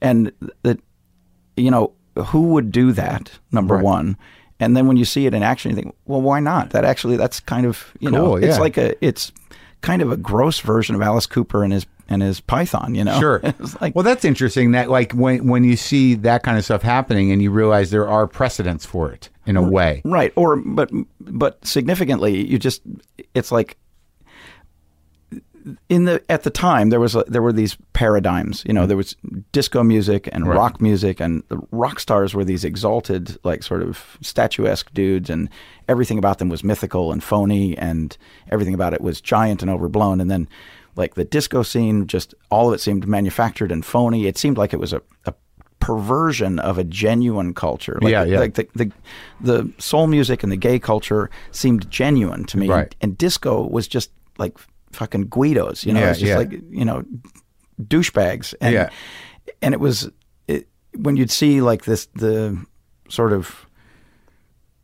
[SPEAKER 4] And that, you know, who would do that, number one? And then when you see it in action, you think, well, why not? That actually, that's kind of, you know,
[SPEAKER 1] Cool,
[SPEAKER 4] it's
[SPEAKER 1] yeah.
[SPEAKER 4] like a, it's kind of a gross version of Alice Cooper and his, and his Python, you know?
[SPEAKER 1] Sure.
[SPEAKER 4] Oh, it's like,
[SPEAKER 1] well, that's interesting. That like when when you see that kind of stuff happening, and you realize there are precedents for it in a way.
[SPEAKER 4] Right. Or but but significantly, you just it's like in the at the time there was a, there were these paradigms. You
[SPEAKER 1] Mm-hmm.
[SPEAKER 4] know, there was disco music and rock music, and the rock stars were these exalted, like sort of statuesque dudes, and everything about them was mythical and phony, and everything about it was giant and overblown, and then. Like the disco scene, just all of it seemed manufactured and phony. It seemed like it was a, a perversion of a genuine culture. Like
[SPEAKER 1] Yeah,
[SPEAKER 4] the-
[SPEAKER 1] yeah.
[SPEAKER 4] Like the, the the soul music and the gay culture seemed genuine to me,
[SPEAKER 1] Right.
[SPEAKER 4] and disco was just like fucking Guidos, you know,
[SPEAKER 1] Yeah,
[SPEAKER 4] it's just
[SPEAKER 1] yeah.
[SPEAKER 4] like you know douchebags, and
[SPEAKER 1] Yeah.
[SPEAKER 4] and it was it, when you'd see like this the sort of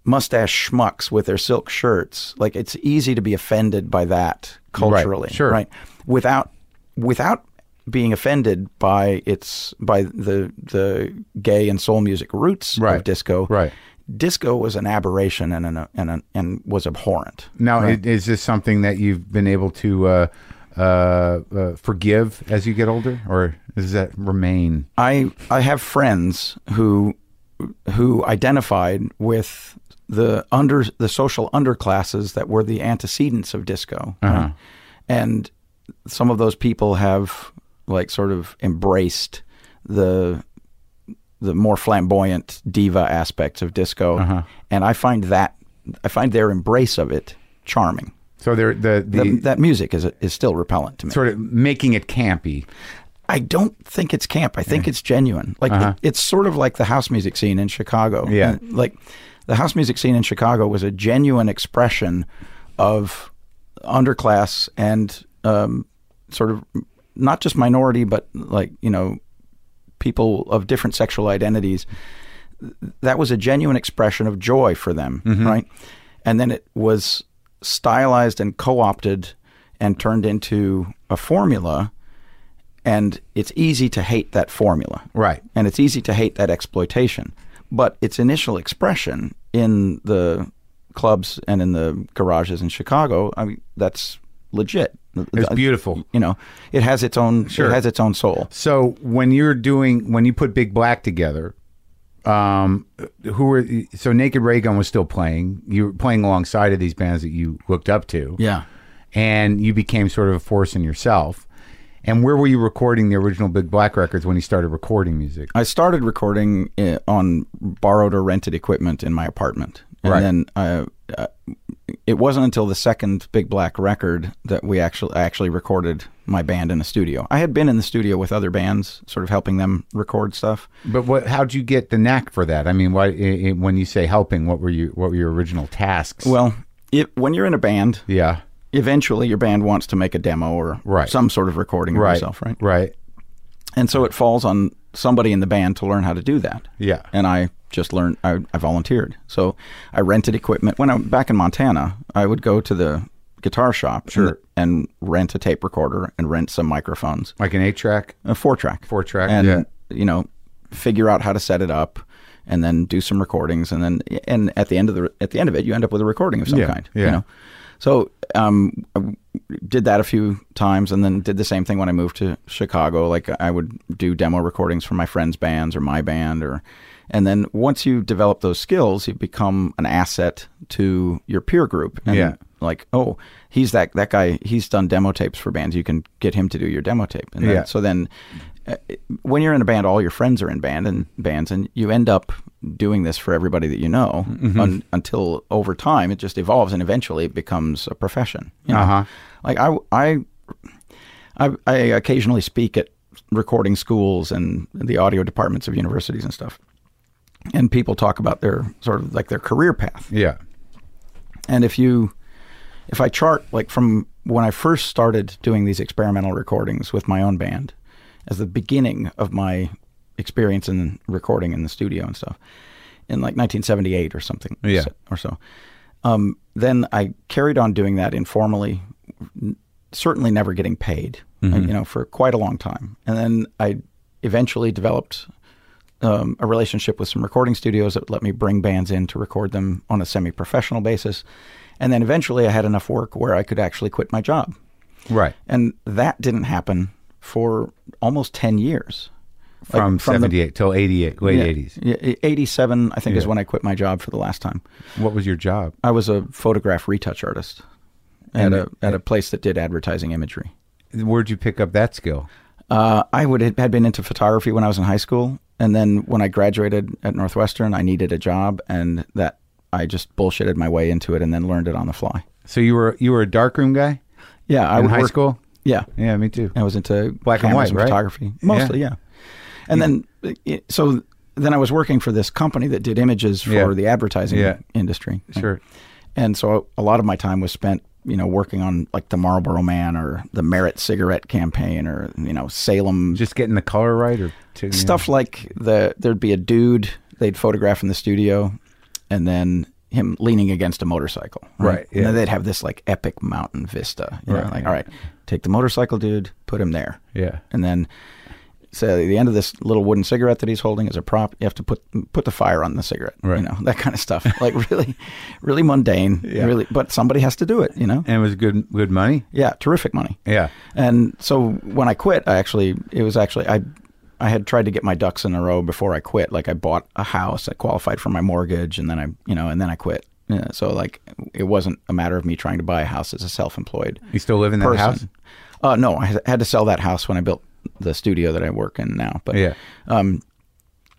[SPEAKER 4] mustache schmucks with their silk shirts, like it's easy to be offended by that culturally,
[SPEAKER 1] sure.
[SPEAKER 4] right? Without without being offended by its by the the gay and soul music roots
[SPEAKER 1] Right.
[SPEAKER 4] of disco,
[SPEAKER 1] Right.
[SPEAKER 4] disco was an aberration and an, and an, and was abhorrent.
[SPEAKER 1] Now, i- is this something that you've been able to uh, uh, uh, forgive as you get older, or does that remain?
[SPEAKER 4] I I have friends who who identified with the under the social underclasses that were the antecedents of disco, right?
[SPEAKER 1] Uh-huh.
[SPEAKER 4] and some of those people have like sort of embraced the the more flamboyant diva aspects of disco,
[SPEAKER 1] Uh-huh.
[SPEAKER 4] and I find that I find their embrace of it charming.
[SPEAKER 1] So there, the the,
[SPEAKER 4] That- that music is is still repellent to me.
[SPEAKER 1] sort of making it campy.
[SPEAKER 4] I don't think it's camp. I think it's genuine. Like it- it's sort of like the house music scene in Chicago.
[SPEAKER 1] Yeah.
[SPEAKER 4] And, like the house music scene in Chicago was a genuine expression of underclass and um, sort of not just minority, but like you know people of different sexual identities. That was a genuine expression of joy for them,
[SPEAKER 1] Mm-hmm.
[SPEAKER 4] right? And then it was stylized and co-opted and turned into a formula and it's easy to hate that formula.
[SPEAKER 1] Right.
[SPEAKER 4] And it's easy to hate that exploitation. But its initial expression in the clubs and in the garages in Chicago, I mean, that's legit. Uh,
[SPEAKER 1] It's beautiful.
[SPEAKER 4] You know, it has its own
[SPEAKER 1] Sure.
[SPEAKER 4] it has its own soul.
[SPEAKER 1] So when you're doing when you put Big Black together, um, who were so Naked Raygun was still playing. You were playing alongside of these bands that you looked up to.
[SPEAKER 4] Yeah.
[SPEAKER 1] and you became sort of a force in yourself. And where were you recording the original Big Black records when he started recording music?
[SPEAKER 4] I started recording uh, on borrowed or rented equipment in my apartment, and
[SPEAKER 1] Right.
[SPEAKER 4] then uh, uh, it wasn't until the second Big Black record that we actually I actually recorded my band in a studio. I had been in the studio with other bands, sort of helping them record stuff.
[SPEAKER 1] But what? How'd you get the knack for that? I mean, why? i i when you say helping, what were you? What were your original tasks?
[SPEAKER 4] Well, it, when you're in a band,
[SPEAKER 1] yeah,
[SPEAKER 4] eventually your band wants to make a demo or
[SPEAKER 1] Right.
[SPEAKER 4] some sort of recording of
[SPEAKER 1] right,
[SPEAKER 4] yourself, right?
[SPEAKER 1] right.
[SPEAKER 4] And so it falls on somebody in the band to learn how to do that.
[SPEAKER 1] Yeah.
[SPEAKER 4] And I just learned, I, I volunteered. So I rented equipment. When I'm back in Montana, I would go to the guitar shop
[SPEAKER 1] Sure.
[SPEAKER 4] and, and rent a tape recorder and rent some microphones,
[SPEAKER 1] Like an eight track.
[SPEAKER 4] a four track.
[SPEAKER 1] Four track,
[SPEAKER 4] And,
[SPEAKER 1] yeah.
[SPEAKER 4] you know, figure out how to set it up and then do some recordings and then and at the end of the at the end of it you end up with a recording of some
[SPEAKER 1] Yeah,
[SPEAKER 4] kind
[SPEAKER 1] yeah.
[SPEAKER 4] you know so um I did that a few times and then did the same thing when i moved to chicago like i would do demo recordings for my friends bands or my band or and then once you develop those skills you become an asset to your peer group and
[SPEAKER 1] Yeah.
[SPEAKER 4] like oh he's that that guy he's done demo tapes for bands you can get him to do your demo tape and then,
[SPEAKER 1] Yeah.
[SPEAKER 4] so then uh, when you're in a band all your friends are in band and bands and you end up doing this for everybody that you know
[SPEAKER 1] Mm-hmm.
[SPEAKER 4] un, until over time it just evolves and eventually it becomes a profession you know?
[SPEAKER 1] Uh-huh.
[SPEAKER 4] like I, I I I occasionally speak at recording schools and the audio departments of universities and stuff and people talk about their sort of like their career path
[SPEAKER 1] Yeah,
[SPEAKER 4] and if you, if I chart like from when I first started doing these experimental recordings with my own band, as the beginning of my experience in recording in the studio and stuff, in like 1978 or something,
[SPEAKER 1] Yeah.
[SPEAKER 4] or so. Um, then I carried on doing that informally, n- certainly never getting paid, uh, you know, for quite a long time. And then I eventually developed um, a relationship with some recording studios that let me bring bands in to record them on a semi-professional basis. And then eventually I had enough work where I could actually quit my job.
[SPEAKER 1] right.
[SPEAKER 4] And that didn't happen for almost 10 years. Like,
[SPEAKER 1] From,
[SPEAKER 4] the-
[SPEAKER 1] seventy eight till eighty eight, late
[SPEAKER 4] yeah,
[SPEAKER 1] eighties.
[SPEAKER 4] yeah, 87, I think, is
[SPEAKER 1] Yeah.
[SPEAKER 4] when I quit my job for the last time.
[SPEAKER 1] What was your job?
[SPEAKER 4] I was a photograph retouch artist
[SPEAKER 1] And-
[SPEAKER 4] at a at a place that did advertising imagery.
[SPEAKER 1] Where'd you pick up that skill?
[SPEAKER 4] Uh, I would had been into photography when I was in high school, and then when I graduated at Northwestern, I needed a job, and that I just bullshitted my way into it, and then learned it on the fly.
[SPEAKER 1] So you were you were a darkroom guy
[SPEAKER 4] Yeah, I
[SPEAKER 1] in
[SPEAKER 4] would
[SPEAKER 1] high
[SPEAKER 4] work-
[SPEAKER 1] school.
[SPEAKER 4] Yeah,
[SPEAKER 1] Yeah, me too.
[SPEAKER 4] I was into
[SPEAKER 1] Black and
[SPEAKER 4] cameras
[SPEAKER 1] white, right?
[SPEAKER 4] photography mostly. Yeah, and then it- so then I was working for this company that did images for
[SPEAKER 1] Yeah.
[SPEAKER 4] the advertising
[SPEAKER 1] Yeah.
[SPEAKER 4] industry.
[SPEAKER 1] Sure.
[SPEAKER 4] And so a lot of my time was spent, you know, working on like the Marlboro Man or the Merit cigarette campaign or, you know, Salem
[SPEAKER 1] Just getting the color right or to, you
[SPEAKER 4] stuff like the there'd be a dude they'd photograph in the studio and then him leaning against a motorcycle.
[SPEAKER 1] Right,
[SPEAKER 4] And
[SPEAKER 1] yeah.
[SPEAKER 4] then they'd have this like epic mountain vista. You know,
[SPEAKER 1] Right.
[SPEAKER 4] like, all right, take the motorcycle dude, put him there.
[SPEAKER 1] Yeah.
[SPEAKER 4] And then so the end of this little wooden cigarette that he's holding is a prop. You have to put put the fire on the cigarette.
[SPEAKER 1] Right.
[SPEAKER 4] You know, that kind of stuff. Like really really mundane. Really but somebody has to do it, you know?
[SPEAKER 1] And it was good good money.
[SPEAKER 4] Yeah, terrific money.
[SPEAKER 1] Yeah.
[SPEAKER 4] And so when I quit, I actually it was actually I I had tried to get my ducks in a row before I quit. Like I bought a house, I qualified for my mortgage, and then I you know and then I quit. Yeah, so like it wasn't a matter of me trying to buy a house as a self-employed
[SPEAKER 1] You still live in that
[SPEAKER 4] person.
[SPEAKER 1] house?
[SPEAKER 4] Uh, no, I had to sell that house when I built the studio that I work in now. But
[SPEAKER 1] Yeah.
[SPEAKER 4] um,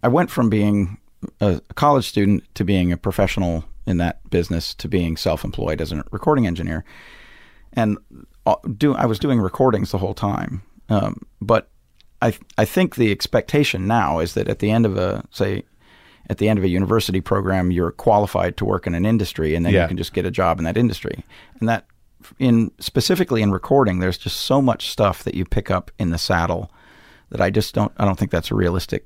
[SPEAKER 4] I went from being a college student to being a professional in that business to being self-employed as a recording engineer, and uh, do I was doing recordings the whole time. Um, but I I think the expectation now is that at the end of a say. At the end of a university program, you're qualified to work in an industry, and then
[SPEAKER 1] Yeah.
[SPEAKER 4] you can just get a job in that industry. And that, in specifically in recording, there's just so much stuff that you pick up in the saddle that I just don't. I don't think that's a realistic.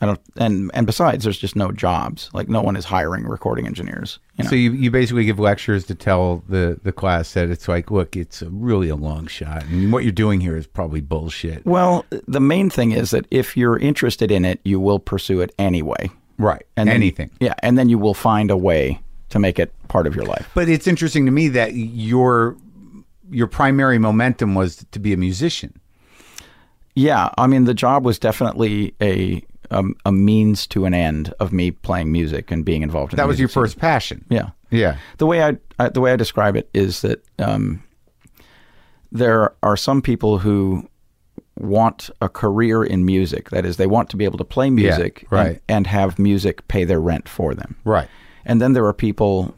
[SPEAKER 4] I don't. And and besides, there's just no jobs. Like no one is hiring recording engineers. You know?
[SPEAKER 1] So you, you basically give lectures to tell the, the class that it's like, look, it's a really a long shot, and what you're doing here is probably bullshit.
[SPEAKER 4] well, the main thing is that if you're interested in it, you will pursue it anyway.
[SPEAKER 1] Right.
[SPEAKER 4] And then-
[SPEAKER 1] anything.
[SPEAKER 4] yeah, and then you will find a way to make it part of your life.
[SPEAKER 1] But it's interesting to me that your your primary momentum was to be a musician.
[SPEAKER 4] Yeah, I mean, the job was definitely a um, a means to an end of me playing music and being involved. in
[SPEAKER 1] That
[SPEAKER 4] the
[SPEAKER 1] was your
[SPEAKER 4] music scene.
[SPEAKER 1] first passion.
[SPEAKER 4] Yeah.
[SPEAKER 1] Yeah.
[SPEAKER 4] the way I, I the way I describe it is that um, there are some people who want a career in music. That is, they want to be able to play music
[SPEAKER 1] right.
[SPEAKER 4] and, and have music pay their rent for them.
[SPEAKER 1] Right.
[SPEAKER 4] And then there are people,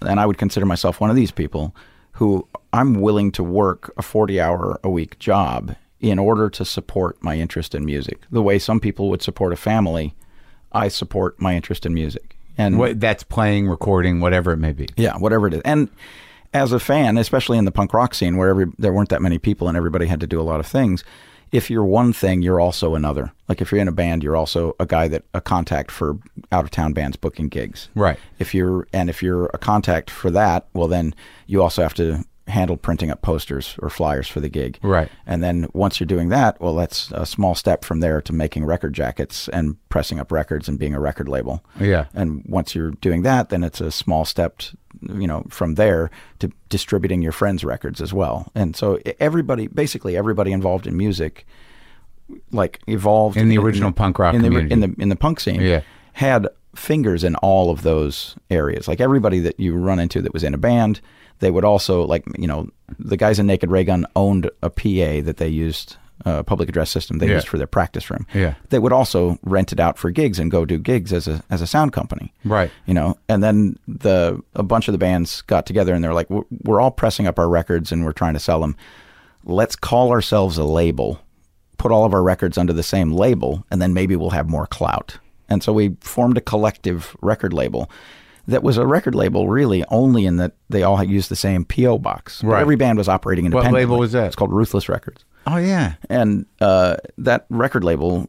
[SPEAKER 4] and I would consider myself one of these people, who I'm willing to work a 40 hour a week job in order to support my interest in music. The way some people would support a family, I support my interest in music. And
[SPEAKER 1] What, that's playing, recording, whatever it may be.
[SPEAKER 4] yeah, whatever it is. And as a fan, especially in the punk rock scene where every, there weren't that many people and everybody had to do a lot of things, if you're one thing, you're also another. Like if you're in a band, you're also a guy that a contact for out of town bands booking gigs.
[SPEAKER 1] Right.
[SPEAKER 4] If you're and if you're a contact for that, well then you also have to handle printing up posters or flyers for the gig.
[SPEAKER 1] Right.
[SPEAKER 4] And then once you're doing that, well that's a small step from there to making record jackets and pressing up records and being a record label.
[SPEAKER 1] Yeah.
[SPEAKER 4] And once you're doing that, then it's a small step, t- you know, from there to distributing your friends' records as well. And so e, everybody, basically everybody involved in music, like evolved
[SPEAKER 1] In the original punk rock
[SPEAKER 4] in the,
[SPEAKER 1] community.
[SPEAKER 4] in the in the punk scene,
[SPEAKER 1] Yeah.
[SPEAKER 4] had fingers in all of those areas. Like everybody that you run into that was in a band, they would also like you know the guys in Naked Ray Gun owned a PA that they used. Uh, public address system they
[SPEAKER 1] Yeah.
[SPEAKER 4] used for their practice room
[SPEAKER 1] Yeah.
[SPEAKER 4] that would also rent it out for gigs and go do gigs as a as a sound company.
[SPEAKER 1] Right.
[SPEAKER 4] You know, and then the a bunch of the bands got together and they're like, we're, we're all pressing up our records and we're trying to sell them. Let's call ourselves a label, put all of our records under the same label, and then maybe we'll have more clout. And so we formed a collective record label that was a record label really only in that they all used the same PO box. But
[SPEAKER 1] Right.
[SPEAKER 4] Every band was operating independently.
[SPEAKER 1] label was that?
[SPEAKER 4] It's called Ruthless Records
[SPEAKER 1] Oh yeah.
[SPEAKER 4] and uh, that record label,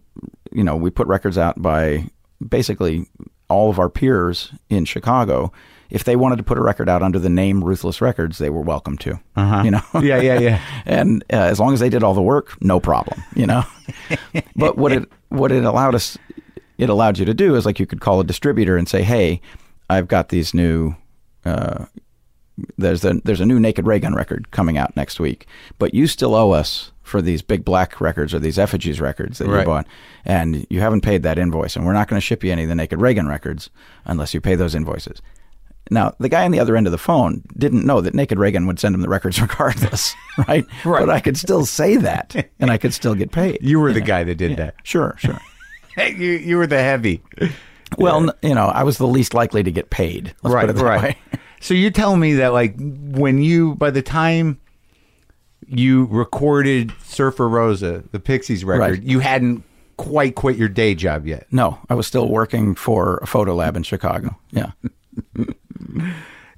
[SPEAKER 4] you know, we put records out by basically all of our peers in Chicago. If they wanted to put a record out under the name Ruthless Records, they were welcome to. You know,
[SPEAKER 1] Uh-huh. Yeah, yeah, yeah.
[SPEAKER 4] and uh, as long as they did all the work, no problem. You know, but what it what it allowed us, it allowed you to do is like you could call a distributor and say, "Hey, I've got these new." Uh, there's the, there's a new Naked Ray Gun record coming out next week, but you still owe us for these big black records or these effigies records that
[SPEAKER 1] Right.
[SPEAKER 4] you bought, and you haven't paid that invoice, and we're not going to ship you any of the Naked Ray Gun records unless you pay those invoices. Now, the guy on the other end of the phone didn't know that Naked Reagan would send him the records regardless, right? right? But I could still say that, and I could still get paid.
[SPEAKER 1] You were the guy that did that.
[SPEAKER 4] sure, sure.
[SPEAKER 1] you you were the heavy.
[SPEAKER 4] Well, n- you know, I was the least likely to get paid. Let's put it that way.
[SPEAKER 1] so you're telling me that like when you by the time you recorded Surfer Rosa, the Pixies record,
[SPEAKER 4] Right.
[SPEAKER 1] you hadn't quite quit your day job yet.
[SPEAKER 4] No, I was still working for a photo lab in Chicago. Yeah.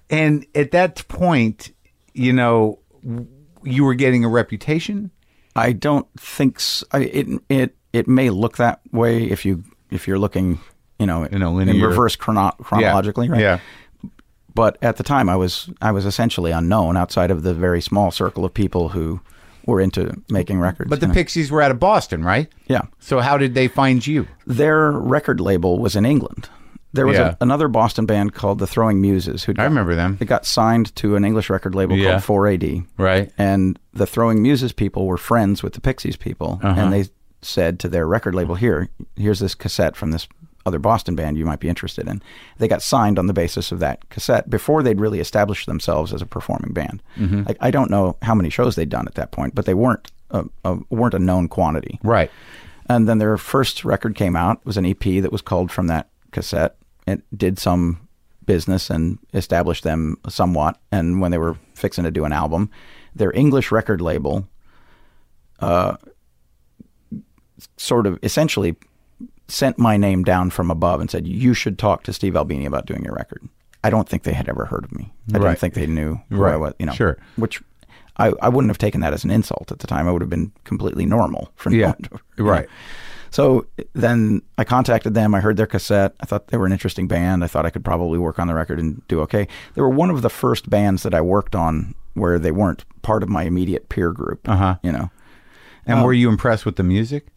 [SPEAKER 1] And at that point, you know, w- you were getting a reputation.
[SPEAKER 4] I don't think s I it it it may look that way if you if you're looking, you know,
[SPEAKER 1] In a linear-
[SPEAKER 4] reverse chrono- chronologically, right?
[SPEAKER 1] Yeah.
[SPEAKER 4] but at the time I was I was essentially unknown outside of the very small circle of people who were into making records.
[SPEAKER 1] But the
[SPEAKER 4] you know.
[SPEAKER 1] Pixies were out of Boston, right?
[SPEAKER 4] Yeah.
[SPEAKER 1] So how did they find you?
[SPEAKER 4] their record label was in England. There was
[SPEAKER 1] Yeah.
[SPEAKER 4] a, another Boston band called the Throwing Muses who
[SPEAKER 1] I remember them.
[SPEAKER 4] It got signed to an English record label
[SPEAKER 1] Yeah.
[SPEAKER 4] called 4AD.
[SPEAKER 1] Right.
[SPEAKER 4] And the Throwing Muses people were friends with the Pixies people
[SPEAKER 1] Uh-huh.
[SPEAKER 4] and they said to their record label here, here's this cassette from this other Boston band you might be interested in. They got signed on the basis of that cassette before they'd really established themselves as a performing band.
[SPEAKER 1] Mm-hmm.
[SPEAKER 4] Like, I don't know how many shows they'd done at that point, but they weren't a, a, weren't a known quantity.
[SPEAKER 1] Right.
[SPEAKER 4] And then their first record came out. It was an EP that was called from that cassette. It did some business and established them somewhat. And when they were fixing to do an album, their English record label uh, sort of essentially sent my name down from above and said, You should talk to Steve Albini about doing your record. I don't think they had ever heard of me. I
[SPEAKER 1] Right.
[SPEAKER 4] don't think they knew who I
[SPEAKER 1] Right.
[SPEAKER 4] was, you know.
[SPEAKER 1] Sure.
[SPEAKER 4] Which I, I wouldn't have taken that as an insult at the time. I would have been completely normal for
[SPEAKER 1] Yeah.
[SPEAKER 4] not to-
[SPEAKER 1] Right.
[SPEAKER 4] so then I contacted them. I heard their cassette. I thought they were an interesting band. I thought I could probably work on the record and do okay. They were one of the first bands that I worked on where they weren't part of my immediate peer group.
[SPEAKER 1] Uh-huh.
[SPEAKER 4] You know. Um,
[SPEAKER 1] And were you impressed with the music?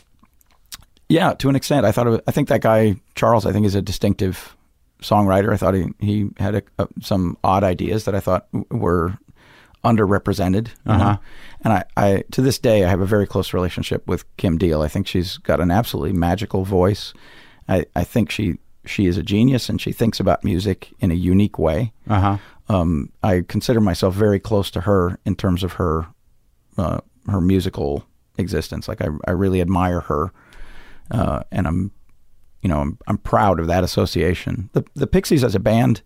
[SPEAKER 4] Yeah, to an extent. I thought it was, I think that guy Charles. I think is a distinctive songwriter. I thought he he had a, a, some odd ideas that I thought w- were underrepresented. you know? And I, I to this day I have a very close relationship with Kim Deal. I think she's got an absolutely magical voice. I, I think she she is a genius and she thinks about music in a unique way.
[SPEAKER 1] Uh-huh.
[SPEAKER 4] Um, I consider myself very close to her in terms of her uh, her musical existence. Like I, I really admire her, uh, and I'm, you know, I'm, I'm proud of that association. The the Pixies as a band,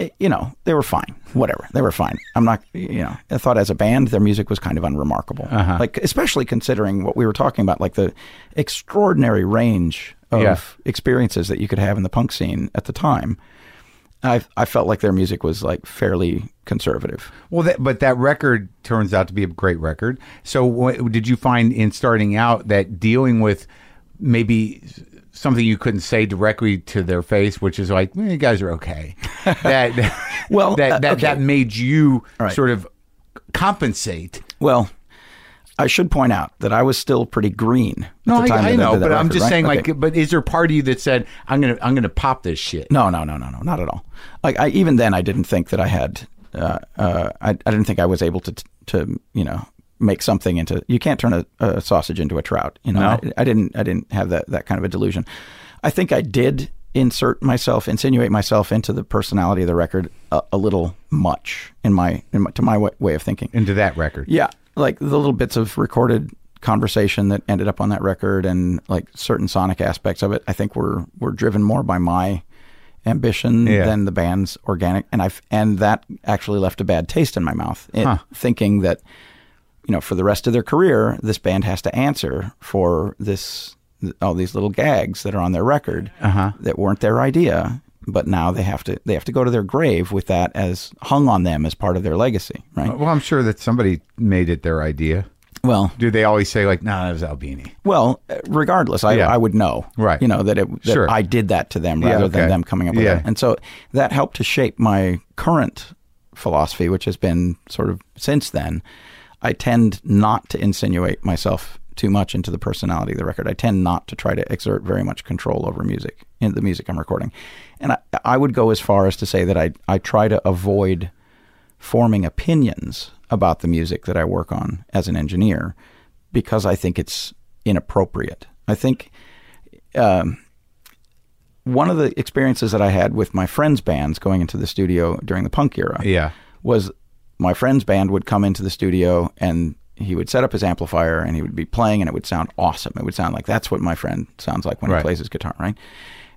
[SPEAKER 4] eh, you know, they were fine. Whatever, they were fine. I'm not, you know, I thought as a band their music was kind of unremarkable. Like especially considering what we were talking about, like the extraordinary range of
[SPEAKER 1] Yeah.
[SPEAKER 4] experiences that you could have in the punk scene at the time. I I felt like their music was like fairly conservative.
[SPEAKER 1] Well, that, but that record turns out to be a great record. So, wh- did you find in starting out that dealing with maybe s- something you couldn't say directly to their face, which is like, "Eh, you guys are okay, that
[SPEAKER 4] Well,
[SPEAKER 1] that
[SPEAKER 4] uh,
[SPEAKER 1] that,
[SPEAKER 4] okay.
[SPEAKER 1] that made you
[SPEAKER 4] All right.
[SPEAKER 1] sort of compensate?
[SPEAKER 4] Well, I should point out that I was still pretty green. At
[SPEAKER 1] No,
[SPEAKER 4] the time
[SPEAKER 1] I,
[SPEAKER 4] that
[SPEAKER 1] I know,
[SPEAKER 4] did that
[SPEAKER 1] but I'm
[SPEAKER 4] record,
[SPEAKER 1] just
[SPEAKER 4] right?
[SPEAKER 1] saying,
[SPEAKER 4] Okay.
[SPEAKER 1] like, but is there a part of you that said, "I'm gonna, I'm gonna pop this shit"?
[SPEAKER 4] no, no, no, no, no, not at all. Like, I even then, I didn't think that I had. Uh, uh, I, I didn't think I was able to, t- to you know, make something into. You can't turn a, a sausage into a trout. You know, I, I didn't. I didn't have that that kind of a delusion. I think I did insert myself, insinuate myself into the personality of the record a, a little much in my, in my to my way, way of thinking.
[SPEAKER 1] Into that record,
[SPEAKER 4] Yeah, like the little bits of recorded conversation that ended up on that record, and like certain sonic aspects of it, I think were were driven more by my ambition
[SPEAKER 1] Yeah.
[SPEAKER 4] than the band's organic. And I and that actually left a bad taste in my mouth, in thinking that you know for the rest of their career, this band has to answer for this all these little gags that are on their record that weren't their idea. But now they have to they have to go to their grave with that as hung on them as part of their legacy, right?
[SPEAKER 1] Well, I'm sure that somebody made it their idea.
[SPEAKER 4] Well,
[SPEAKER 1] Do they always say like, "Nah, that was Albini"?
[SPEAKER 4] Well, regardless, I,
[SPEAKER 1] Yeah.
[SPEAKER 4] I would know,
[SPEAKER 1] Right.
[SPEAKER 4] You know that it that
[SPEAKER 1] Sure.
[SPEAKER 4] I did that to them rather
[SPEAKER 1] okay.
[SPEAKER 4] than them coming up with
[SPEAKER 1] Yeah.
[SPEAKER 4] it, and so that helped to shape my current philosophy, which has been sort of since then. I tend not to insinuate myself too much into the personality of the record. I tend not to try to exert very much control over music in the music I'm recording, and I, I would go as far as to say that I I try to avoid forming opinions about the music that I work on as an engineer because I think it's inappropriate. I think um, one of the experiences that I had with my friends' bands going into the studio during the punk era
[SPEAKER 1] Yeah.
[SPEAKER 4] was my friend's band would come into the studio and he would set up his amplifier and he would be playing and it would sound awesome. It would sound like that's what my friend sounds like when
[SPEAKER 1] Right.
[SPEAKER 4] he plays his guitar, right?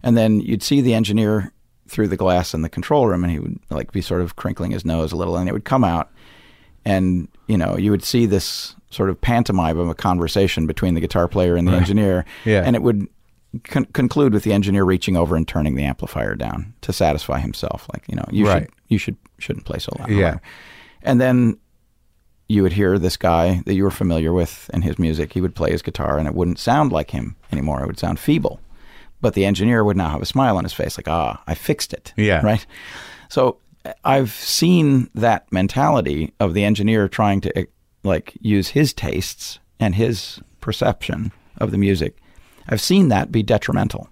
[SPEAKER 4] And then you'd see the engineer through the glass in the control room and he would like be sort of crinkling his nose a little and it would come out and you know, you would see this sort of pantomime of a conversation between the guitar player and the engineer
[SPEAKER 1] Yeah.
[SPEAKER 4] and it would con- conclude with the engineer reaching over and turning the amplifier down to satisfy himself like, you know, you
[SPEAKER 1] Right.
[SPEAKER 4] should you should shouldn't play so loud. or
[SPEAKER 1] Yeah.
[SPEAKER 4] whatever. And then you would hear this guy that you were familiar with and his music. He would play his guitar and it wouldn't sound like him anymore. It would sound feeble. But the engineer would now have a smile on his face, like, ah, I fixed it.
[SPEAKER 1] Yeah.
[SPEAKER 4] Right. So I've seen that mentality of the engineer trying to eh, like use his tastes and his perception of the music. I've seen that be detrimental.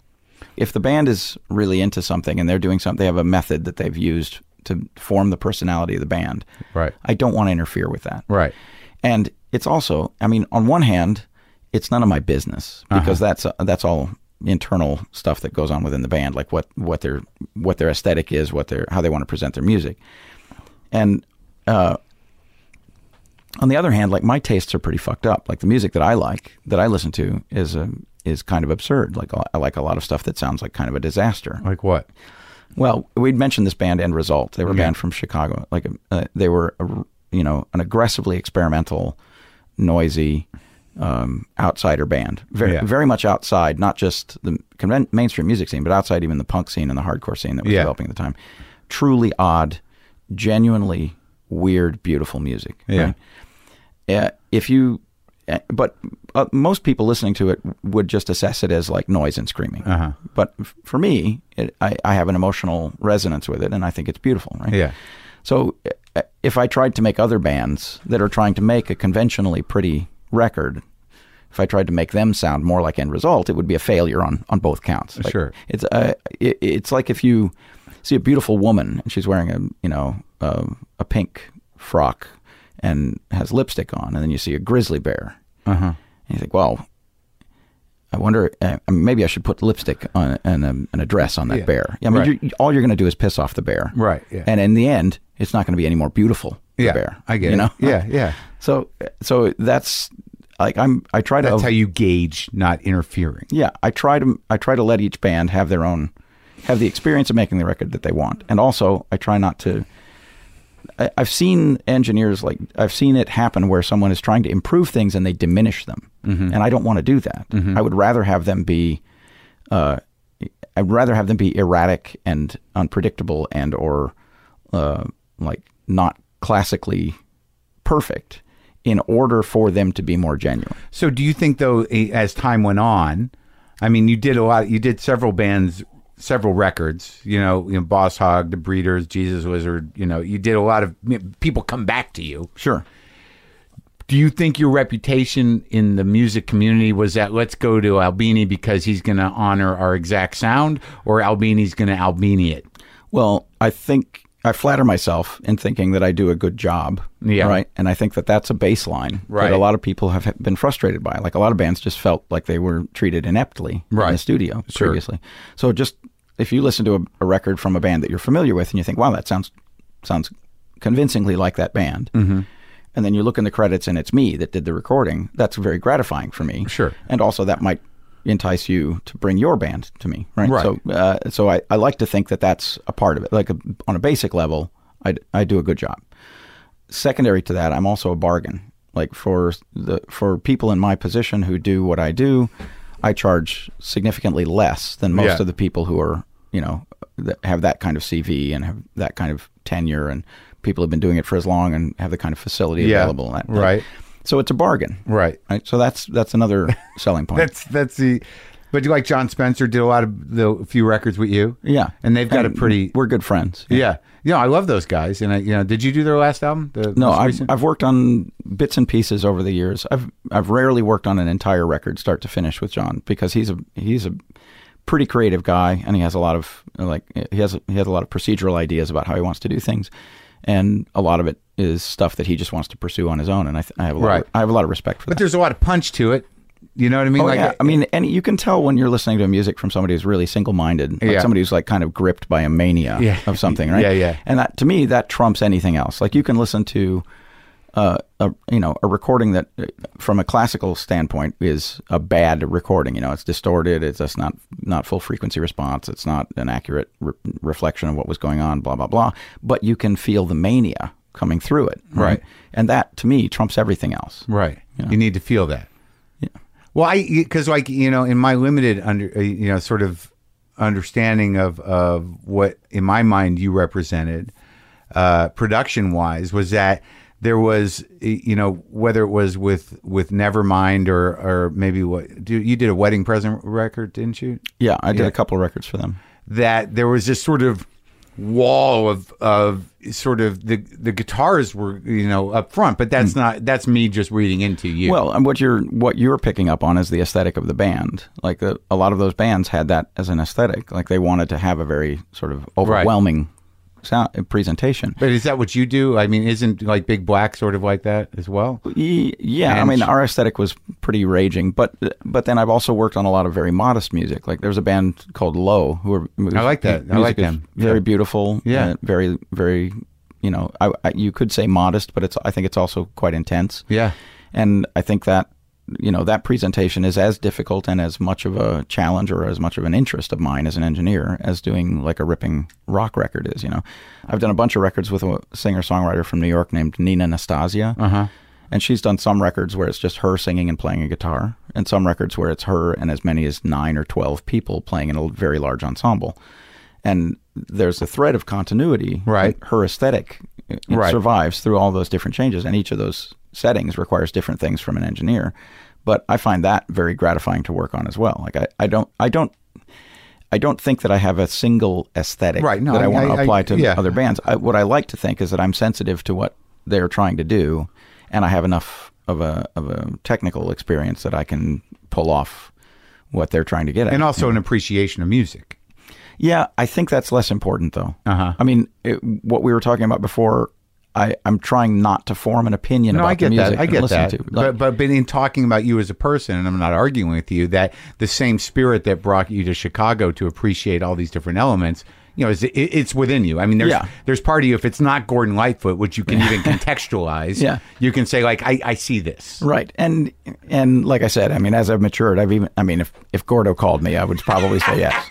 [SPEAKER 4] If the band is really into something and they're doing something, they have a method that they've used to form the personality of the band.
[SPEAKER 1] Right.
[SPEAKER 4] I don't want to interfere with that.
[SPEAKER 1] Right.
[SPEAKER 4] And it's also, I mean, on one hand, it's none of my business because that's uh, that's all internal stuff that goes on within the band, like what what their what their aesthetic is, what their how they want to present their music. And uh, on the other hand, like my tastes are pretty fucked up. Like the music that I like that I listen to is a is kind of absurd. Like I like a lot of stuff that sounds like kind of a disaster.
[SPEAKER 1] Like what?
[SPEAKER 4] Well, we'd mentioned this band End Result. They were a
[SPEAKER 1] Yeah.
[SPEAKER 4] band from Chicago. Like uh, they were, a, you know, an aggressively experimental, noisy, um, outsider band. Very,
[SPEAKER 1] Yeah.
[SPEAKER 4] very much outside, not just the conven- mainstream music scene, but outside even the punk scene and the hardcore scene that was
[SPEAKER 1] Yeah.
[SPEAKER 4] developing at the time. Truly odd, genuinely weird, beautiful music.
[SPEAKER 1] Yeah.
[SPEAKER 4] right? uh, if you uh, but uh, most people listening to it would just assess it as like noise and screaming
[SPEAKER 1] Uh-huh.
[SPEAKER 4] but f- for me it, I, I have an emotional resonance with it and i think it's beautiful right
[SPEAKER 1] Yeah.
[SPEAKER 4] so uh, if i tried to make other bands that are trying to make a conventionally pretty record if i tried to make them sound more like end result it would be a failure on, on both counts Like,
[SPEAKER 1] Sure.
[SPEAKER 4] it's uh, it, it's like if you see a beautiful woman and she's wearing a you know a, a pink frock and has lipstick on, and then you see a grizzly bear, uh-huh. and you think, well, I wonder. Uh, maybe I should put lipstick on and a, and a dress on that
[SPEAKER 1] Yeah.
[SPEAKER 4] bear. I mean,
[SPEAKER 1] Right.
[SPEAKER 4] you're, all you're going to do is piss off the bear,
[SPEAKER 1] Right, yeah.
[SPEAKER 4] And in the end, it's not going to be any more beautiful.
[SPEAKER 1] Yeah,
[SPEAKER 4] the bear.
[SPEAKER 1] I get
[SPEAKER 4] you
[SPEAKER 1] it.
[SPEAKER 4] Know?
[SPEAKER 1] Yeah, yeah.
[SPEAKER 4] So so that's like I'm I try to
[SPEAKER 1] That's how you gauge not interfering.
[SPEAKER 4] yeah I try to I try to let each band have their own have the experience of making the record that they want, and also I try not to. I, I've seen engineers like I've seen it happen where someone is trying to improve things and they diminish them, and I don't want to do that. I would rather have them be. Uh, I'd rather have them be erratic and unpredictable and or uh, like not classically perfect in order for them to be more genuine.
[SPEAKER 1] So, do you think though, eh, as time went on, I mean, you did a lot. You did several bands, several records. You know, you know Boss Hog, The Breeders, Jesus Wizard. You know, you did a lot of people come back to you.
[SPEAKER 4] Sure.
[SPEAKER 1] Do you think your reputation in the music community was that let's go to Albini because he's going to honor our exact sound, or Albini's going to Albini it?
[SPEAKER 4] Well, I think I flatter myself in thinking that I do a good job.
[SPEAKER 1] Yeah.
[SPEAKER 4] Right. And I think that that's a baseline
[SPEAKER 1] Right.
[SPEAKER 4] that a lot of people have been frustrated by. Like a lot of bands just felt like they were treated ineptly in
[SPEAKER 1] Right.
[SPEAKER 4] the studio
[SPEAKER 1] Sure.
[SPEAKER 4] previously. So just if you listen to a, a record from a band that you're familiar with and you think, wow, that sounds sounds convincingly like that band. Mm-hmm. And then you look in the credits and it's me that did the recording. That's very gratifying for me.
[SPEAKER 1] Sure.
[SPEAKER 4] And also that might entice you to bring your band to me. Right.
[SPEAKER 1] Right.
[SPEAKER 4] So, uh, so I, I like to think that that's a part of it. Like a, on a basic level, I, I do a good job. Secondary to that, I'm also a bargain. Like for the for people in my position who do what I do, I charge significantly less than most
[SPEAKER 1] Yeah.
[SPEAKER 4] of the people who are you know that have that kind of CV and have that kind of tenure and people have been doing it for as long and have the kind of facility
[SPEAKER 1] Yeah.
[SPEAKER 4] available. and that- that-
[SPEAKER 1] Right.
[SPEAKER 4] So it's a bargain.
[SPEAKER 1] Right.
[SPEAKER 4] Right. So that's that's another selling point.
[SPEAKER 1] That's that's the. But you like John Spencer did a lot of the few records with you.
[SPEAKER 4] yeah.
[SPEAKER 1] and they've got a pretty.
[SPEAKER 4] We're good friends.
[SPEAKER 1] Yeah, you know, I love those guys. And I, you know, did you do their last album? The
[SPEAKER 4] No,
[SPEAKER 1] most
[SPEAKER 4] I've,
[SPEAKER 1] recent?
[SPEAKER 4] I've worked on bits and pieces over the years. I've I've rarely worked on an entire record start to finish with John because he's a he's a pretty creative guy and he has a lot of like he has he has a lot of procedural ideas about how he wants to do things, and a lot of it is stuff that he just wants to pursue on his own. And I, th- I have a lot
[SPEAKER 1] Right.
[SPEAKER 4] of, I have a lot of respect for
[SPEAKER 1] but
[SPEAKER 4] that.
[SPEAKER 1] there's a lot of punch to it. You know what I mean?
[SPEAKER 4] Oh,
[SPEAKER 1] like,
[SPEAKER 4] yeah. I mean, and you can tell when you're listening to music from somebody who's really single-minded, like
[SPEAKER 1] Yeah.
[SPEAKER 4] somebody who's like kind of gripped by a mania
[SPEAKER 1] Yeah.
[SPEAKER 4] of something, right?
[SPEAKER 1] Yeah, yeah.
[SPEAKER 4] And that to me, that trumps anything else. Like you can listen to, uh, a you know, a recording that, uh, from a classical standpoint, is a bad recording. You know, it's distorted. It's just not not full frequency response. It's not an accurate re- reflection of what was going on. Blah blah blah. But you can feel the mania coming through it,
[SPEAKER 1] Right.
[SPEAKER 4] And that to me trumps everything else.
[SPEAKER 1] right. You need to feel that. Well, I because like you know, in my limited under uh, you know sort of understanding of of what in my mind you represented, uh, production wise, was that there was y- you know whether it was with with Nevermind or or maybe what do you did a wedding present record, didn't you?
[SPEAKER 4] Yeah, I did
[SPEAKER 1] Yeah.
[SPEAKER 4] a couple of records for them.
[SPEAKER 1] that there was this sort of wall of of sort of the the guitars were you know up front, but that's not that's me just reading into you.
[SPEAKER 4] Well, and what you're what you're picking up on is the aesthetic of the band. Like the, a lot of those bands had that as an aesthetic. Like they wanted to have a very sort of overwhelming sound presentation.
[SPEAKER 1] but is that what you do? I mean, isn't like Big Black sort of like that as well?
[SPEAKER 4] Y- Yeah, I
[SPEAKER 1] And-
[SPEAKER 4] mean our aesthetic was pretty raging, but but then I've also worked on a lot of very modest music. Like there was a band called Low who were
[SPEAKER 1] I like that. I
[SPEAKER 4] music
[SPEAKER 1] like
[SPEAKER 4] is
[SPEAKER 1] them.
[SPEAKER 4] Very
[SPEAKER 1] Yeah.
[SPEAKER 4] beautiful.
[SPEAKER 1] Yeah.
[SPEAKER 4] uh, very very you know I, I, you could say modest, but it's I think it's also quite intense.
[SPEAKER 1] Yeah.
[SPEAKER 4] and I think that you know that presentation is as difficult and as much of a challenge or as much of an interest of mine as an engineer as doing like a ripping rock record is. You know, I've done a bunch of records with a singer songwriter from New York named Nina Nastasia, and she's done some records where it's just her singing and playing a guitar, and some records where it's her and as many as nine or twelve people playing in a very large ensemble. And there's a thread of continuity.
[SPEAKER 1] Right.
[SPEAKER 4] Her aesthetic it
[SPEAKER 1] Right.
[SPEAKER 4] survives through all those different changes, and each of those settings requires different things from an engineer. But I find that very gratifying to work on as well. Like I, I don't, I don't, I don't think that I have a single aesthetic
[SPEAKER 1] Right, no,
[SPEAKER 4] that I,
[SPEAKER 1] I-
[SPEAKER 4] want
[SPEAKER 1] I-
[SPEAKER 4] to
[SPEAKER 1] I-
[SPEAKER 4] apply to
[SPEAKER 1] yeah.
[SPEAKER 4] other bands. I, what I like to think is that I'm sensitive to what they're trying to do, and I have enough of a of a technical experience that I can pull off what they're trying to get at.
[SPEAKER 1] And also an appreciation of music.
[SPEAKER 4] Yeah, I think that's less important though.
[SPEAKER 1] Uh-huh.
[SPEAKER 4] I mean, it, what we were talking about before, I, I'm trying not to form an opinion
[SPEAKER 1] No,
[SPEAKER 4] about
[SPEAKER 1] I get
[SPEAKER 4] the music
[SPEAKER 1] that. I
[SPEAKER 4] and
[SPEAKER 1] get
[SPEAKER 4] listen
[SPEAKER 1] that.
[SPEAKER 4] To. Like,
[SPEAKER 1] but, but but in talking about you as a person, and I'm not arguing with you that the same spirit that brought you to Chicago to appreciate all these different elements, you know, it's, it, it's within you. I mean, there's
[SPEAKER 4] Yeah.
[SPEAKER 1] there's part of you if it's not Gordon Lightfoot, which you can even contextualize.
[SPEAKER 4] Yeah.
[SPEAKER 1] you can say like, I, I see this.
[SPEAKER 4] Right. And and like I said, I mean, as I've matured, I've even I mean, if if Gordo called me, I would probably say yes.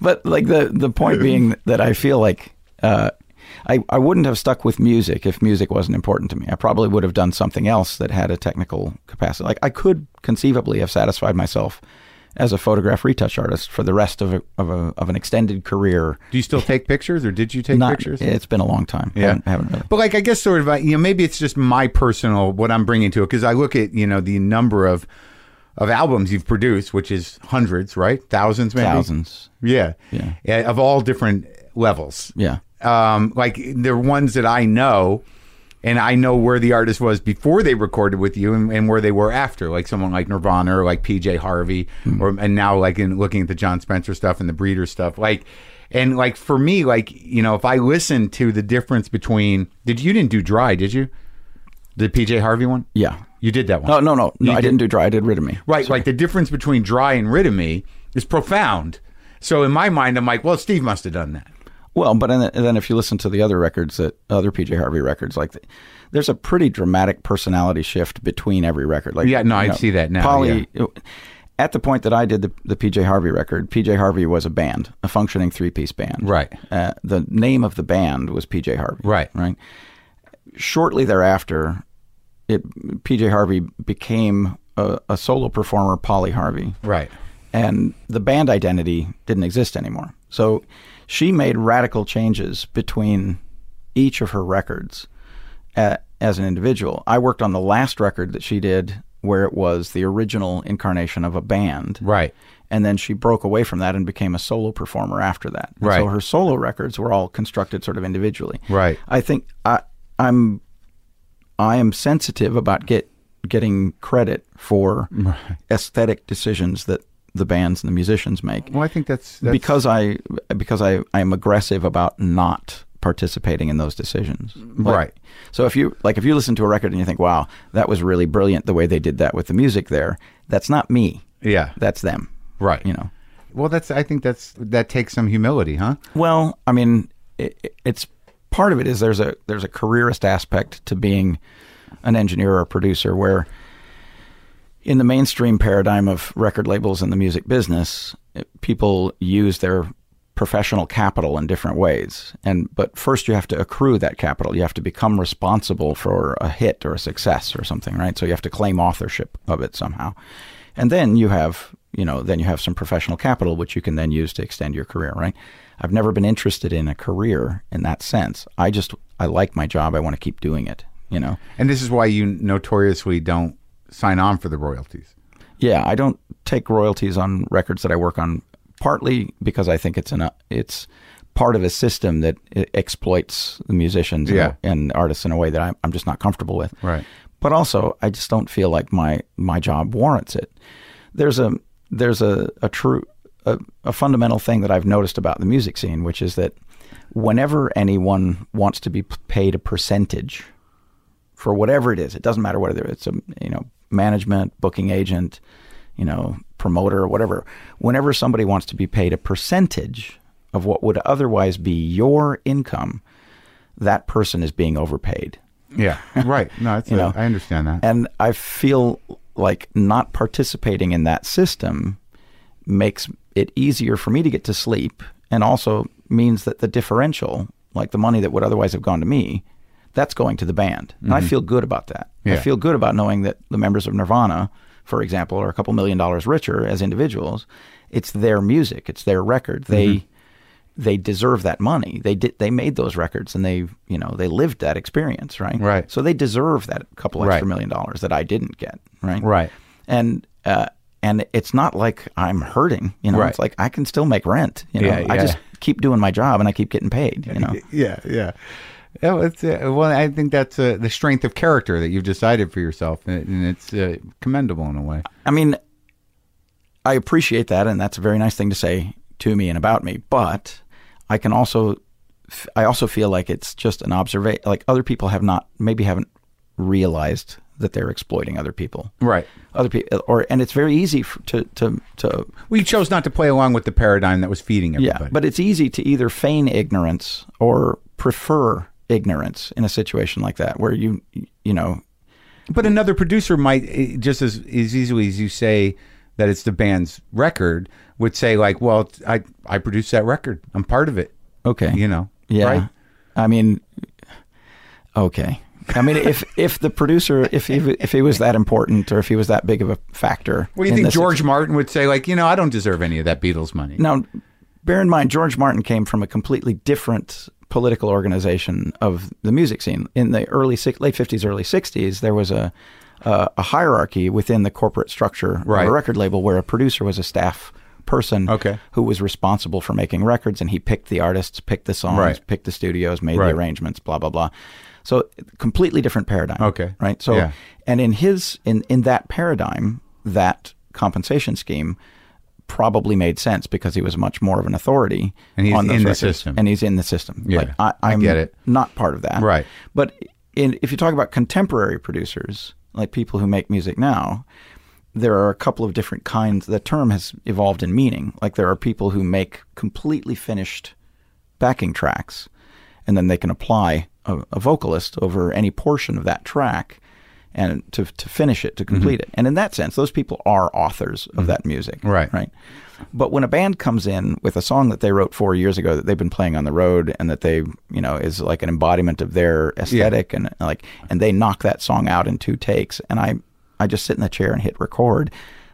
[SPEAKER 4] but like the the point being that I feel like uh, I I wouldn't have stuck with music if music wasn't important to me. I probably would have done something else that had a technical capacity. Like I could conceivably have satisfied myself as a photograph retouch artist for the rest of a, of, a, of an extended career.
[SPEAKER 1] Do you still take pictures, or did you take
[SPEAKER 4] Not,
[SPEAKER 1] pictures?
[SPEAKER 4] It's been a long time. I haven't, I haven't really.
[SPEAKER 1] But like, I guess sort of, uh, you know, maybe it's just my personal what I'm bringing to it because I look at you know the number of of albums you've produced, which is hundreds, right? Thousands, maybe
[SPEAKER 4] Thousands.
[SPEAKER 1] Yeah,
[SPEAKER 4] Yeah.
[SPEAKER 1] of all different levels.
[SPEAKER 4] Yeah.
[SPEAKER 1] um, like they're ones that I know, and I know where the artist was before they recorded with you, and, and where they were after. Like someone like Nirvana, or like PJ Harvey,
[SPEAKER 4] Hmm.
[SPEAKER 1] or and now like in looking at the John Spencer stuff and the Breeder stuff, like. And like for me, like you know, if I listen to the difference between did you didn't do dry, did you? The PJ Harvey one,
[SPEAKER 4] Yeah.
[SPEAKER 1] you did that one.
[SPEAKER 4] No, no, no.
[SPEAKER 1] You
[SPEAKER 4] no I didn't do dry. I did rid of me.
[SPEAKER 1] Right, like the difference between dry and rid of me is profound. So in my mind, I'm like, well, Steve must have done that.
[SPEAKER 4] Well, but and then if you listen to the other records that other PJ Harvey records, like th- there's a pretty dramatic personality shift between every record. Like
[SPEAKER 1] Yeah, no, I
[SPEAKER 4] you
[SPEAKER 1] see that now,
[SPEAKER 4] Polly, at the point that I did the, the PJ Harvey record, PJ Harvey was a band, a functioning three piece band.
[SPEAKER 1] Right.
[SPEAKER 4] Uh, the name of the band was PJ Harvey.
[SPEAKER 1] Right.
[SPEAKER 4] Right. Shortly thereafter, it PJ Harvey became a, a solo performer, Polly Harvey
[SPEAKER 1] Right.
[SPEAKER 4] and the band identity didn't exist anymore. So she made radical changes between each of her records uh, as an individual. I worked on the last record that she did where it was the original incarnation of a band.
[SPEAKER 1] Right.
[SPEAKER 4] And then she broke away from that and became a solo performer after that. And
[SPEAKER 1] Right.
[SPEAKER 4] So her solo records were all constructed sort of individually.
[SPEAKER 1] Right.
[SPEAKER 4] I think I I'm I am sensitive about get getting credit for aesthetic decisions that the bands and the musicians make
[SPEAKER 1] Well, I think that's, that's
[SPEAKER 4] because I because I I am aggressive about not participating in those decisions. Like-
[SPEAKER 1] Right.
[SPEAKER 4] So if you like if you listen to a record and you think, "Wow, that was really brilliant the way they did that with the music there." That's not me.
[SPEAKER 1] Yeah.
[SPEAKER 4] That's them.
[SPEAKER 1] Right.
[SPEAKER 4] You know.
[SPEAKER 1] Well, that's. I think that's that takes some humility, huh?
[SPEAKER 4] Well, I mean, it, it's part of it is there's a there's a careerist aspect to being an engineer or a producer where in the mainstream paradigm of record labels and the music business, it- people use their professional capital in different ways. And but first you have to accrue that capital. You have to become responsible for a hit or a success or something, right? So you have to claim authorship of it somehow. And then you have, you know, then you have some professional capital which you can then use to extend your career, right? I've never been interested in a career in that sense. I just I like my job. I want to keep doing it, you know.
[SPEAKER 1] And this is why you notoriously don't sign on for the royalties.
[SPEAKER 4] Yeah, I don't take royalties on records that I work on, partly because I think it's an it's part of a system that i- exploits the musicians
[SPEAKER 1] Yeah.
[SPEAKER 4] and, and artists in a way that I'm, I'm just not comfortable with.
[SPEAKER 1] Right.
[SPEAKER 4] But also, I just don't feel like my my job warrants it. There's a there's a a true a, a fundamental thing that I've noticed about the music scene, which is that whenever anyone wants to be p- paid a percentage for whatever it is. It doesn't matter whether it's a you know management, booking agent, you know promoter, whatever. Whenever somebody wants to be paid a percentage of what would otherwise be your income, that person is being overpaid.
[SPEAKER 1] Yeah. right. No, it's a,
[SPEAKER 4] know.
[SPEAKER 1] I understand that.
[SPEAKER 4] And I feel like not participating in that system makes it easier for me to get to sleep and also means that the differential, like the money that would otherwise have gone to me, that's going to the band. And I feel good about that. I
[SPEAKER 1] Mm-hmm. Yeah.
[SPEAKER 4] feel good about knowing that the members of Nirvana, for example, are a couple million dollars richer as individuals. It's their music, it's their record. They
[SPEAKER 1] Mm-hmm.
[SPEAKER 4] they deserve that money. They did they made those records and they, you know, they lived that experience, right?
[SPEAKER 1] Right.
[SPEAKER 4] So they deserve that couple extra
[SPEAKER 1] Right.
[SPEAKER 4] million dollars that I didn't get, right?
[SPEAKER 1] Right.
[SPEAKER 4] And uh, and it's not like I'm hurting, you know.
[SPEAKER 1] Right.
[SPEAKER 4] It's like I can still make rent, you know.
[SPEAKER 1] Yeah,
[SPEAKER 4] I
[SPEAKER 1] yeah.
[SPEAKER 4] just keep doing my job and I keep getting paid, you know.
[SPEAKER 1] yeah. Yeah. Oh, it's, uh, well, I think that's uh, the strength of character that you've decided for yourself, and, and it's uh, commendable in a way.
[SPEAKER 4] I mean, I appreciate that, and that's a very nice thing to say to me and about me. But I can also, I also feel like it's just an observation. Like other people have not, maybe haven't realized that they're exploiting other people.
[SPEAKER 1] Right.
[SPEAKER 4] Other people, or and it's very easy f to to to
[SPEAKER 1] We chose not to play along with the paradigm that was feeding everybody.
[SPEAKER 4] Yeah, but it's easy to either feign ignorance or prefer ignorance in a situation like that, where you you know
[SPEAKER 1] But another producer might eh, just as, as easily as you say that it's the band's record would say like, "Well, I I produced that record. I'm part of it."
[SPEAKER 4] okay,
[SPEAKER 1] You know.
[SPEAKER 4] yeah.
[SPEAKER 1] Right?
[SPEAKER 4] I mean, okay. I mean, if if the producer, if he if he was that important, or if he was that big of a factor,
[SPEAKER 1] What do you
[SPEAKER 4] in
[SPEAKER 1] think
[SPEAKER 4] this
[SPEAKER 1] George Martin would say like, "You know, I don't deserve any of that Beatles money."
[SPEAKER 4] Now, bear in mind, George Martin came from a completely different political organization of the music scene. In the early six, late fifties, early sixties, there was a uh, a hierarchy within the corporate structure
[SPEAKER 1] Right.
[SPEAKER 4] of a record label, where a producer was a staff person
[SPEAKER 1] Okay.
[SPEAKER 4] who was responsible for making records, and he picked the artists, picked the songs,
[SPEAKER 1] Right.
[SPEAKER 4] picked the studios, made
[SPEAKER 1] Right.
[SPEAKER 4] the arrangements, blah blah blah. So completely different paradigm.
[SPEAKER 1] Okay.
[SPEAKER 4] right? So
[SPEAKER 1] Yeah.
[SPEAKER 4] and in his in in that paradigm, that compensation scheme probably made sense because he was much more of an authority
[SPEAKER 1] And he's
[SPEAKER 4] on those
[SPEAKER 1] in the
[SPEAKER 4] records.
[SPEAKER 1] system.
[SPEAKER 4] and he's in the system.
[SPEAKER 1] Yeah,
[SPEAKER 4] like, I,
[SPEAKER 1] I
[SPEAKER 4] I'm
[SPEAKER 1] get it.
[SPEAKER 4] Not part of that,
[SPEAKER 1] Right.
[SPEAKER 4] But in, if you talk about contemporary producers, like people who make music now, there are a couple of different kinds. The term has evolved in meaning. Like there are people who make completely finished backing tracks, and then they can apply a, a vocalist over any portion of that track and to, to finish it, to complete it. And in that sense, those people are authors of that music.
[SPEAKER 1] Right.
[SPEAKER 4] Right. But when a band comes in with a song that they wrote four years ago that they've been playing on the road and that they, you know, is like an embodiment of their aesthetic and like, and they knock that song out in two takes and I, I just sit in the chair and hit record.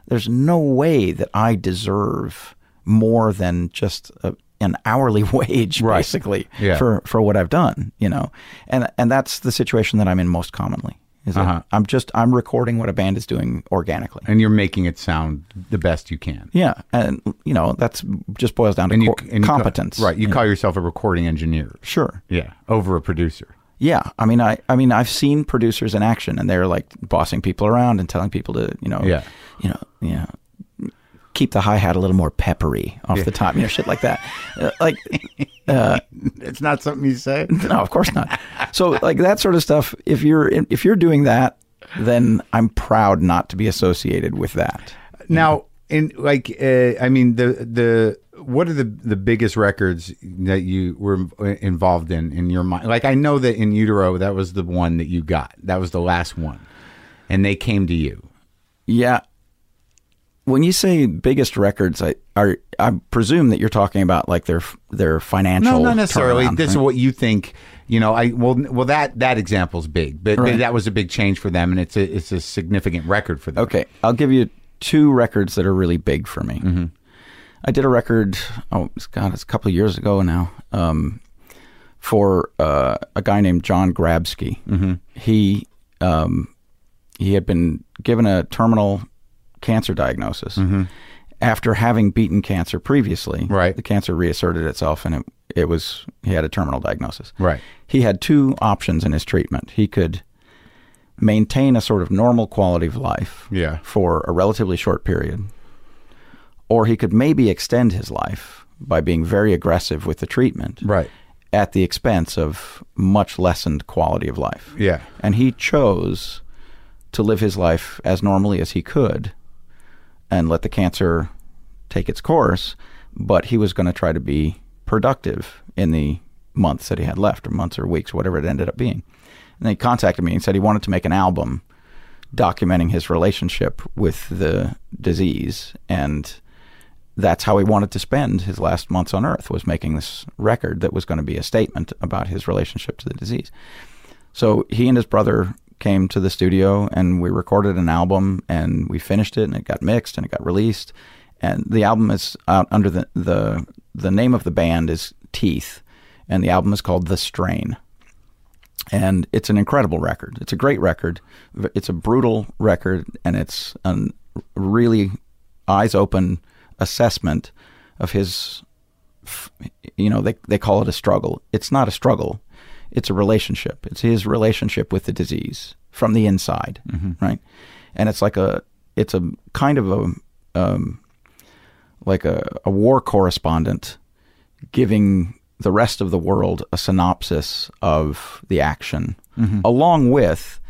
[SPEAKER 4] There's no way that I deserve more than just a, an hourly wage, basically,
[SPEAKER 1] Yeah.
[SPEAKER 4] for for what I've done, you know. And and that's the situation that I'm in most commonly. Is that I'm just I'm recording what a band is doing organically.
[SPEAKER 1] And you're making it sound the best you can.
[SPEAKER 4] yeah, and you know that's just boils down to
[SPEAKER 1] And you,
[SPEAKER 4] co-
[SPEAKER 1] and you ca-
[SPEAKER 4] competence,
[SPEAKER 1] right. You call yourself a recording engineer.
[SPEAKER 4] Sure.
[SPEAKER 1] Yeah. Over a producer.
[SPEAKER 4] Yeah, I mean, I, I mean, I've seen producers in action, and they're like bossing people around and telling people to, you know,
[SPEAKER 1] Yeah.
[SPEAKER 4] you know, you know, keep the hi hat a little more peppery off the top, you know, shit like that. Uh, like,
[SPEAKER 1] It's not something you say.
[SPEAKER 4] no, of course not. So, like that sort of stuff. If you're in, if you're doing that, then I'm proud not to be associated with that.
[SPEAKER 1] Now, in like, uh, I mean, the the what are the the biggest records that you were inv- uh, involved in in your mind? Like, I know that in utero, that was the one that you got. That was the last one, and they came to you.
[SPEAKER 4] Yeah. When you say biggest records, I are I presume that you're talking about like their their financial.
[SPEAKER 1] No, not necessarily.
[SPEAKER 4] turnaround,
[SPEAKER 1] This is
[SPEAKER 4] right?
[SPEAKER 1] what you think. You know, I well, n- well that that example's big, but, but
[SPEAKER 4] Right.
[SPEAKER 1] that was a big change for them, and it's a it's a significant record for them.
[SPEAKER 4] Okay, I'll give you two records that are really big for me.
[SPEAKER 1] Mm-hmm.
[SPEAKER 4] I did a record, oh it's- God, it's a couple of years ago now, um, for uh, a guy named John Grabsky.
[SPEAKER 1] Mm-hmm.
[SPEAKER 4] He um, he had been given a terminal cancer diagnosis after having beaten cancer previously.
[SPEAKER 1] Mm-hmm. Right.
[SPEAKER 4] the cancer reasserted itself, and it it was he had a terminal diagnosis.
[SPEAKER 1] Right.
[SPEAKER 4] he had two options in his treatment. He could maintain a sort of normal quality of life
[SPEAKER 1] Yeah.
[SPEAKER 4] for a relatively short period, or he could maybe extend his life by being very aggressive with the treatment
[SPEAKER 1] Right.
[SPEAKER 4] at the expense of much lessened quality of life.
[SPEAKER 1] Yeah.
[SPEAKER 4] And he chose to live his life as normally as he could and let the cancer take its course, but he was going to try to be productive in the months that he had left, or months or weeks, whatever it ended up being. And he contacted me and said he wanted to make an album documenting his relationship with the disease and that's how he wanted to spend his last months on earth was making this record that was going to be a statement about his relationship to the disease so he and his brother came to the studio and we recorded an album and we finished it and it got mixed and it got released and the album is out under the the, the name of the band is teeth and the album is called the strain and it's an incredible record. It's a great record. V- It's a brutal record, and it's a really eyes open assessment of his. f- You know, they they call it a struggle. It's not a struggle. It's a relationship. It's his relationship with the disease from the inside, right? And it's like a it's a kind of a um, like a, a war correspondent giving the rest of the world a synopsis of the action, along with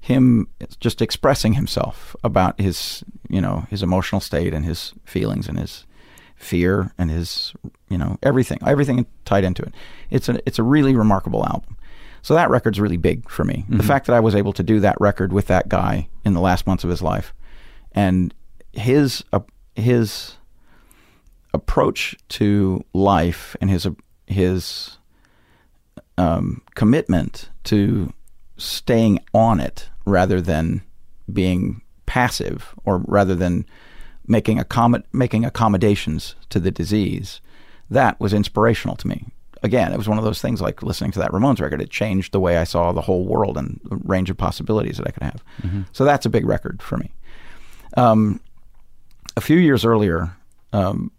[SPEAKER 4] him just expressing himself about his, you know, his emotional state and his feelings and his fear and his, you know, everything, everything tied into it. It's a it's a really remarkable album. So that record's really big for me. The fact that I was able to do that record with that guy in the last months of his life, and his uh, his approach to life and his his um, commitment to staying on it rather than being passive or rather than making accommod- making accommodations to the disease that was inspirational to me again it was one of those things like listening to that Ramones record it changed the way I saw the whole world and the range of possibilities that I could have so that's a big record for me a few years earlier, um,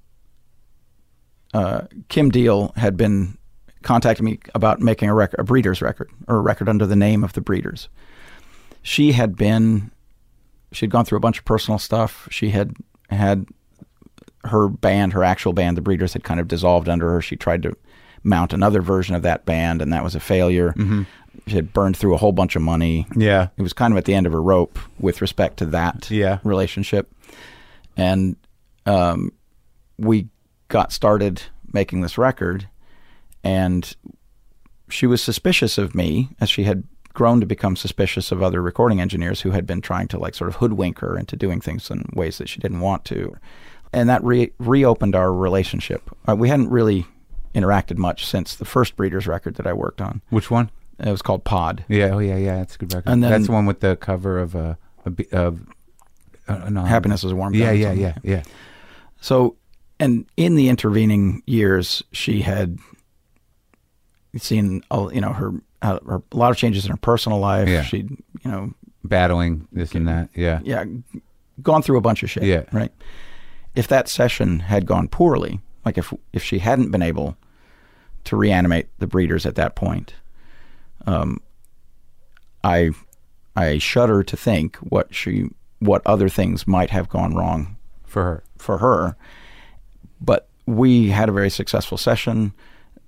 [SPEAKER 4] uh, Kim Deal had been contacting me about making a record, a Breeders record, or a record under the name of the Breeders. She had been, she'd gone through a bunch of personal stuff. She had had her band, her actual band, the Breeders, had kind of dissolved under her. She tried to mount another version of that band, and that was a failure. She had burned through a whole bunch of money.
[SPEAKER 1] Yeah.
[SPEAKER 4] It was kind of at the end of her rope with respect to that
[SPEAKER 1] Yeah.
[SPEAKER 4] relationship. And um, we got started making this record, and she was suspicious of me as she had grown to become suspicious of other recording engineers who had been trying to like sort of hoodwink her into doing things in ways that she didn't want to. And that re- reopened our relationship. Uh, we hadn't really interacted much since the first Breeders record that I worked on.
[SPEAKER 1] Which one?
[SPEAKER 4] It was called Pod.
[SPEAKER 1] Yeah, oh yeah, yeah. That's a good record.
[SPEAKER 4] And then-
[SPEAKER 1] that's the one with the cover of uh, a b- of uh, no,
[SPEAKER 4] Happiness is a warm
[SPEAKER 1] Yeah,
[SPEAKER 4] gun or
[SPEAKER 1] yeah,
[SPEAKER 4] something.
[SPEAKER 1] yeah, yeah.
[SPEAKER 4] So, and in the intervening years, she had seen, all- you know, her, uh, her a lot of changes in her personal life.
[SPEAKER 1] Yeah.
[SPEAKER 4] She'd, you know,
[SPEAKER 1] Battling this and that. Yeah,
[SPEAKER 4] yeah, gone through a bunch of shit.
[SPEAKER 1] Yeah.
[SPEAKER 4] Right. If that session had gone poorly, like if if she hadn't been able to reanimate the breeders at that point, um, I I shudder to think what she what other things might have gone wrong
[SPEAKER 1] for her.
[SPEAKER 4] for her. But we had a very successful session.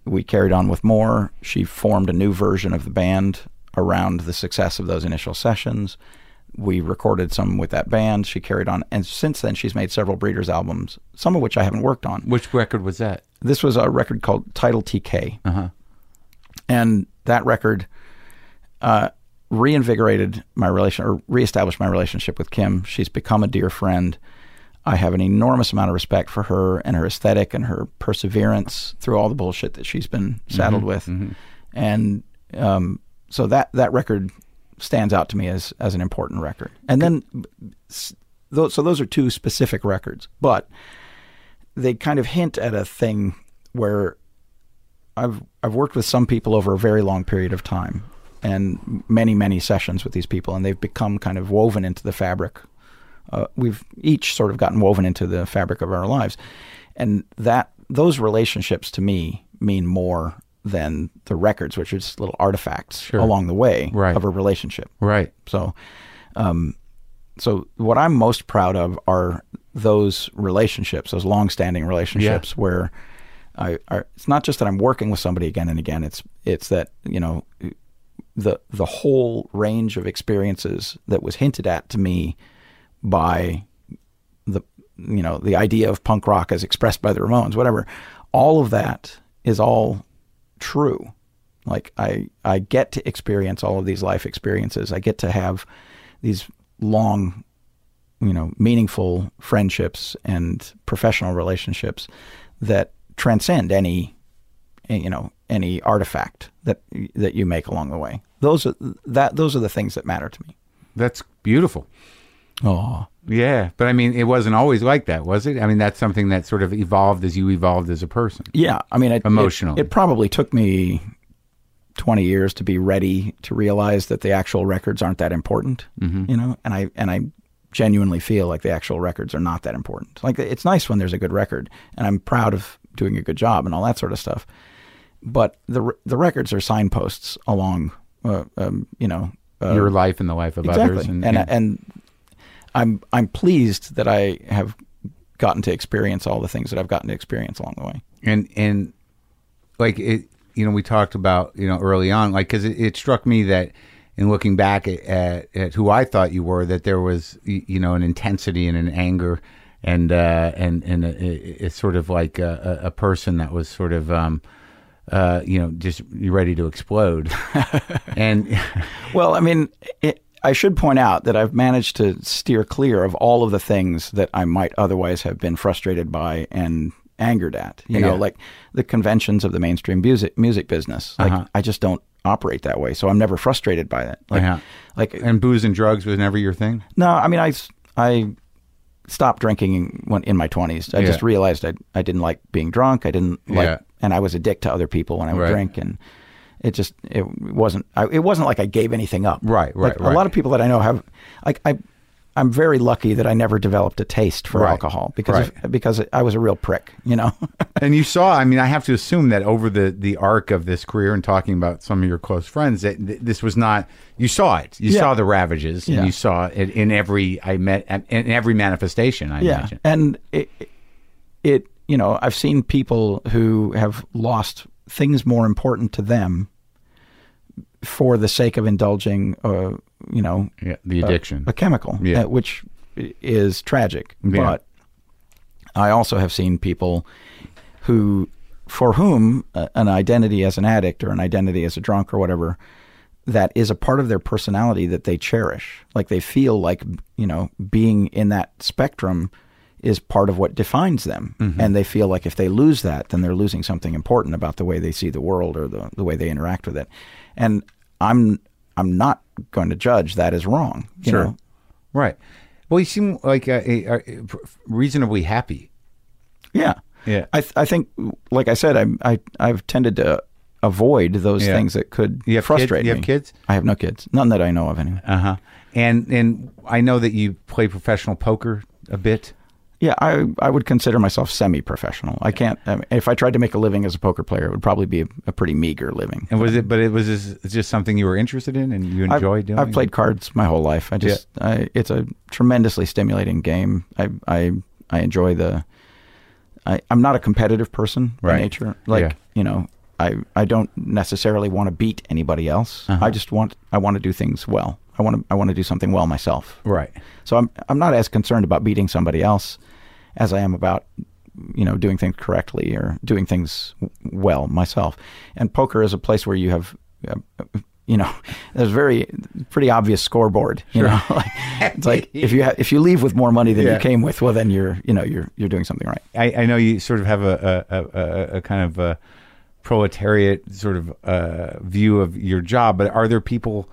[SPEAKER 4] We carried on with more. She formed a new version of the band around the success of those initial sessions. We recorded some with that band. She carried on. And since then, she's made several Breeders albums, some of which I haven't worked on.
[SPEAKER 1] Which record was that?
[SPEAKER 4] This was a record called Title TK. And that record uh, reinvigorated my relation or reestablished my relationship with Kim. She's become a dear friend. I have an enormous amount of respect for her and her aesthetic and her perseverance through all the bullshit that she's been saddled with. And um, so that that record stands out to me as as an important record. And then s- tho- so those are two specific records, but they kind of hint at a thing where I've I've worked with some people over a very long period of time, and many many sessions with these people, and they've become kind of woven into the fabric. Uh, we've each sort of gotten woven into the fabric of our lives, and that those relationships to me mean more than the records, which are just little artifacts along the way
[SPEAKER 1] Right.
[SPEAKER 4] of a relationship.
[SPEAKER 1] Right.
[SPEAKER 4] So, um, so what I'm most proud of are those relationships, those long-standing relationships where I, I, it's not just that I'm working with somebody again and again. It's it's that you know the the whole range of experiences that was hinted at to me by the you know the idea of punk rock as expressed by the Ramones, whatever. All of that is all true. Like I I get to experience all of these life experiences. I get to have these long, you know, meaningful friendships and professional relationships that transcend any you know any artifact that that you make along the way. Those are that those are the things that matter to me.
[SPEAKER 1] That's beautiful.
[SPEAKER 4] Oh,
[SPEAKER 1] Yeah, but I mean, it wasn't always like that, was it? I mean, that's something that sort of evolved as you evolved as a person.
[SPEAKER 4] Yeah, I mean, it, it-
[SPEAKER 1] Emotionally.
[SPEAKER 4] It, probably took me twenty years to be ready to realize that the actual records aren't that important.
[SPEAKER 1] Mm-hmm.
[SPEAKER 4] You know, and I and I genuinely feel like the actual records are not that important. Like it's nice when there's a good record, and I'm proud of doing a good job and all that sort of stuff. But the re- the records are signposts along, uh, um, you know, uh,
[SPEAKER 1] Your life and the life of
[SPEAKER 4] exactly.
[SPEAKER 1] others,
[SPEAKER 4] and and, I'm I'm pleased that I have gotten to experience all the things that I've gotten to experience along the way.
[SPEAKER 1] and and like it you know we talked about you know early on like because it, it struck me that in looking back at, at, at who I thought you were, that there was y- you know an intensity and an anger, and uh, and and a- a- it's sort of like a, a a person that was sort of um, uh, you know just ready to explode, and
[SPEAKER 4] Well, I mean, it, I should point out that I've managed to steer clear of all of the things that I might otherwise have been frustrated by and angered at. You
[SPEAKER 1] Yeah.
[SPEAKER 4] know, like the conventions of the mainstream music music business. Like I just don't operate that way, so I'm never frustrated by that. Like,
[SPEAKER 1] Yeah.
[SPEAKER 4] like
[SPEAKER 1] and booze and drugs was never your thing.
[SPEAKER 4] no, I mean, I s- I stopped drinking when in my 20s. I just
[SPEAKER 1] Yeah.
[SPEAKER 4] realized I I didn't like being drunk. I didn't like,
[SPEAKER 1] Yeah.
[SPEAKER 4] and I was a dick to other people when I would
[SPEAKER 1] Right.
[SPEAKER 4] drink and. It just it wasn't I, it wasn't like I gave anything up.
[SPEAKER 1] Right, right,
[SPEAKER 4] Like,
[SPEAKER 1] right.
[SPEAKER 4] A lot of people that I know have like I I'm very lucky that I never developed a taste for
[SPEAKER 1] Right,
[SPEAKER 4] alcohol because
[SPEAKER 1] right.
[SPEAKER 4] of, because I was a real prick, you know.
[SPEAKER 1] and you saw i mean i have to assume that over the the arc of this career and talking about some of your close friends that th- this was not you saw it you
[SPEAKER 4] Yeah.
[SPEAKER 1] saw the ravages
[SPEAKER 4] Yeah.
[SPEAKER 1] and you saw it in every i met in every manifestation i
[SPEAKER 4] yeah.
[SPEAKER 1] imagine
[SPEAKER 4] And it, it, you know, I've seen people who have lost things more important to them for the sake of indulging, uh, you know,
[SPEAKER 1] yeah, the
[SPEAKER 4] Uh,
[SPEAKER 1] addiction
[SPEAKER 4] a chemical,
[SPEAKER 1] Yeah. Mm-hmm.
[SPEAKER 4] uh, which i- is tragic.
[SPEAKER 1] Yeah.
[SPEAKER 4] But I also have seen people who, for whom uh, an identity as an addict or an identity as a drunk or whatever, that is a part of their personality that they cherish. Like they feel like, you know, being in that spectrum is part of what defines them.
[SPEAKER 1] Mm-hmm.
[SPEAKER 4] And they feel like if they lose that, then they're losing something important about the way they see the world or the, the way they interact with it. And I'm I'm not going to judge that as wrong. You
[SPEAKER 1] Sure.
[SPEAKER 4] know?
[SPEAKER 1] right well you seem like uh, a, a- reasonably happy
[SPEAKER 4] Yeah.
[SPEAKER 1] Yeah.
[SPEAKER 4] I th- I think, like I said, I, I I've tended to avoid those
[SPEAKER 1] Yeah.
[SPEAKER 4] things that could
[SPEAKER 1] You have kids-
[SPEAKER 4] frustrate
[SPEAKER 1] you have
[SPEAKER 4] me.
[SPEAKER 1] kids?
[SPEAKER 4] I have no kids. None that I know of, anyway.
[SPEAKER 1] uh-huh and and i know that you play professional poker a bit
[SPEAKER 4] Yeah, I I would consider myself semi-professional. I can't. I mean, if I tried to make a living as a poker player, it would probably be a, a pretty meager living.
[SPEAKER 1] and was it but it was just, just something you were interested in and you
[SPEAKER 4] I've,
[SPEAKER 1] enjoyed doing
[SPEAKER 4] I've played cards my whole life. I just, I, it's a tremendously stimulating game. I, I, I enjoy the. I, I'm not a competitive person
[SPEAKER 1] Right.
[SPEAKER 4] by nature. Like
[SPEAKER 1] Yeah.
[SPEAKER 4] you know, I, I don't necessarily want to beat anybody else.
[SPEAKER 1] Uh-huh.
[SPEAKER 4] I just want, I want to do things well. I want to, I want to do something well myself.
[SPEAKER 1] right
[SPEAKER 4] So I'm, I'm not as concerned about beating somebody else as I am about, you know, doing things correctly or doing things w- well myself. And poker is a place where you have, uh, you know, there's very pretty obvious scoreboard. You know, like, it's like if you ha- if you leave with more money than
[SPEAKER 1] Yeah.
[SPEAKER 4] you came with, well, then you're you know you're you're doing something right.
[SPEAKER 1] I, I know you sort of have a a, a, a- a kind of a proletariat sort of uh, view of your job, but are there people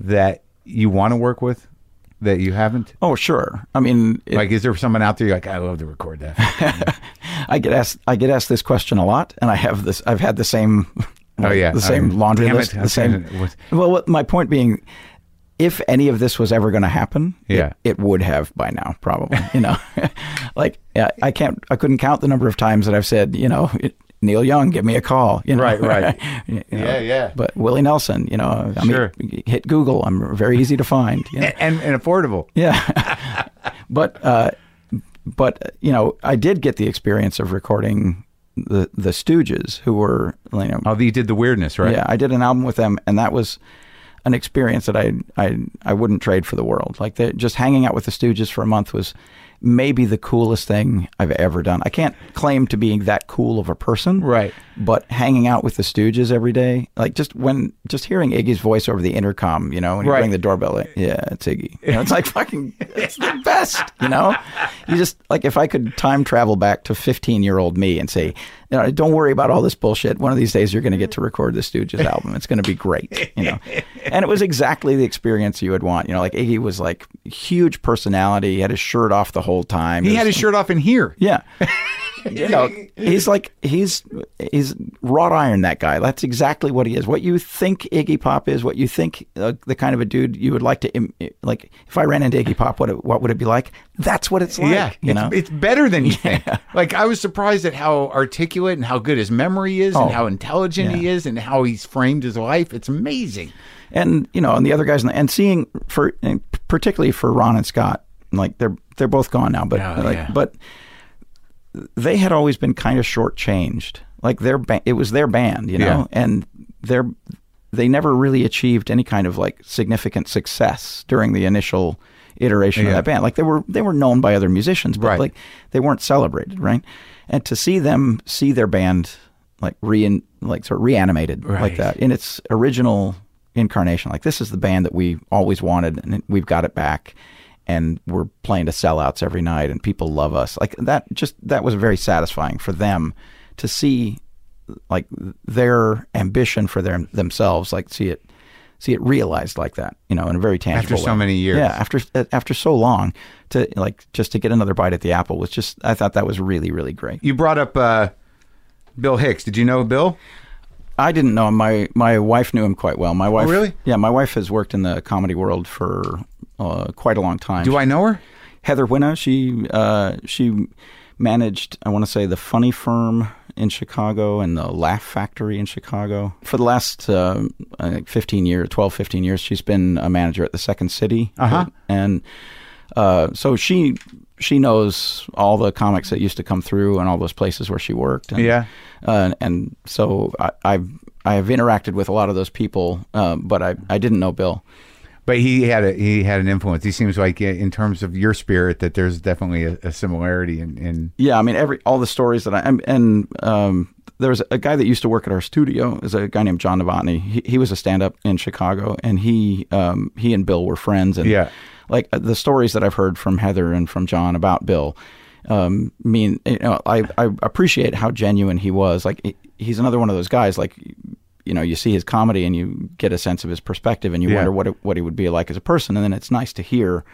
[SPEAKER 1] that you want to work with that you haven't?
[SPEAKER 4] Oh sure, I mean, it-
[SPEAKER 1] Like, is there someone out there you're like, I love to record that?
[SPEAKER 4] I get asked I get asked this question a lot, and I have this I've had the same
[SPEAKER 1] Oh, yeah.
[SPEAKER 4] the same
[SPEAKER 1] Oh,
[SPEAKER 4] laundry
[SPEAKER 1] damn it.
[SPEAKER 4] list
[SPEAKER 1] Okay.
[SPEAKER 4] the same
[SPEAKER 1] What-
[SPEAKER 4] well what, my point being if any of this was ever going to happen
[SPEAKER 1] Yeah.
[SPEAKER 4] it, it would have by now probably you know like yeah, I can't I couldn't count the number of times that I've said you know it, Neil Young give me a call you know?
[SPEAKER 1] Right, right.
[SPEAKER 4] You know,
[SPEAKER 1] Yeah, yeah.
[SPEAKER 4] but Willie Nelson you know I mean,
[SPEAKER 1] Sure.
[SPEAKER 4] hit Google I'm very easy to find you know?
[SPEAKER 1] and, and and affordable.
[SPEAKER 4] Yeah. but uh, but you know, I did get the experience of recording the the Stooges, who were you know,
[SPEAKER 1] Oh, you did the weirdness, right?
[SPEAKER 4] yeah, I did an album with them, and that was an experience that I I I wouldn't trade for the world. Like the, just hanging out with the Stooges for a month was maybe the coolest thing I've ever done. I can't claim to being that cool of a person,
[SPEAKER 1] Right.
[SPEAKER 4] But hanging out with the Stooges every day, like just when just hearing Iggy's voice over the intercom, you know, when
[SPEAKER 1] Right.
[SPEAKER 4] you ring the doorbell, like yeah, it's Iggy. You know, it's like fucking, it's the best. You know, you just like if I could time travel back to 15 year old me and say, you know, don't worry about all this bullshit. One of these days you're going to get to record the Stooges album. It's going to be great. You know, and it was exactly the experience you would want. You know, like Iggy was like huge personality. He had his shirt off the whole time.
[SPEAKER 1] He
[SPEAKER 4] It
[SPEAKER 1] had
[SPEAKER 4] was-
[SPEAKER 1] his shirt off in here.
[SPEAKER 4] yeah. you know, he's like he's he's wrought iron. That guy. That's exactly what he is. What you think Iggy Pop is. What you think uh, the kind of a dude you would like to Im- like. If I ran into Iggy Pop, what it, what would it be like? That's what it's like.
[SPEAKER 1] yeah,
[SPEAKER 4] you
[SPEAKER 1] it's,
[SPEAKER 4] know.
[SPEAKER 1] it's better than you think. Like I was surprised at how articulate and how good his memory is,
[SPEAKER 4] Oh.
[SPEAKER 1] and how intelligent he
[SPEAKER 4] Yeah.
[SPEAKER 1] is, and how he's framed his life. It's amazing.
[SPEAKER 4] and you know, and the other guys, in the, and seeing for and particularly for Ron and Scott, like they're they're both gone now, but
[SPEAKER 1] Oh,
[SPEAKER 4] like,
[SPEAKER 1] yeah.
[SPEAKER 4] but they had always been kind of shortchanged. Like their ba- it was their band, you know,
[SPEAKER 1] Yeah.
[SPEAKER 4] and their they never really achieved any kind of like significant success during the initial iteration
[SPEAKER 1] Yeah.
[SPEAKER 4] of that band. Like they were they were known by other musicians, but
[SPEAKER 1] Right.
[SPEAKER 4] like they weren't celebrated,
[SPEAKER 1] Mm-hmm.
[SPEAKER 4] right? And to see them see their band like rein like sort of reanimated like
[SPEAKER 3] Right.
[SPEAKER 4] that in its original incarnation, like this is the band that we always wanted and we've got it back and we're playing to sellouts every night and people love us. Like that just that was very satisfying for them to see like their ambition for their themselves, like see it see it realized like that, you know, in a very tangible
[SPEAKER 1] After so
[SPEAKER 4] way.
[SPEAKER 1] many years.
[SPEAKER 4] Yeah, after after so long to like just to get another bite at the apple was just I thought that was really really great.
[SPEAKER 1] You brought up uh, Bill Hicks. Did you know Bill?
[SPEAKER 4] I didn't know him. my my wife knew him quite well. My wife
[SPEAKER 1] Oh, really?
[SPEAKER 4] Yeah, my wife has worked in the comedy world for uh, quite a long time.
[SPEAKER 1] Do I know her?
[SPEAKER 4] Heather Winnow, she uh, she managed, I want to say, the Funny Firm in Chicago and the Laugh Factory in Chicago. For the last uh, I think 15 years, 12, 15 years, she's been a manager at the Second City.
[SPEAKER 1] Uh-huh.
[SPEAKER 4] And uh, so she she knows all the comics that used to come through and all those places where she worked. And,
[SPEAKER 1] Yeah.
[SPEAKER 4] Uh, and so I, I've I've interacted with a lot of those people, um, but I, I didn't know Bill.
[SPEAKER 1] But he had a he had an influence. He seems like uh, in terms of your spirit that there's definitely a, a similarity in, in
[SPEAKER 4] yeah, I mean every all the stories that I and, and um, there was a guy that used to work at our studio is a guy named John Novotny. He, he was a stand up in Chicago, and he um, he and Bill were friends. And
[SPEAKER 1] Yeah.
[SPEAKER 4] like uh, the stories that I've heard from Heather and from John about Bill. Um, mean, you know, I I appreciate how genuine he was. Like he- he's another one of those guys. Like you know, you see his comedy and you get a sense of his perspective, and you
[SPEAKER 1] Yeah.
[SPEAKER 4] wonder what it, what he would be like as a person. And then it's nice to hear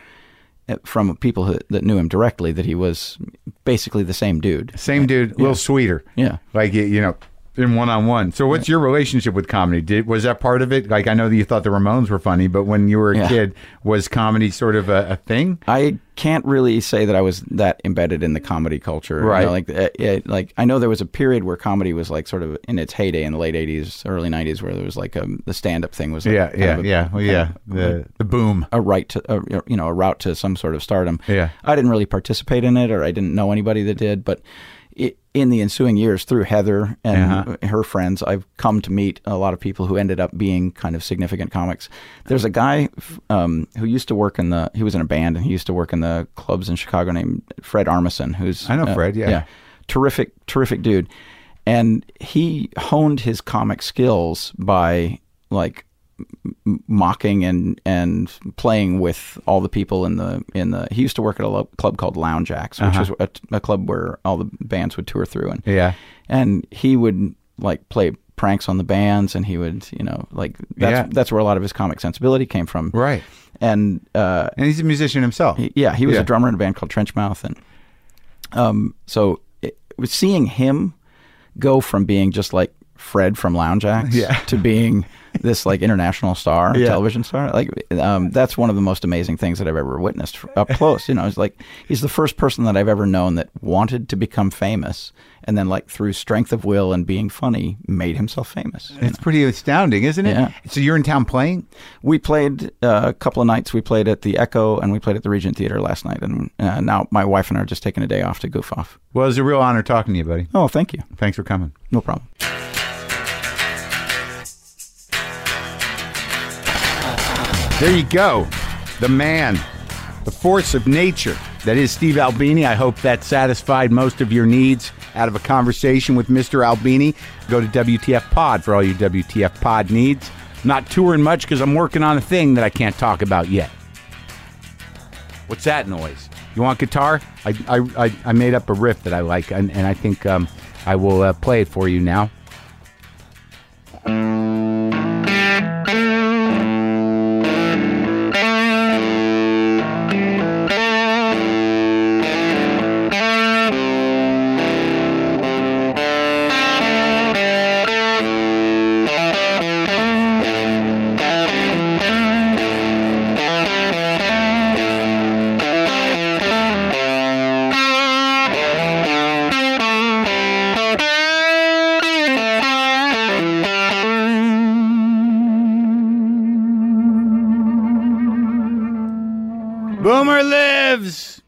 [SPEAKER 4] uh, from people who, that knew him directly that he was basically the same dude.
[SPEAKER 1] same dude, a little sweeter.
[SPEAKER 4] Yeah.
[SPEAKER 1] like you- you know, in one on one. So what's your relationship with comedy? Did was that part of it? Like I know that you thought the Ramones were funny, but when you were a
[SPEAKER 4] Yeah.
[SPEAKER 1] kid, was comedy sort of a, a thing?
[SPEAKER 4] I can't really say that I was that embedded in the comedy culture. You know,
[SPEAKER 1] Right.
[SPEAKER 4] like, uh, it, like I know there was a period where comedy was like sort of in its heyday in the late '80s, early '90s, where there was like um, the stand-up thing was like
[SPEAKER 1] Yeah,
[SPEAKER 4] kind
[SPEAKER 1] yeah,
[SPEAKER 4] of a-
[SPEAKER 1] yeah, well, yeah. The the boom.
[SPEAKER 4] a right to a, you know a route to some sort of stardom.
[SPEAKER 1] Yeah.
[SPEAKER 4] I didn't really participate in it, or I didn't know anybody that did. But i in the ensuing years, through Heather and
[SPEAKER 1] Uh-huh.
[SPEAKER 4] her friends, I've come to meet a lot of people who ended up being kind of significant comics. There's a guy f- um, who used to work in the he was in a band and he used to work in the clubs in Chicago named Fred Armisen, who's uh,
[SPEAKER 1] I know Fred, yeah.
[SPEAKER 4] yeah terrific, terrific dude. And he honed his comic skills by like m- mocking and and playing with all the people in the in the. He used to work at a lo- club called Lounge Acts, which was a, a club where all the bands would tour through. And
[SPEAKER 1] Uh-huh. Yeah.
[SPEAKER 4] and he would like play pranks on the bands, and he would you know like that's
[SPEAKER 1] Yeah.
[SPEAKER 4] that's where a lot of his comic sensibility came from.
[SPEAKER 1] Right.
[SPEAKER 4] And uh,
[SPEAKER 1] And he's a musician himself.
[SPEAKER 4] yeah, he was
[SPEAKER 1] Yeah.
[SPEAKER 4] a drummer in a band called Trenchmouth, and um, so it, it was seeing him go from being just like Fred from Lounge Acts
[SPEAKER 1] Yeah.
[SPEAKER 4] to being this like international star, television star. Like um, that's one of the most amazing things that I've ever witnessed f- up close. You know, it's like he's the first person that I've ever known that wanted to become famous, and then like through strength of will and being funny, made himself famous.
[SPEAKER 1] It's pretty astounding, isn't it?
[SPEAKER 4] Yeah.
[SPEAKER 1] So you're in town playing?
[SPEAKER 4] We played uh, a couple of nights. We played at the Echo and we played at the Regent Theater last night. And uh, now my wife and I are just taking a day off to goof off.
[SPEAKER 1] Well, it was a real honor talking to you, buddy.
[SPEAKER 4] Oh, thank you.
[SPEAKER 1] Thanks for coming.
[SPEAKER 4] No problem.
[SPEAKER 1] There you go. The man, the force of nature. That is Steve Albini. I hope that satisfied most of your needs out of a conversation with Mr. Albini. Go to WTF Pod for all your WTF Pod needs. Not touring much because I'm working on a thing that I can't talk about yet. What's that noise? You want guitar? I, I, I, I made up a riff that I like, and, and I think um, I will uh, play it for you now. Boomer lives!